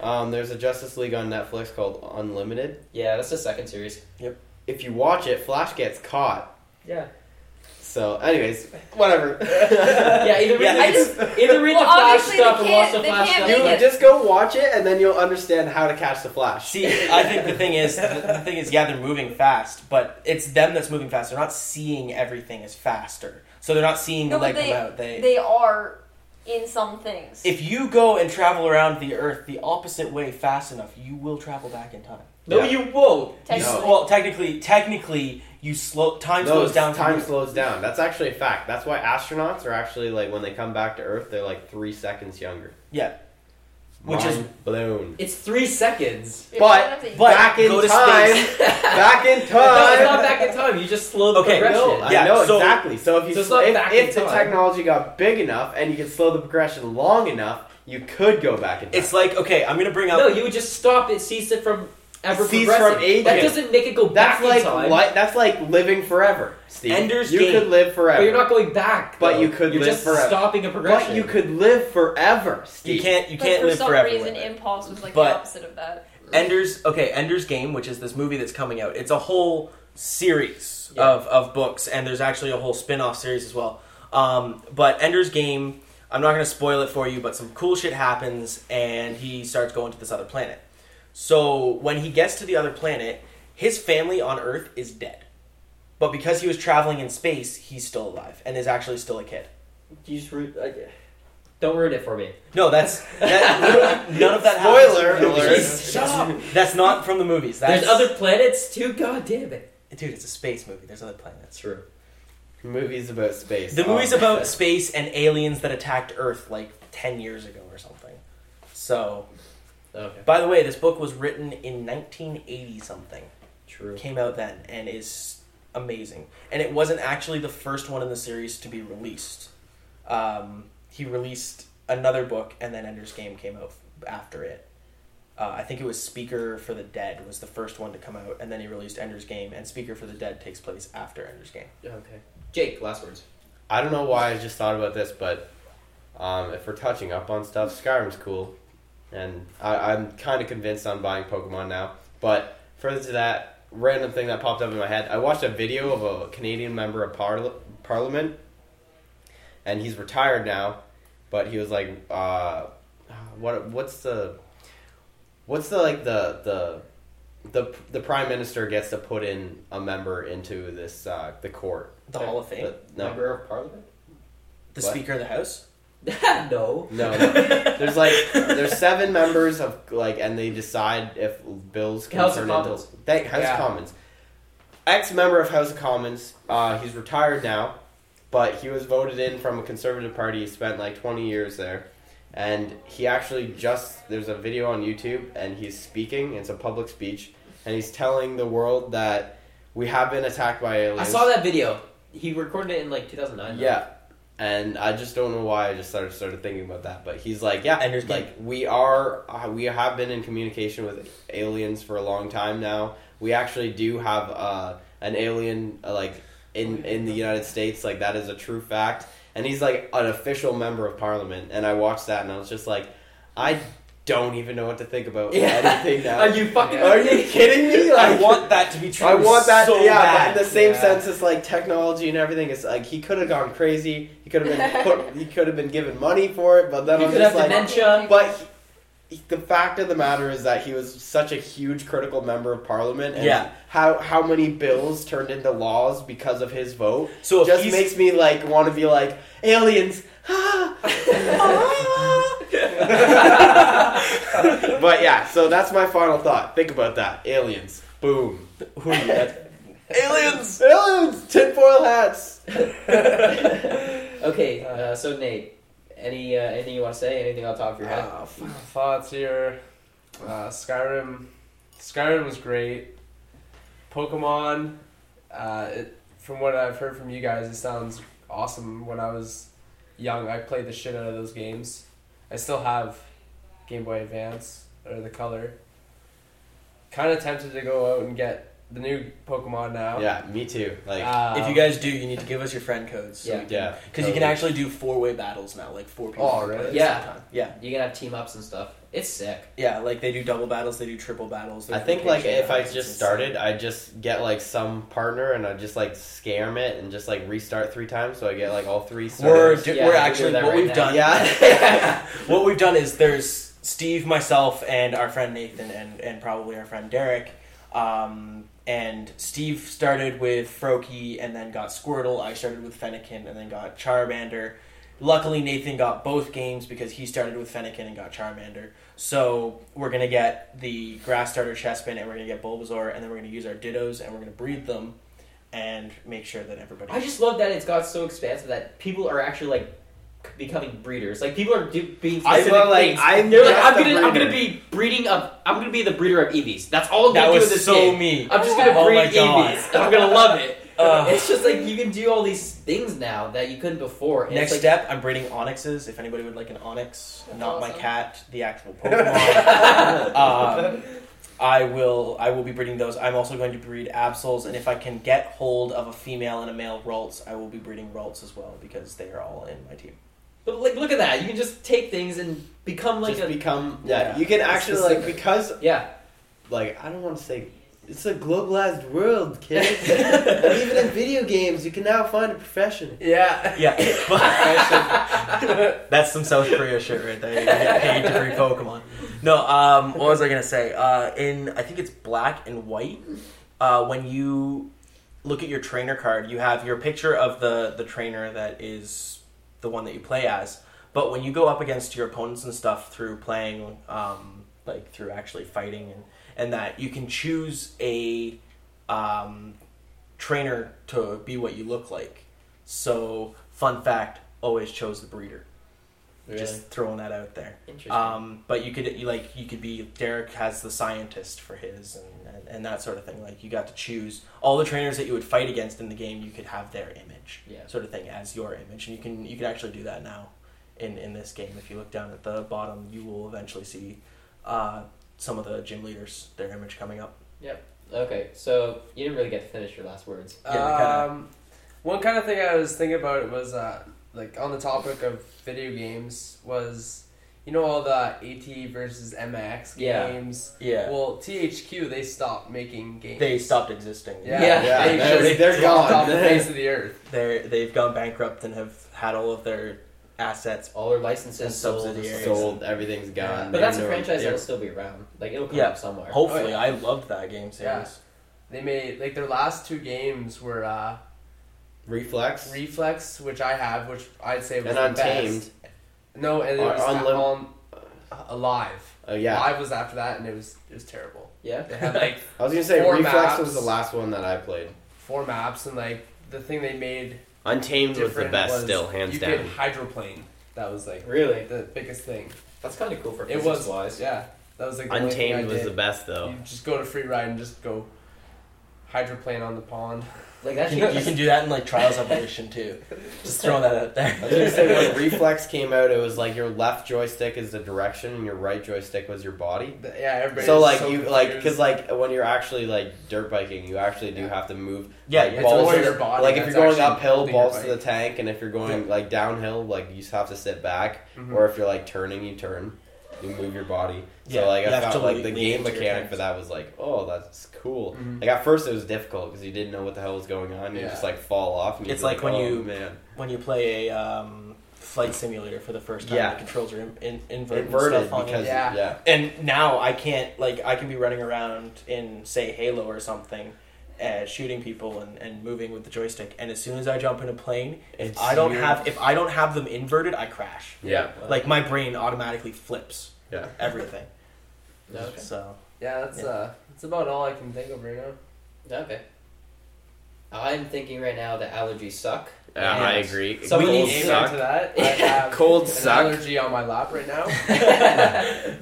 [SPEAKER 2] um, there's a Justice League on Netflix called Unlimited.
[SPEAKER 4] Yeah, that's the second series.
[SPEAKER 2] If you watch it, Flash gets caught.
[SPEAKER 4] Yeah.
[SPEAKER 2] So, anyways, whatever.
[SPEAKER 4] Yeah. Either read,
[SPEAKER 3] Yeah,
[SPEAKER 4] the,
[SPEAKER 5] I just-
[SPEAKER 4] either read
[SPEAKER 5] Well,
[SPEAKER 4] the Flash
[SPEAKER 5] obviously they
[SPEAKER 4] stuff or watch
[SPEAKER 5] can't-
[SPEAKER 4] the
[SPEAKER 5] they
[SPEAKER 4] Flash
[SPEAKER 5] can't
[SPEAKER 4] stuff.
[SPEAKER 5] make
[SPEAKER 2] You
[SPEAKER 5] it.
[SPEAKER 2] just go watch it, and then you'll understand how to catch the Flash.
[SPEAKER 3] See, I think the thing is, the, the thing is, yeah, they're moving fast, but it's them that's moving fast. They're not seeing everything as faster, so they're not seeing
[SPEAKER 5] No,
[SPEAKER 3] the light
[SPEAKER 5] but they-
[SPEAKER 3] come out. They,
[SPEAKER 5] They are in some things.
[SPEAKER 3] if you go and travel around the Earth the opposite way fast enough, you will travel back in time.
[SPEAKER 4] No,
[SPEAKER 2] Yeah.
[SPEAKER 4] you won't.
[SPEAKER 3] You
[SPEAKER 5] Technically.
[SPEAKER 3] s- well, technically, technically, you slow time
[SPEAKER 2] No,
[SPEAKER 3] slows
[SPEAKER 2] it's-
[SPEAKER 3] down. for
[SPEAKER 2] Time
[SPEAKER 3] you.
[SPEAKER 2] slows down. That's actually a fact. That's why astronauts are actually like when they come back to Earth, they're like three seconds younger.
[SPEAKER 3] Yeah. Which is-
[SPEAKER 2] Mind blown.
[SPEAKER 4] It's three seconds.
[SPEAKER 5] You're
[SPEAKER 2] but-
[SPEAKER 5] kind of the-
[SPEAKER 3] but-
[SPEAKER 2] back in
[SPEAKER 3] go to
[SPEAKER 2] time.
[SPEAKER 3] space.
[SPEAKER 2] back in
[SPEAKER 4] No, it's
[SPEAKER 2] time.
[SPEAKER 4] not back in time. You just slow the
[SPEAKER 3] Okay,
[SPEAKER 4] progression.
[SPEAKER 2] No, I
[SPEAKER 3] Yeah,
[SPEAKER 2] know
[SPEAKER 3] so-
[SPEAKER 2] exactly. So if you
[SPEAKER 4] So it's not
[SPEAKER 2] if,
[SPEAKER 4] back
[SPEAKER 2] if
[SPEAKER 4] in
[SPEAKER 2] the
[SPEAKER 4] time.
[SPEAKER 2] technology got big enough and you could slow the progression long enough, you could go back in time.
[SPEAKER 3] It's like okay, I'm gonna bring up.
[SPEAKER 4] No, you would just stop it, cease it from ever
[SPEAKER 2] Cease
[SPEAKER 4] progressing.
[SPEAKER 2] from aging.
[SPEAKER 4] That doesn't make it go back
[SPEAKER 2] that's like
[SPEAKER 4] in time.
[SPEAKER 2] li- that's like living forever, Steve.
[SPEAKER 3] Ender's
[SPEAKER 2] you
[SPEAKER 3] Game.
[SPEAKER 2] could live forever.
[SPEAKER 4] But you're not going back.
[SPEAKER 2] But
[SPEAKER 4] though.
[SPEAKER 2] you could
[SPEAKER 4] You're
[SPEAKER 2] live
[SPEAKER 4] just
[SPEAKER 2] forever.
[SPEAKER 4] stopping a progression.
[SPEAKER 2] but you could live forever, Steve.
[SPEAKER 3] you can't you
[SPEAKER 5] but
[SPEAKER 3] can't
[SPEAKER 5] for
[SPEAKER 3] live
[SPEAKER 5] some
[SPEAKER 3] forever.
[SPEAKER 5] reason,
[SPEAKER 3] with it.
[SPEAKER 5] impulse was like
[SPEAKER 3] But-
[SPEAKER 5] the opposite of that.
[SPEAKER 3] Ender's okay, Ender's Game, which is this movie that's coming out. It's a whole series
[SPEAKER 4] Yeah.
[SPEAKER 3] of, of books, and there's actually a whole spin-off series as well. Um, but Ender's Game, I'm not gonna spoil it for you, but some cool shit happens, and he starts going to this other planet. So when he gets to the other planet, his family on Earth is dead. But because he was traveling in space, he's still alive and is actually still a kid.
[SPEAKER 4] You just root. I, don't ruin it for me.
[SPEAKER 3] No, that's that, literally none of that
[SPEAKER 2] Spoiler
[SPEAKER 3] happens. in the
[SPEAKER 2] alert.
[SPEAKER 3] movies.
[SPEAKER 4] Jeez, shut up.
[SPEAKER 3] That's not from the movies. That's
[SPEAKER 4] There's other planets too. God damn it.
[SPEAKER 3] Dude, it's a space movie. There's other planets. Oh,
[SPEAKER 4] True.
[SPEAKER 2] Movies about space.
[SPEAKER 3] The
[SPEAKER 2] Um,
[SPEAKER 3] movie's about space and aliens that attacked Earth like 10 years ago or something. So,
[SPEAKER 4] Okay.
[SPEAKER 3] by the way, this book was written in 1980 something.
[SPEAKER 4] True.
[SPEAKER 3] Came out then and is amazing. And it wasn't actually the first one in the series to be released. Um, he released another book and then Ender's Game came out after it. Uh, I think it was Speaker for the Dead was the first one to come out, and then he released Ender's Game, and Speaker for the Dead takes place after Ender's Game.
[SPEAKER 4] Okay. Jake, last words.
[SPEAKER 2] I don't know why I just thought about this, but um, if we're touching up on stuff, Skyrim's cool, and I, I'm kind of convinced I'm buying Pokemon now. But further to that, random thing that popped up in my head, I watched a video of a Canadian member of parli- Parliament, and he's retired now, but he was like, uh, what what's the what's the like the the the the prime minister gets to put in a member into this uh, the court.
[SPEAKER 3] The Hall of Fame?
[SPEAKER 2] But no,
[SPEAKER 4] Member of Parliament?
[SPEAKER 3] The
[SPEAKER 2] What?
[SPEAKER 3] Speaker of the House?
[SPEAKER 4] no.
[SPEAKER 2] no, no. There's like there's seven members of like, and they decide if bills can
[SPEAKER 4] House of
[SPEAKER 2] turn
[SPEAKER 4] Commons.
[SPEAKER 2] into thank House
[SPEAKER 6] Yeah.
[SPEAKER 2] of Commons. Ex member of House of Commons, uh, he's retired now, but he was voted in from a conservative party. He spent like twenty years there, and he actually just there's a video on YouTube, and he's speaking. It's a public speech, and he's telling the world that we have been attacked by aliens.
[SPEAKER 4] I saw that video. He recorded it in like 2009. though.
[SPEAKER 2] Yeah. And I just don't know why I just started started thinking about that, but he's like, yeah,
[SPEAKER 3] And here's the-
[SPEAKER 2] like we are uh, we have been in communication with aliens for a long time now. We actually do have uh, an alien uh, like in in the United States, like that is a true fact. And he's like an official member of Parliament, and I watched that and I was just like, I don't even know what to think about
[SPEAKER 4] Yeah.
[SPEAKER 2] anything now.
[SPEAKER 4] Are you fucking
[SPEAKER 2] Are you kidding me?
[SPEAKER 3] I
[SPEAKER 2] Like,
[SPEAKER 3] want that to be true.
[SPEAKER 2] I want that.
[SPEAKER 3] so
[SPEAKER 2] yeah,
[SPEAKER 3] bad.
[SPEAKER 2] but in the same
[SPEAKER 3] Yeah.
[SPEAKER 2] sense, it's like technology and everything. It's like he could have gone crazy. He could have been put, he could have been given money for it. But then
[SPEAKER 4] You
[SPEAKER 2] I'm
[SPEAKER 4] could
[SPEAKER 2] just
[SPEAKER 4] have
[SPEAKER 2] like,
[SPEAKER 4] dementia.
[SPEAKER 2] but he, he- the fact of the matter is that he was such a huge critical member of parliament. And
[SPEAKER 3] Yeah.
[SPEAKER 2] How how many bills turned into laws because of his vote?
[SPEAKER 3] So if
[SPEAKER 2] just
[SPEAKER 3] he's-
[SPEAKER 2] makes me like want to be like aliens. ah, ah. but yeah, so that's my final thought. Think about that. Aliens. Boom.
[SPEAKER 3] Who are you? That-
[SPEAKER 2] Aliens! Aliens! Tinfoil hats!
[SPEAKER 4] Okay, uh, so Nate, any uh, anything you want to say? Anything on top of your head?
[SPEAKER 2] Um,
[SPEAKER 6] Uh, final thoughts here. Uh, Skyrim. Skyrim was great. Pokemon. Uh, it, from what I've heard from you guys, it sounds awesome. When I was young, I played the shit out of those games. I still have Game Boy Advance or the color. Kind of tempted to go out and get the new Pokemon now.
[SPEAKER 2] Yeah, me too. Like,
[SPEAKER 4] Ah.
[SPEAKER 6] Uh,
[SPEAKER 3] if you guys do, you need to give us your friend codes. So
[SPEAKER 4] Yeah.
[SPEAKER 3] we
[SPEAKER 2] Um,
[SPEAKER 3] can-
[SPEAKER 2] yeah.
[SPEAKER 3] Because you can actually do four way battles now, like four people.
[SPEAKER 6] Oh,
[SPEAKER 3] can play
[SPEAKER 6] really?
[SPEAKER 3] at the
[SPEAKER 4] Yeah.
[SPEAKER 3] same time. Yeah.
[SPEAKER 4] You can have team ups and stuff. It's sick.
[SPEAKER 3] Yeah. Like they do double battles, they do triple battles.
[SPEAKER 2] I
[SPEAKER 3] there's
[SPEAKER 2] think, like,
[SPEAKER 3] vacation
[SPEAKER 2] if I
[SPEAKER 3] rounds,
[SPEAKER 2] just
[SPEAKER 3] it's
[SPEAKER 2] started, I'd just get, like, some partner and I'd just, like, scam it and just, like, restart three times so I get, like, all three
[SPEAKER 3] insane. We're,
[SPEAKER 2] stars.
[SPEAKER 3] do-
[SPEAKER 4] Yeah,
[SPEAKER 3] we're
[SPEAKER 4] we're
[SPEAKER 3] actually,
[SPEAKER 4] doing that
[SPEAKER 3] what
[SPEAKER 4] right
[SPEAKER 3] we've
[SPEAKER 4] now.
[SPEAKER 3] done.
[SPEAKER 2] Yeah.
[SPEAKER 3] what we've done is there's Steve, myself, and our friend Nathan, and, and probably our friend Derek. Um, and Steve started with Froakie and then got Squirtle. I started with Fennekin and then got Charmander. Luckily, Nathan got both games because he started with Fennekin and got Charmander. So we're gonna get the Grass Starter Chespin and we're gonna get Bulbasaur, and then we're gonna use our Dittos and we're gonna breed them and make sure that everybody.
[SPEAKER 4] I just love that it's got so expansive that people are actually like becoming breeders. Like people are do- being
[SPEAKER 2] I
[SPEAKER 4] specific
[SPEAKER 2] love, like,
[SPEAKER 4] things.
[SPEAKER 2] I'm
[SPEAKER 4] They're like,
[SPEAKER 2] just
[SPEAKER 4] I'm
[SPEAKER 2] a
[SPEAKER 4] gonna, I'm
[SPEAKER 2] breeder.
[SPEAKER 4] gonna be breeding of, I'm gonna be the breeder of Eevees. That's all I'm
[SPEAKER 3] that
[SPEAKER 4] gonna do
[SPEAKER 3] was
[SPEAKER 4] with this
[SPEAKER 3] so
[SPEAKER 4] game.
[SPEAKER 3] me.
[SPEAKER 4] I'm just gonna
[SPEAKER 3] Oh
[SPEAKER 4] breed
[SPEAKER 3] my God.
[SPEAKER 4] Eevees. I'm gonna love it.
[SPEAKER 3] Ugh.
[SPEAKER 4] it's just like you can do all these things now that you couldn't before. and it's
[SPEAKER 3] Next
[SPEAKER 4] like,
[SPEAKER 3] step, I'm breeding onyxes. If anybody would like an onyx,
[SPEAKER 5] That's
[SPEAKER 3] not my
[SPEAKER 5] awesome.
[SPEAKER 3] cat, the actual Pokemon, um, I will. I will be breeding those. I'm also going to breed Absols, and if I can get hold of a female and a male Ralts, I will be breeding Ralts as well because they are all in my team.
[SPEAKER 4] But like, look at that. You can just take things and become like
[SPEAKER 2] just
[SPEAKER 4] a
[SPEAKER 2] become. Yeah,
[SPEAKER 3] Yeah.
[SPEAKER 2] you can
[SPEAKER 4] It's
[SPEAKER 2] actually,
[SPEAKER 4] just
[SPEAKER 2] like,
[SPEAKER 4] like-
[SPEAKER 2] because,
[SPEAKER 4] yeah.
[SPEAKER 2] like, I don't want to say. It's a globalized world, kids. and even in video games, you can now find a profession.
[SPEAKER 6] Yeah.
[SPEAKER 3] Yeah, that's some South Korea shit right there. You get paid to breed Pokemon. No, um, what was I gonna say? Uh, in I think it's black and white. Uh, when you look at your trainer card, you have your picture of the the trainer that is the one that you play as. But when you go up against your opponents and stuff through playing, um, like through actually fighting and and that, you can choose a um, trainer to be what you look like. So, fun fact: always chose the breeder. Just throwing that out there.
[SPEAKER 4] Interesting.
[SPEAKER 3] Um, but you could you like you could be Derek has the scientist for his and, and, and that sort of thing. Like you got to choose all the trainers that you would fight against in the game. You could have their image,
[SPEAKER 4] Yeah.
[SPEAKER 3] sort of thing, as your image, and you can you can actually do that now in in this game. If you look down at the bottom, you will eventually see uh, some of the gym leaders their image coming up.
[SPEAKER 4] Okay, so you didn't really get to finish your last words.
[SPEAKER 3] Yeah, we kinda-
[SPEAKER 6] um, one kind of thing I was thinking about was uh, like on the topic of video games was you know all the AT versus MX
[SPEAKER 4] Yeah.
[SPEAKER 6] games.
[SPEAKER 3] Yeah,
[SPEAKER 6] Well, THQ they stopped making games.
[SPEAKER 3] they stopped existing.
[SPEAKER 6] Yeah,
[SPEAKER 4] Yeah.
[SPEAKER 2] Yeah,
[SPEAKER 6] they
[SPEAKER 2] they're-
[SPEAKER 6] just
[SPEAKER 2] they're
[SPEAKER 6] dropped
[SPEAKER 2] gone.
[SPEAKER 6] off the face of the earth.
[SPEAKER 3] they they've gone bankrupt and have had all of their assets.
[SPEAKER 4] All their licenses
[SPEAKER 3] And
[SPEAKER 4] sold.
[SPEAKER 3] subsidiaries.
[SPEAKER 2] sold. Everything's gone.
[SPEAKER 3] Yeah.
[SPEAKER 4] But that's a
[SPEAKER 2] They're-
[SPEAKER 4] franchise
[SPEAKER 2] they're-
[SPEAKER 4] that'll still be around. Like it'll come
[SPEAKER 3] Yeah.
[SPEAKER 4] up somewhere.
[SPEAKER 3] Hopefully,
[SPEAKER 6] Oh, yeah.
[SPEAKER 3] I loved that game series.
[SPEAKER 6] Yeah. They made like their last two games were uh,
[SPEAKER 2] Reflex
[SPEAKER 6] Reflex, which I have, which I'd say was
[SPEAKER 2] and
[SPEAKER 6] the
[SPEAKER 2] Untamed.
[SPEAKER 6] best. No, and it
[SPEAKER 2] Or
[SPEAKER 6] was that
[SPEAKER 2] Unlim-
[SPEAKER 6] on Alive.
[SPEAKER 2] Oh yeah,
[SPEAKER 6] Alive was after that, and it was it was terrible.
[SPEAKER 4] Yeah.
[SPEAKER 6] They had like
[SPEAKER 2] I was gonna say
[SPEAKER 6] Four
[SPEAKER 2] Reflex
[SPEAKER 6] maps.
[SPEAKER 2] was the last one that I played.
[SPEAKER 6] four maps, and like the thing they made
[SPEAKER 2] Untamed was
[SPEAKER 6] different
[SPEAKER 2] the best,
[SPEAKER 6] was
[SPEAKER 2] still hands
[SPEAKER 6] you
[SPEAKER 2] down.
[SPEAKER 6] could hydroplane. That was like
[SPEAKER 4] Really?
[SPEAKER 6] the biggest thing.
[SPEAKER 4] That's kind of cool for
[SPEAKER 6] It was
[SPEAKER 4] wise.
[SPEAKER 6] yeah. That was like the only thing I
[SPEAKER 2] Untamed was
[SPEAKER 6] did.
[SPEAKER 2] the best though.
[SPEAKER 6] You just go to free ride and just go hydroplane on the pond.
[SPEAKER 4] Like that.
[SPEAKER 3] You,
[SPEAKER 4] shit
[SPEAKER 3] can, you
[SPEAKER 4] is-
[SPEAKER 3] can do that in like Trials Evolution too. Just throwing that out
[SPEAKER 2] I was gonna
[SPEAKER 3] there.
[SPEAKER 2] say when Reflex came out, it was like your left joystick is the direction, and your right joystick was your body.
[SPEAKER 6] Th- Yeah, everybody.
[SPEAKER 2] so
[SPEAKER 6] was
[SPEAKER 2] like
[SPEAKER 6] so
[SPEAKER 2] you like because
[SPEAKER 6] confused.
[SPEAKER 2] like when you're actually like dirt biking, you actually do
[SPEAKER 6] Yeah.
[SPEAKER 2] have to move.
[SPEAKER 3] Yeah,
[SPEAKER 2] like,
[SPEAKER 3] it's
[SPEAKER 2] balls
[SPEAKER 6] all
[SPEAKER 2] to the-
[SPEAKER 6] your body
[SPEAKER 2] Like if you're
[SPEAKER 6] that's
[SPEAKER 2] going
[SPEAKER 6] actually
[SPEAKER 2] uphill,
[SPEAKER 6] holding your
[SPEAKER 2] balls to the
[SPEAKER 6] bike.
[SPEAKER 2] tank, and if you're going like downhill, like you just have to sit back,
[SPEAKER 6] Mhm.
[SPEAKER 2] or if you're like turning, you turn, you move your body. So
[SPEAKER 3] Yeah,
[SPEAKER 2] like
[SPEAKER 3] you
[SPEAKER 2] I
[SPEAKER 3] have to
[SPEAKER 2] found like the
[SPEAKER 3] lean
[SPEAKER 2] game
[SPEAKER 3] into your
[SPEAKER 2] mechanic
[SPEAKER 3] hands.
[SPEAKER 2] for that was like, oh, that's cool.
[SPEAKER 6] Mhm.
[SPEAKER 2] Like at first it was difficult because you didn't know what the hell was going on. You
[SPEAKER 6] Yeah.
[SPEAKER 2] just like fall off. And you'd
[SPEAKER 3] It's
[SPEAKER 2] be
[SPEAKER 3] like when
[SPEAKER 2] oh,
[SPEAKER 3] you-
[SPEAKER 2] man
[SPEAKER 3] when you play a um, flight simulator for the first time,
[SPEAKER 2] Yeah.
[SPEAKER 3] the controls are in, in, inverted,
[SPEAKER 2] inverted
[SPEAKER 3] and stuff on
[SPEAKER 2] because
[SPEAKER 3] it.
[SPEAKER 6] Yeah.
[SPEAKER 2] yeah.
[SPEAKER 3] And now I can't like I can be running around in say Halo or something. Uh, shooting people and, and moving with the joystick, and as soon as I jump in a plane, if
[SPEAKER 2] It's
[SPEAKER 3] I don't
[SPEAKER 2] weird.
[SPEAKER 3] have if I don't have them inverted, I crash.
[SPEAKER 2] Yeah.
[SPEAKER 3] Like my brain automatically flips
[SPEAKER 2] Yeah.
[SPEAKER 3] everything.
[SPEAKER 4] Okay.
[SPEAKER 3] So
[SPEAKER 6] yeah, that's
[SPEAKER 3] Yeah.
[SPEAKER 6] uh, that's about all I can think of right now.
[SPEAKER 4] Okay. I'm thinking right now that allergies suck.
[SPEAKER 2] Yeah,
[SPEAKER 4] And
[SPEAKER 2] I agree.
[SPEAKER 4] So we
[SPEAKER 2] Cold
[SPEAKER 4] need
[SPEAKER 6] Amen
[SPEAKER 2] suck.
[SPEAKER 6] to that. I have
[SPEAKER 2] Cold
[SPEAKER 6] an
[SPEAKER 2] suck.
[SPEAKER 6] allergy on my lap right now.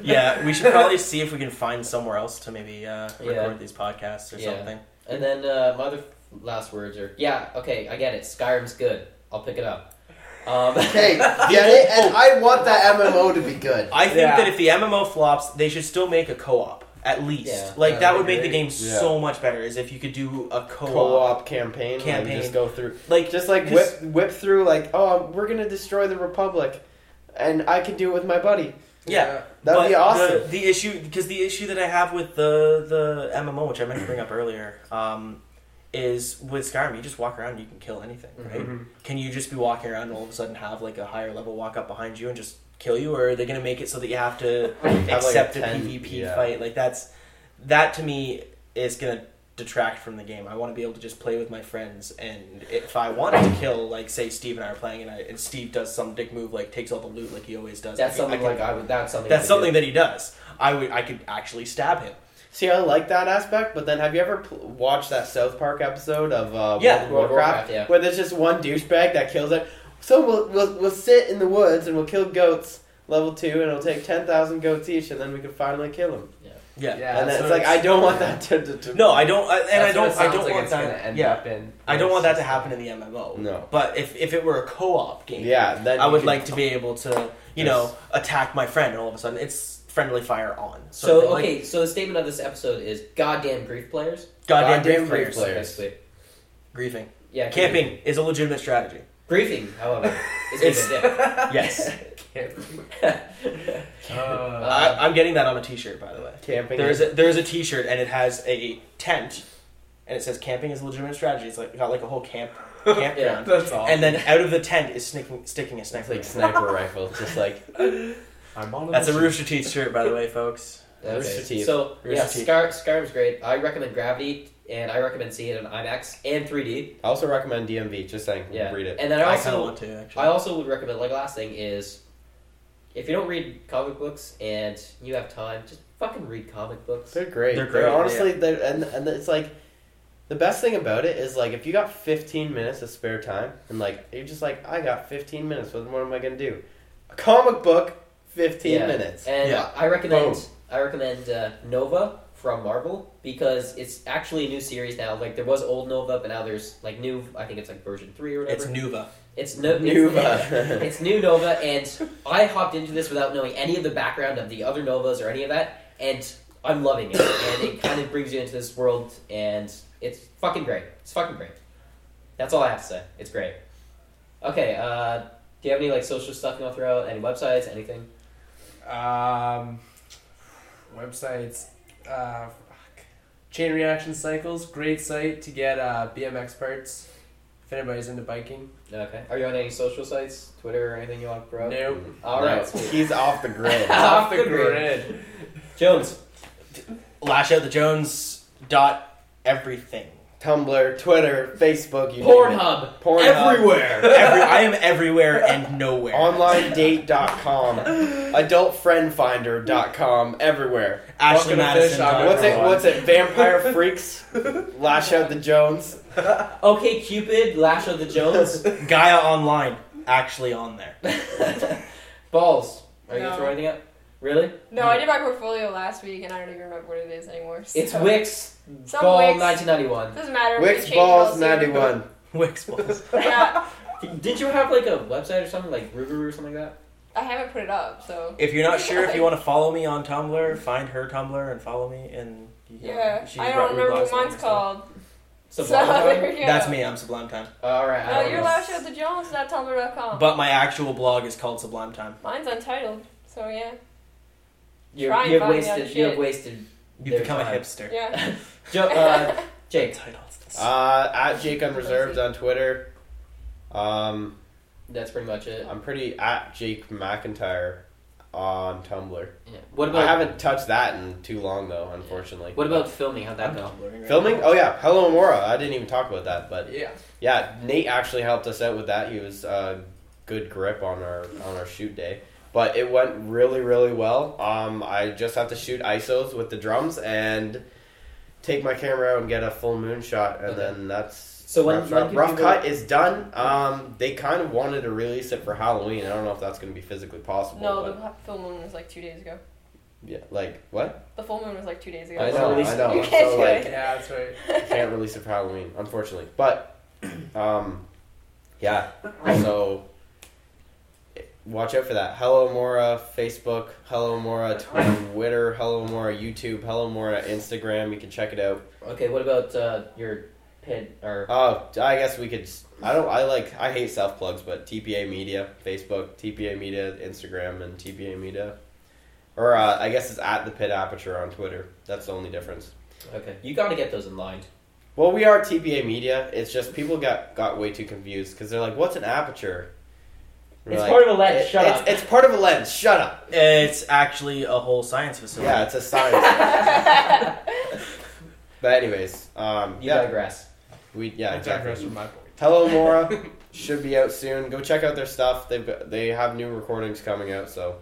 [SPEAKER 3] yeah, we should probably see if we can find somewhere else to maybe uh, record
[SPEAKER 4] Yeah.
[SPEAKER 3] these podcasts or
[SPEAKER 4] Yeah.
[SPEAKER 3] something.
[SPEAKER 4] And then uh, my other last words are yeah. Okay, I get it. Skyrim's good. I'll pick it up. Um,
[SPEAKER 2] Hey, get it? And I want that MMO to be good.
[SPEAKER 3] I think
[SPEAKER 6] Yeah.
[SPEAKER 3] that if the MMO flops, they should still make a co-op at least.
[SPEAKER 4] Yeah.
[SPEAKER 3] Like
[SPEAKER 6] That'd
[SPEAKER 3] that
[SPEAKER 6] be
[SPEAKER 3] would make the
[SPEAKER 6] great.
[SPEAKER 3] game
[SPEAKER 2] Yeah.
[SPEAKER 3] so much better. Is if you could do a co-op,
[SPEAKER 2] Co-op campaign, campaign.
[SPEAKER 3] Campaign.
[SPEAKER 2] just go through,
[SPEAKER 3] like
[SPEAKER 2] just like whip,
[SPEAKER 3] Just-
[SPEAKER 2] whip through, like, oh, we're gonna destroy the republic, and I can do it with my buddy.
[SPEAKER 3] yeah.
[SPEAKER 2] That'd be
[SPEAKER 3] But
[SPEAKER 2] awesome.
[SPEAKER 3] The, the issue because the issue that I have with the the MMO, which I meant to bring up earlier, um, is with Skyrim, you just walk around, and you can kill anything, right?
[SPEAKER 6] Mhm.
[SPEAKER 3] Can you just be walking around and all of a sudden have like a higher level walk up behind you and just kill you, or are they gonna make it so that you have to
[SPEAKER 2] like,
[SPEAKER 3] accept
[SPEAKER 2] a
[SPEAKER 3] a,
[SPEAKER 2] 10
[SPEAKER 3] PvP
[SPEAKER 2] yeah.
[SPEAKER 3] fight? Like that's that to me is gonna detract from the game. I want to be able to just play with my friends, and if I wanted to kill, like say Steve and I are playing, and, I, and Steve does some dick move, like takes all the loot, like he always does.
[SPEAKER 4] that's
[SPEAKER 3] I can- I
[SPEAKER 4] something
[SPEAKER 3] can
[SPEAKER 4] like I would. That's something.
[SPEAKER 3] that's
[SPEAKER 4] I would do.
[SPEAKER 3] something that he does. I would I could actually stab him.
[SPEAKER 2] See, I like that aspect, but then have you ever pl- watched that South Park episode of uh,
[SPEAKER 3] Yeah,
[SPEAKER 2] World of
[SPEAKER 4] World of
[SPEAKER 2] Warcraft,
[SPEAKER 4] Warcraft, yeah.
[SPEAKER 2] where there's just one douchebag that kills it? So we'll, we'll we'll sit in the woods and we'll kill goats level two, and it'll take ten thousand goats each, and then we can finally kill him.
[SPEAKER 3] Yeah.
[SPEAKER 2] and then it's like I don't want that to, to, to
[SPEAKER 3] No, I don't. I, and I
[SPEAKER 6] That's what
[SPEAKER 3] don't. I
[SPEAKER 6] it sounds
[SPEAKER 3] don't
[SPEAKER 6] like
[SPEAKER 3] want
[SPEAKER 6] it's gonna
[SPEAKER 3] that.
[SPEAKER 6] end
[SPEAKER 3] Yeah.
[SPEAKER 6] up in.
[SPEAKER 3] I don't want that to happen in the MMO.
[SPEAKER 2] No.
[SPEAKER 3] But if if it were a co-op game,
[SPEAKER 2] Yeah, then
[SPEAKER 3] I
[SPEAKER 2] you
[SPEAKER 3] would
[SPEAKER 2] could-
[SPEAKER 3] like to be able to you
[SPEAKER 2] Yes.
[SPEAKER 3] know attack my friend, and all of a sudden it's friendly fire on. sort of
[SPEAKER 4] So
[SPEAKER 3] thing.
[SPEAKER 4] okay,
[SPEAKER 3] Like,
[SPEAKER 4] so the statement of this episode is goddamn brief players.
[SPEAKER 3] goddamn,
[SPEAKER 2] Goddamn
[SPEAKER 3] brief players.
[SPEAKER 2] brief Players.
[SPEAKER 4] Basically.
[SPEAKER 3] Griefing.
[SPEAKER 4] Yeah.
[SPEAKER 3] Camping is a legitimate strategy.
[SPEAKER 4] Briefing, however, is
[SPEAKER 3] It's-
[SPEAKER 4] even dick.
[SPEAKER 3] Yes,
[SPEAKER 6] Uh,
[SPEAKER 3] I, I'm getting that on a T-shirt, by the way.
[SPEAKER 2] camping.
[SPEAKER 3] There is a, there is a T-shirt and it has a tent, and it says camping is a legitimate strategy. It's like got like a whole camp campground,
[SPEAKER 6] that's all.
[SPEAKER 3] and then out of the tent is snicking, sticking a
[SPEAKER 2] It's
[SPEAKER 3] sniper.
[SPEAKER 2] like sniper rifle, just like I'm on
[SPEAKER 3] That's a Rooster Teeth shirt, by the way, folks.
[SPEAKER 2] Rooster
[SPEAKER 4] Okay.
[SPEAKER 2] Teeth.
[SPEAKER 4] So yeah,
[SPEAKER 3] Rooster Teeth.
[SPEAKER 4] Skyr- Skyrim's great. I recommend Gravity, and I recommend seeing it on IMAX and 3D.
[SPEAKER 2] I also recommend DMV. Just saying,
[SPEAKER 4] Yeah,
[SPEAKER 2] read it.
[SPEAKER 4] And then I
[SPEAKER 3] I kind of
[SPEAKER 4] also,
[SPEAKER 3] want to actually.
[SPEAKER 4] I, also would recommend. Like last thing is, if you don't read comic books and you have time, just fucking read comic books.
[SPEAKER 2] They're great.
[SPEAKER 3] They're
[SPEAKER 2] They're
[SPEAKER 3] great,
[SPEAKER 2] honestly, they're, and and it's like the best thing about it is like if you got 15 minutes of spare time and like you're just like I got 15 minutes. What, what am I gonna do? A comic book, 15
[SPEAKER 4] Yeah.
[SPEAKER 2] minutes.
[SPEAKER 4] And
[SPEAKER 3] Yeah.
[SPEAKER 4] I recommend
[SPEAKER 2] Boom.
[SPEAKER 4] I recommend uh, Nova from Marvel because it's actually a new series now. Like there was old Nova, but now there's like new. I think it's like version three or
[SPEAKER 3] it's
[SPEAKER 4] whatever.
[SPEAKER 3] Nuva.
[SPEAKER 4] It's no,
[SPEAKER 2] Nuva.
[SPEAKER 4] It's, it's new Nova, and I hopped into this without knowing any of the background of the other Novas or any of that, and I'm loving it. And it kind of brings you into this world, and it's fucking great. It's fucking great. That's all I have to say. It's great. Okay. Uh, do you have any like social stuff you want to throw out? Any websites? Anything?
[SPEAKER 6] um, websites. Uh, fuck. Chain reaction cycles. Great site to get uh, BMX parts If anybody's into biking,
[SPEAKER 4] Okay. Are you on any social sites, Twitter or anything you want to promote?
[SPEAKER 6] no.
[SPEAKER 4] All right.
[SPEAKER 2] No, he's off the grid.
[SPEAKER 4] Off the grid. Jones.
[SPEAKER 3] Lash out the Jones dot everything.
[SPEAKER 2] Tumblr, Twitter, Facebook, you name it.
[SPEAKER 4] Pornhub.
[SPEAKER 2] Pornhub.
[SPEAKER 4] Everywhere.
[SPEAKER 3] Every, I am everywhere and nowhere.
[SPEAKER 2] OnlineDate.com, AdultFriendFinder.com, everywhere.
[SPEAKER 3] Ashley
[SPEAKER 6] Fucking fish,
[SPEAKER 3] Madison.
[SPEAKER 6] I'm-
[SPEAKER 2] Uh, What's it? What's it? Vampire Freaks, Lash Out the Jones.
[SPEAKER 4] Okay, Cupid. Lash of the Jones.
[SPEAKER 3] Gaia Online actually on there.
[SPEAKER 4] Balls. Are you
[SPEAKER 5] No.
[SPEAKER 4] gonna throw anything up? Really?
[SPEAKER 5] No, I did my portfolio last week and I don't even remember what it is anymore. So.
[SPEAKER 4] It's Wix.
[SPEAKER 5] Some
[SPEAKER 4] Ball
[SPEAKER 5] Wix.
[SPEAKER 4] 1991.
[SPEAKER 5] Doesn't matter.
[SPEAKER 2] Wix
[SPEAKER 5] we
[SPEAKER 2] Balls 91.
[SPEAKER 3] Wix balls.
[SPEAKER 5] yeah,
[SPEAKER 4] Did you have like a website or something like Ruru or something like
[SPEAKER 5] I haven't put it up, so
[SPEAKER 3] If you're not sure if you want to follow me on Tumblr, find her Tumblr and follow me. And you can-
[SPEAKER 5] yeah,
[SPEAKER 3] she's
[SPEAKER 5] I
[SPEAKER 3] Rut
[SPEAKER 5] don't remember
[SPEAKER 3] Rudlock's
[SPEAKER 5] what mine's
[SPEAKER 3] Tumblr, so-
[SPEAKER 5] called.
[SPEAKER 4] that?
[SPEAKER 5] so Uh, there
[SPEAKER 4] Sublime.
[SPEAKER 5] you go.
[SPEAKER 3] That's me. I'm Sublime Time.
[SPEAKER 4] All right. I
[SPEAKER 5] No,
[SPEAKER 4] don't
[SPEAKER 5] you're
[SPEAKER 4] know.
[SPEAKER 5] lash at the Jones, not Tumblr.com.
[SPEAKER 3] But my actual blog is called Sublime Time.
[SPEAKER 5] mine's untitled, so yeah,
[SPEAKER 4] You're,
[SPEAKER 5] Try and
[SPEAKER 4] you've
[SPEAKER 5] find me on
[SPEAKER 4] wasted. You have
[SPEAKER 5] shit.
[SPEAKER 4] wasted.
[SPEAKER 3] You
[SPEAKER 4] their
[SPEAKER 3] become a
[SPEAKER 4] time.
[SPEAKER 3] hipster.
[SPEAKER 5] yeah.
[SPEAKER 4] Jo- uh, Jake.
[SPEAKER 2] Uh, at Jake Unreserved on Twitter. Um,
[SPEAKER 4] That's pretty much it.
[SPEAKER 2] I'm pretty at Jake McIntyre on Tumblr.
[SPEAKER 4] Yeah. What about?
[SPEAKER 2] I haven't touched that in too long though, unfortunately.
[SPEAKER 4] What about filming? How'd that
[SPEAKER 3] Uh,
[SPEAKER 4] go?
[SPEAKER 2] filming? Oh yeah, Hello Mora. I didn't even talk about that, but
[SPEAKER 6] Yeah.
[SPEAKER 2] yeah, Nate actually helped us out with that. He was uh, good grip on our on our shoot day. But it went really, really well. Um, I just have to shoot ISOs with the drums and take my camera out and get a full moon shot, and
[SPEAKER 4] Okay.
[SPEAKER 2] then that's
[SPEAKER 4] So when-
[SPEAKER 2] rough,
[SPEAKER 4] when
[SPEAKER 2] rough,
[SPEAKER 4] can
[SPEAKER 2] rough
[SPEAKER 4] people-
[SPEAKER 2] cut is done. Um, they kind of wanted to release it for Halloween. I don't know if that's going to be physically possible.
[SPEAKER 5] No,
[SPEAKER 2] but-
[SPEAKER 5] the hu- full moon was like two days ago.
[SPEAKER 2] yeah, like what?
[SPEAKER 5] The full moon was like two days ago.
[SPEAKER 2] I
[SPEAKER 4] it's
[SPEAKER 2] know,
[SPEAKER 4] released-
[SPEAKER 2] I know.
[SPEAKER 5] You
[SPEAKER 2] I'm
[SPEAKER 5] can't
[SPEAKER 2] so
[SPEAKER 5] do
[SPEAKER 2] like
[SPEAKER 5] it.
[SPEAKER 6] Yeah, that's right.
[SPEAKER 2] can't release it for Halloween, unfortunately. But, um, yeah. So, watch out for that. Hello Mora Facebook, Hello Mora Twitter, Hello Mora YouTube, Hello Mora Instagram. You can check it out.
[SPEAKER 4] Okay. What about uh, your pit or?
[SPEAKER 2] Oh, I guess we could. s- I don't. I like. I hate self plugs, but TPA Media Facebook, TPA Media Instagram, and TPA Media. Or uh, I guess it's at the Pit Aperture on Twitter. That's the only difference.
[SPEAKER 4] Okay. You got to get those in line.
[SPEAKER 2] Well, we are TPA Media. It's just people got got way too confused because they're like, "What's an aperture?" We're
[SPEAKER 4] It's
[SPEAKER 2] like,
[SPEAKER 4] part of a lens. Shut
[SPEAKER 2] it's,
[SPEAKER 4] up.
[SPEAKER 2] It's part of a lens. Shut up.
[SPEAKER 3] It's actually a whole science facility.
[SPEAKER 2] Yeah, it's a science. but anyways, um,
[SPEAKER 4] you
[SPEAKER 2] yeah,
[SPEAKER 4] digress.
[SPEAKER 2] we yeah
[SPEAKER 6] Digress
[SPEAKER 2] exactly.
[SPEAKER 6] from my point.
[SPEAKER 2] Hello Mora should be out soon. Go check out their stuff. They've got, they have new recordings coming out, so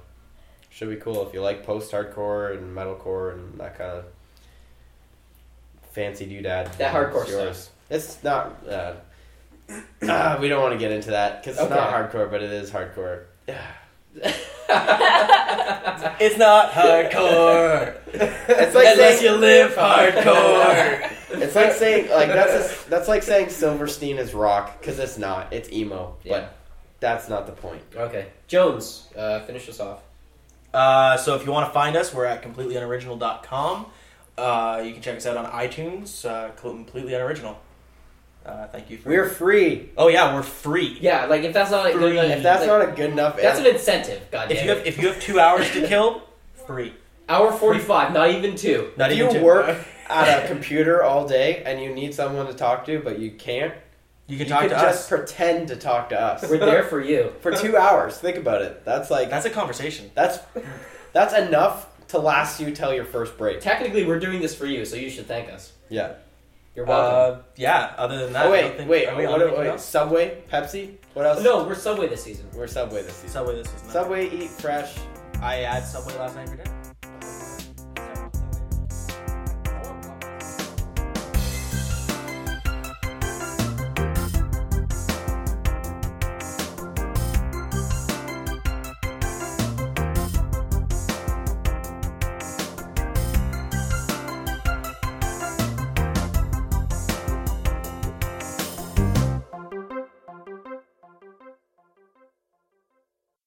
[SPEAKER 2] should be cool if you like post hardcore and metalcore and that kind of fancy doodad.
[SPEAKER 4] That hardcore
[SPEAKER 2] it's It's not. Uh, ah, we don't want to get into that because it's not hardcore, but it is hardcore.
[SPEAKER 3] It's not hardcore.
[SPEAKER 2] It's like
[SPEAKER 3] unless
[SPEAKER 2] saying,
[SPEAKER 3] you live hardcore.
[SPEAKER 2] it's like saying like that's a, that's like saying Silverstein is rock because it's not. It's emo,
[SPEAKER 4] Yeah.
[SPEAKER 2] but that's not the point.
[SPEAKER 4] Okay. Jones, uh, finish us off.
[SPEAKER 3] uh, so if you want to find us, we're at completelyunoriginal.com. Uh, you can check us out on iTunes, uh, completely unoriginal. Uh, thank you for.
[SPEAKER 2] We're free.
[SPEAKER 3] oh yeah, we're free.
[SPEAKER 4] Yeah, like if that's not a good,
[SPEAKER 3] Free.
[SPEAKER 4] like,
[SPEAKER 2] If that's
[SPEAKER 4] like,
[SPEAKER 2] not a good enough
[SPEAKER 4] that's an incentive. God
[SPEAKER 3] If
[SPEAKER 4] damn
[SPEAKER 3] you have
[SPEAKER 4] it.
[SPEAKER 3] if you have two hours to kill, free.
[SPEAKER 4] Hour forty five, not even two.
[SPEAKER 3] Not
[SPEAKER 2] if
[SPEAKER 3] even
[SPEAKER 2] you
[SPEAKER 3] two.
[SPEAKER 2] work at a computer all day and you need someone to talk to, but you can't,
[SPEAKER 3] You can talk to
[SPEAKER 2] just
[SPEAKER 3] us.
[SPEAKER 2] pretend to talk to us
[SPEAKER 4] We're there for you.
[SPEAKER 2] for two hours. Think about it. That's like
[SPEAKER 3] That's a conversation.
[SPEAKER 2] that's that's enough to last you till your first break.
[SPEAKER 4] Technically, we're doing this for you, so you should thank us.
[SPEAKER 2] Yeah.
[SPEAKER 4] You're welcome.
[SPEAKER 3] Uh, yeah. Other than that,
[SPEAKER 2] Oh
[SPEAKER 3] I don't
[SPEAKER 2] wait,
[SPEAKER 3] think,
[SPEAKER 2] wait.
[SPEAKER 3] Are we on
[SPEAKER 2] what,
[SPEAKER 3] anything
[SPEAKER 2] wait
[SPEAKER 3] else?
[SPEAKER 2] Subway, Pepsi. What else?
[SPEAKER 4] no, we're Subway this season.
[SPEAKER 2] we're Subway this season.
[SPEAKER 3] Subway. This is not.
[SPEAKER 2] Subway, eat fresh.
[SPEAKER 3] I had Subway last night for dinner.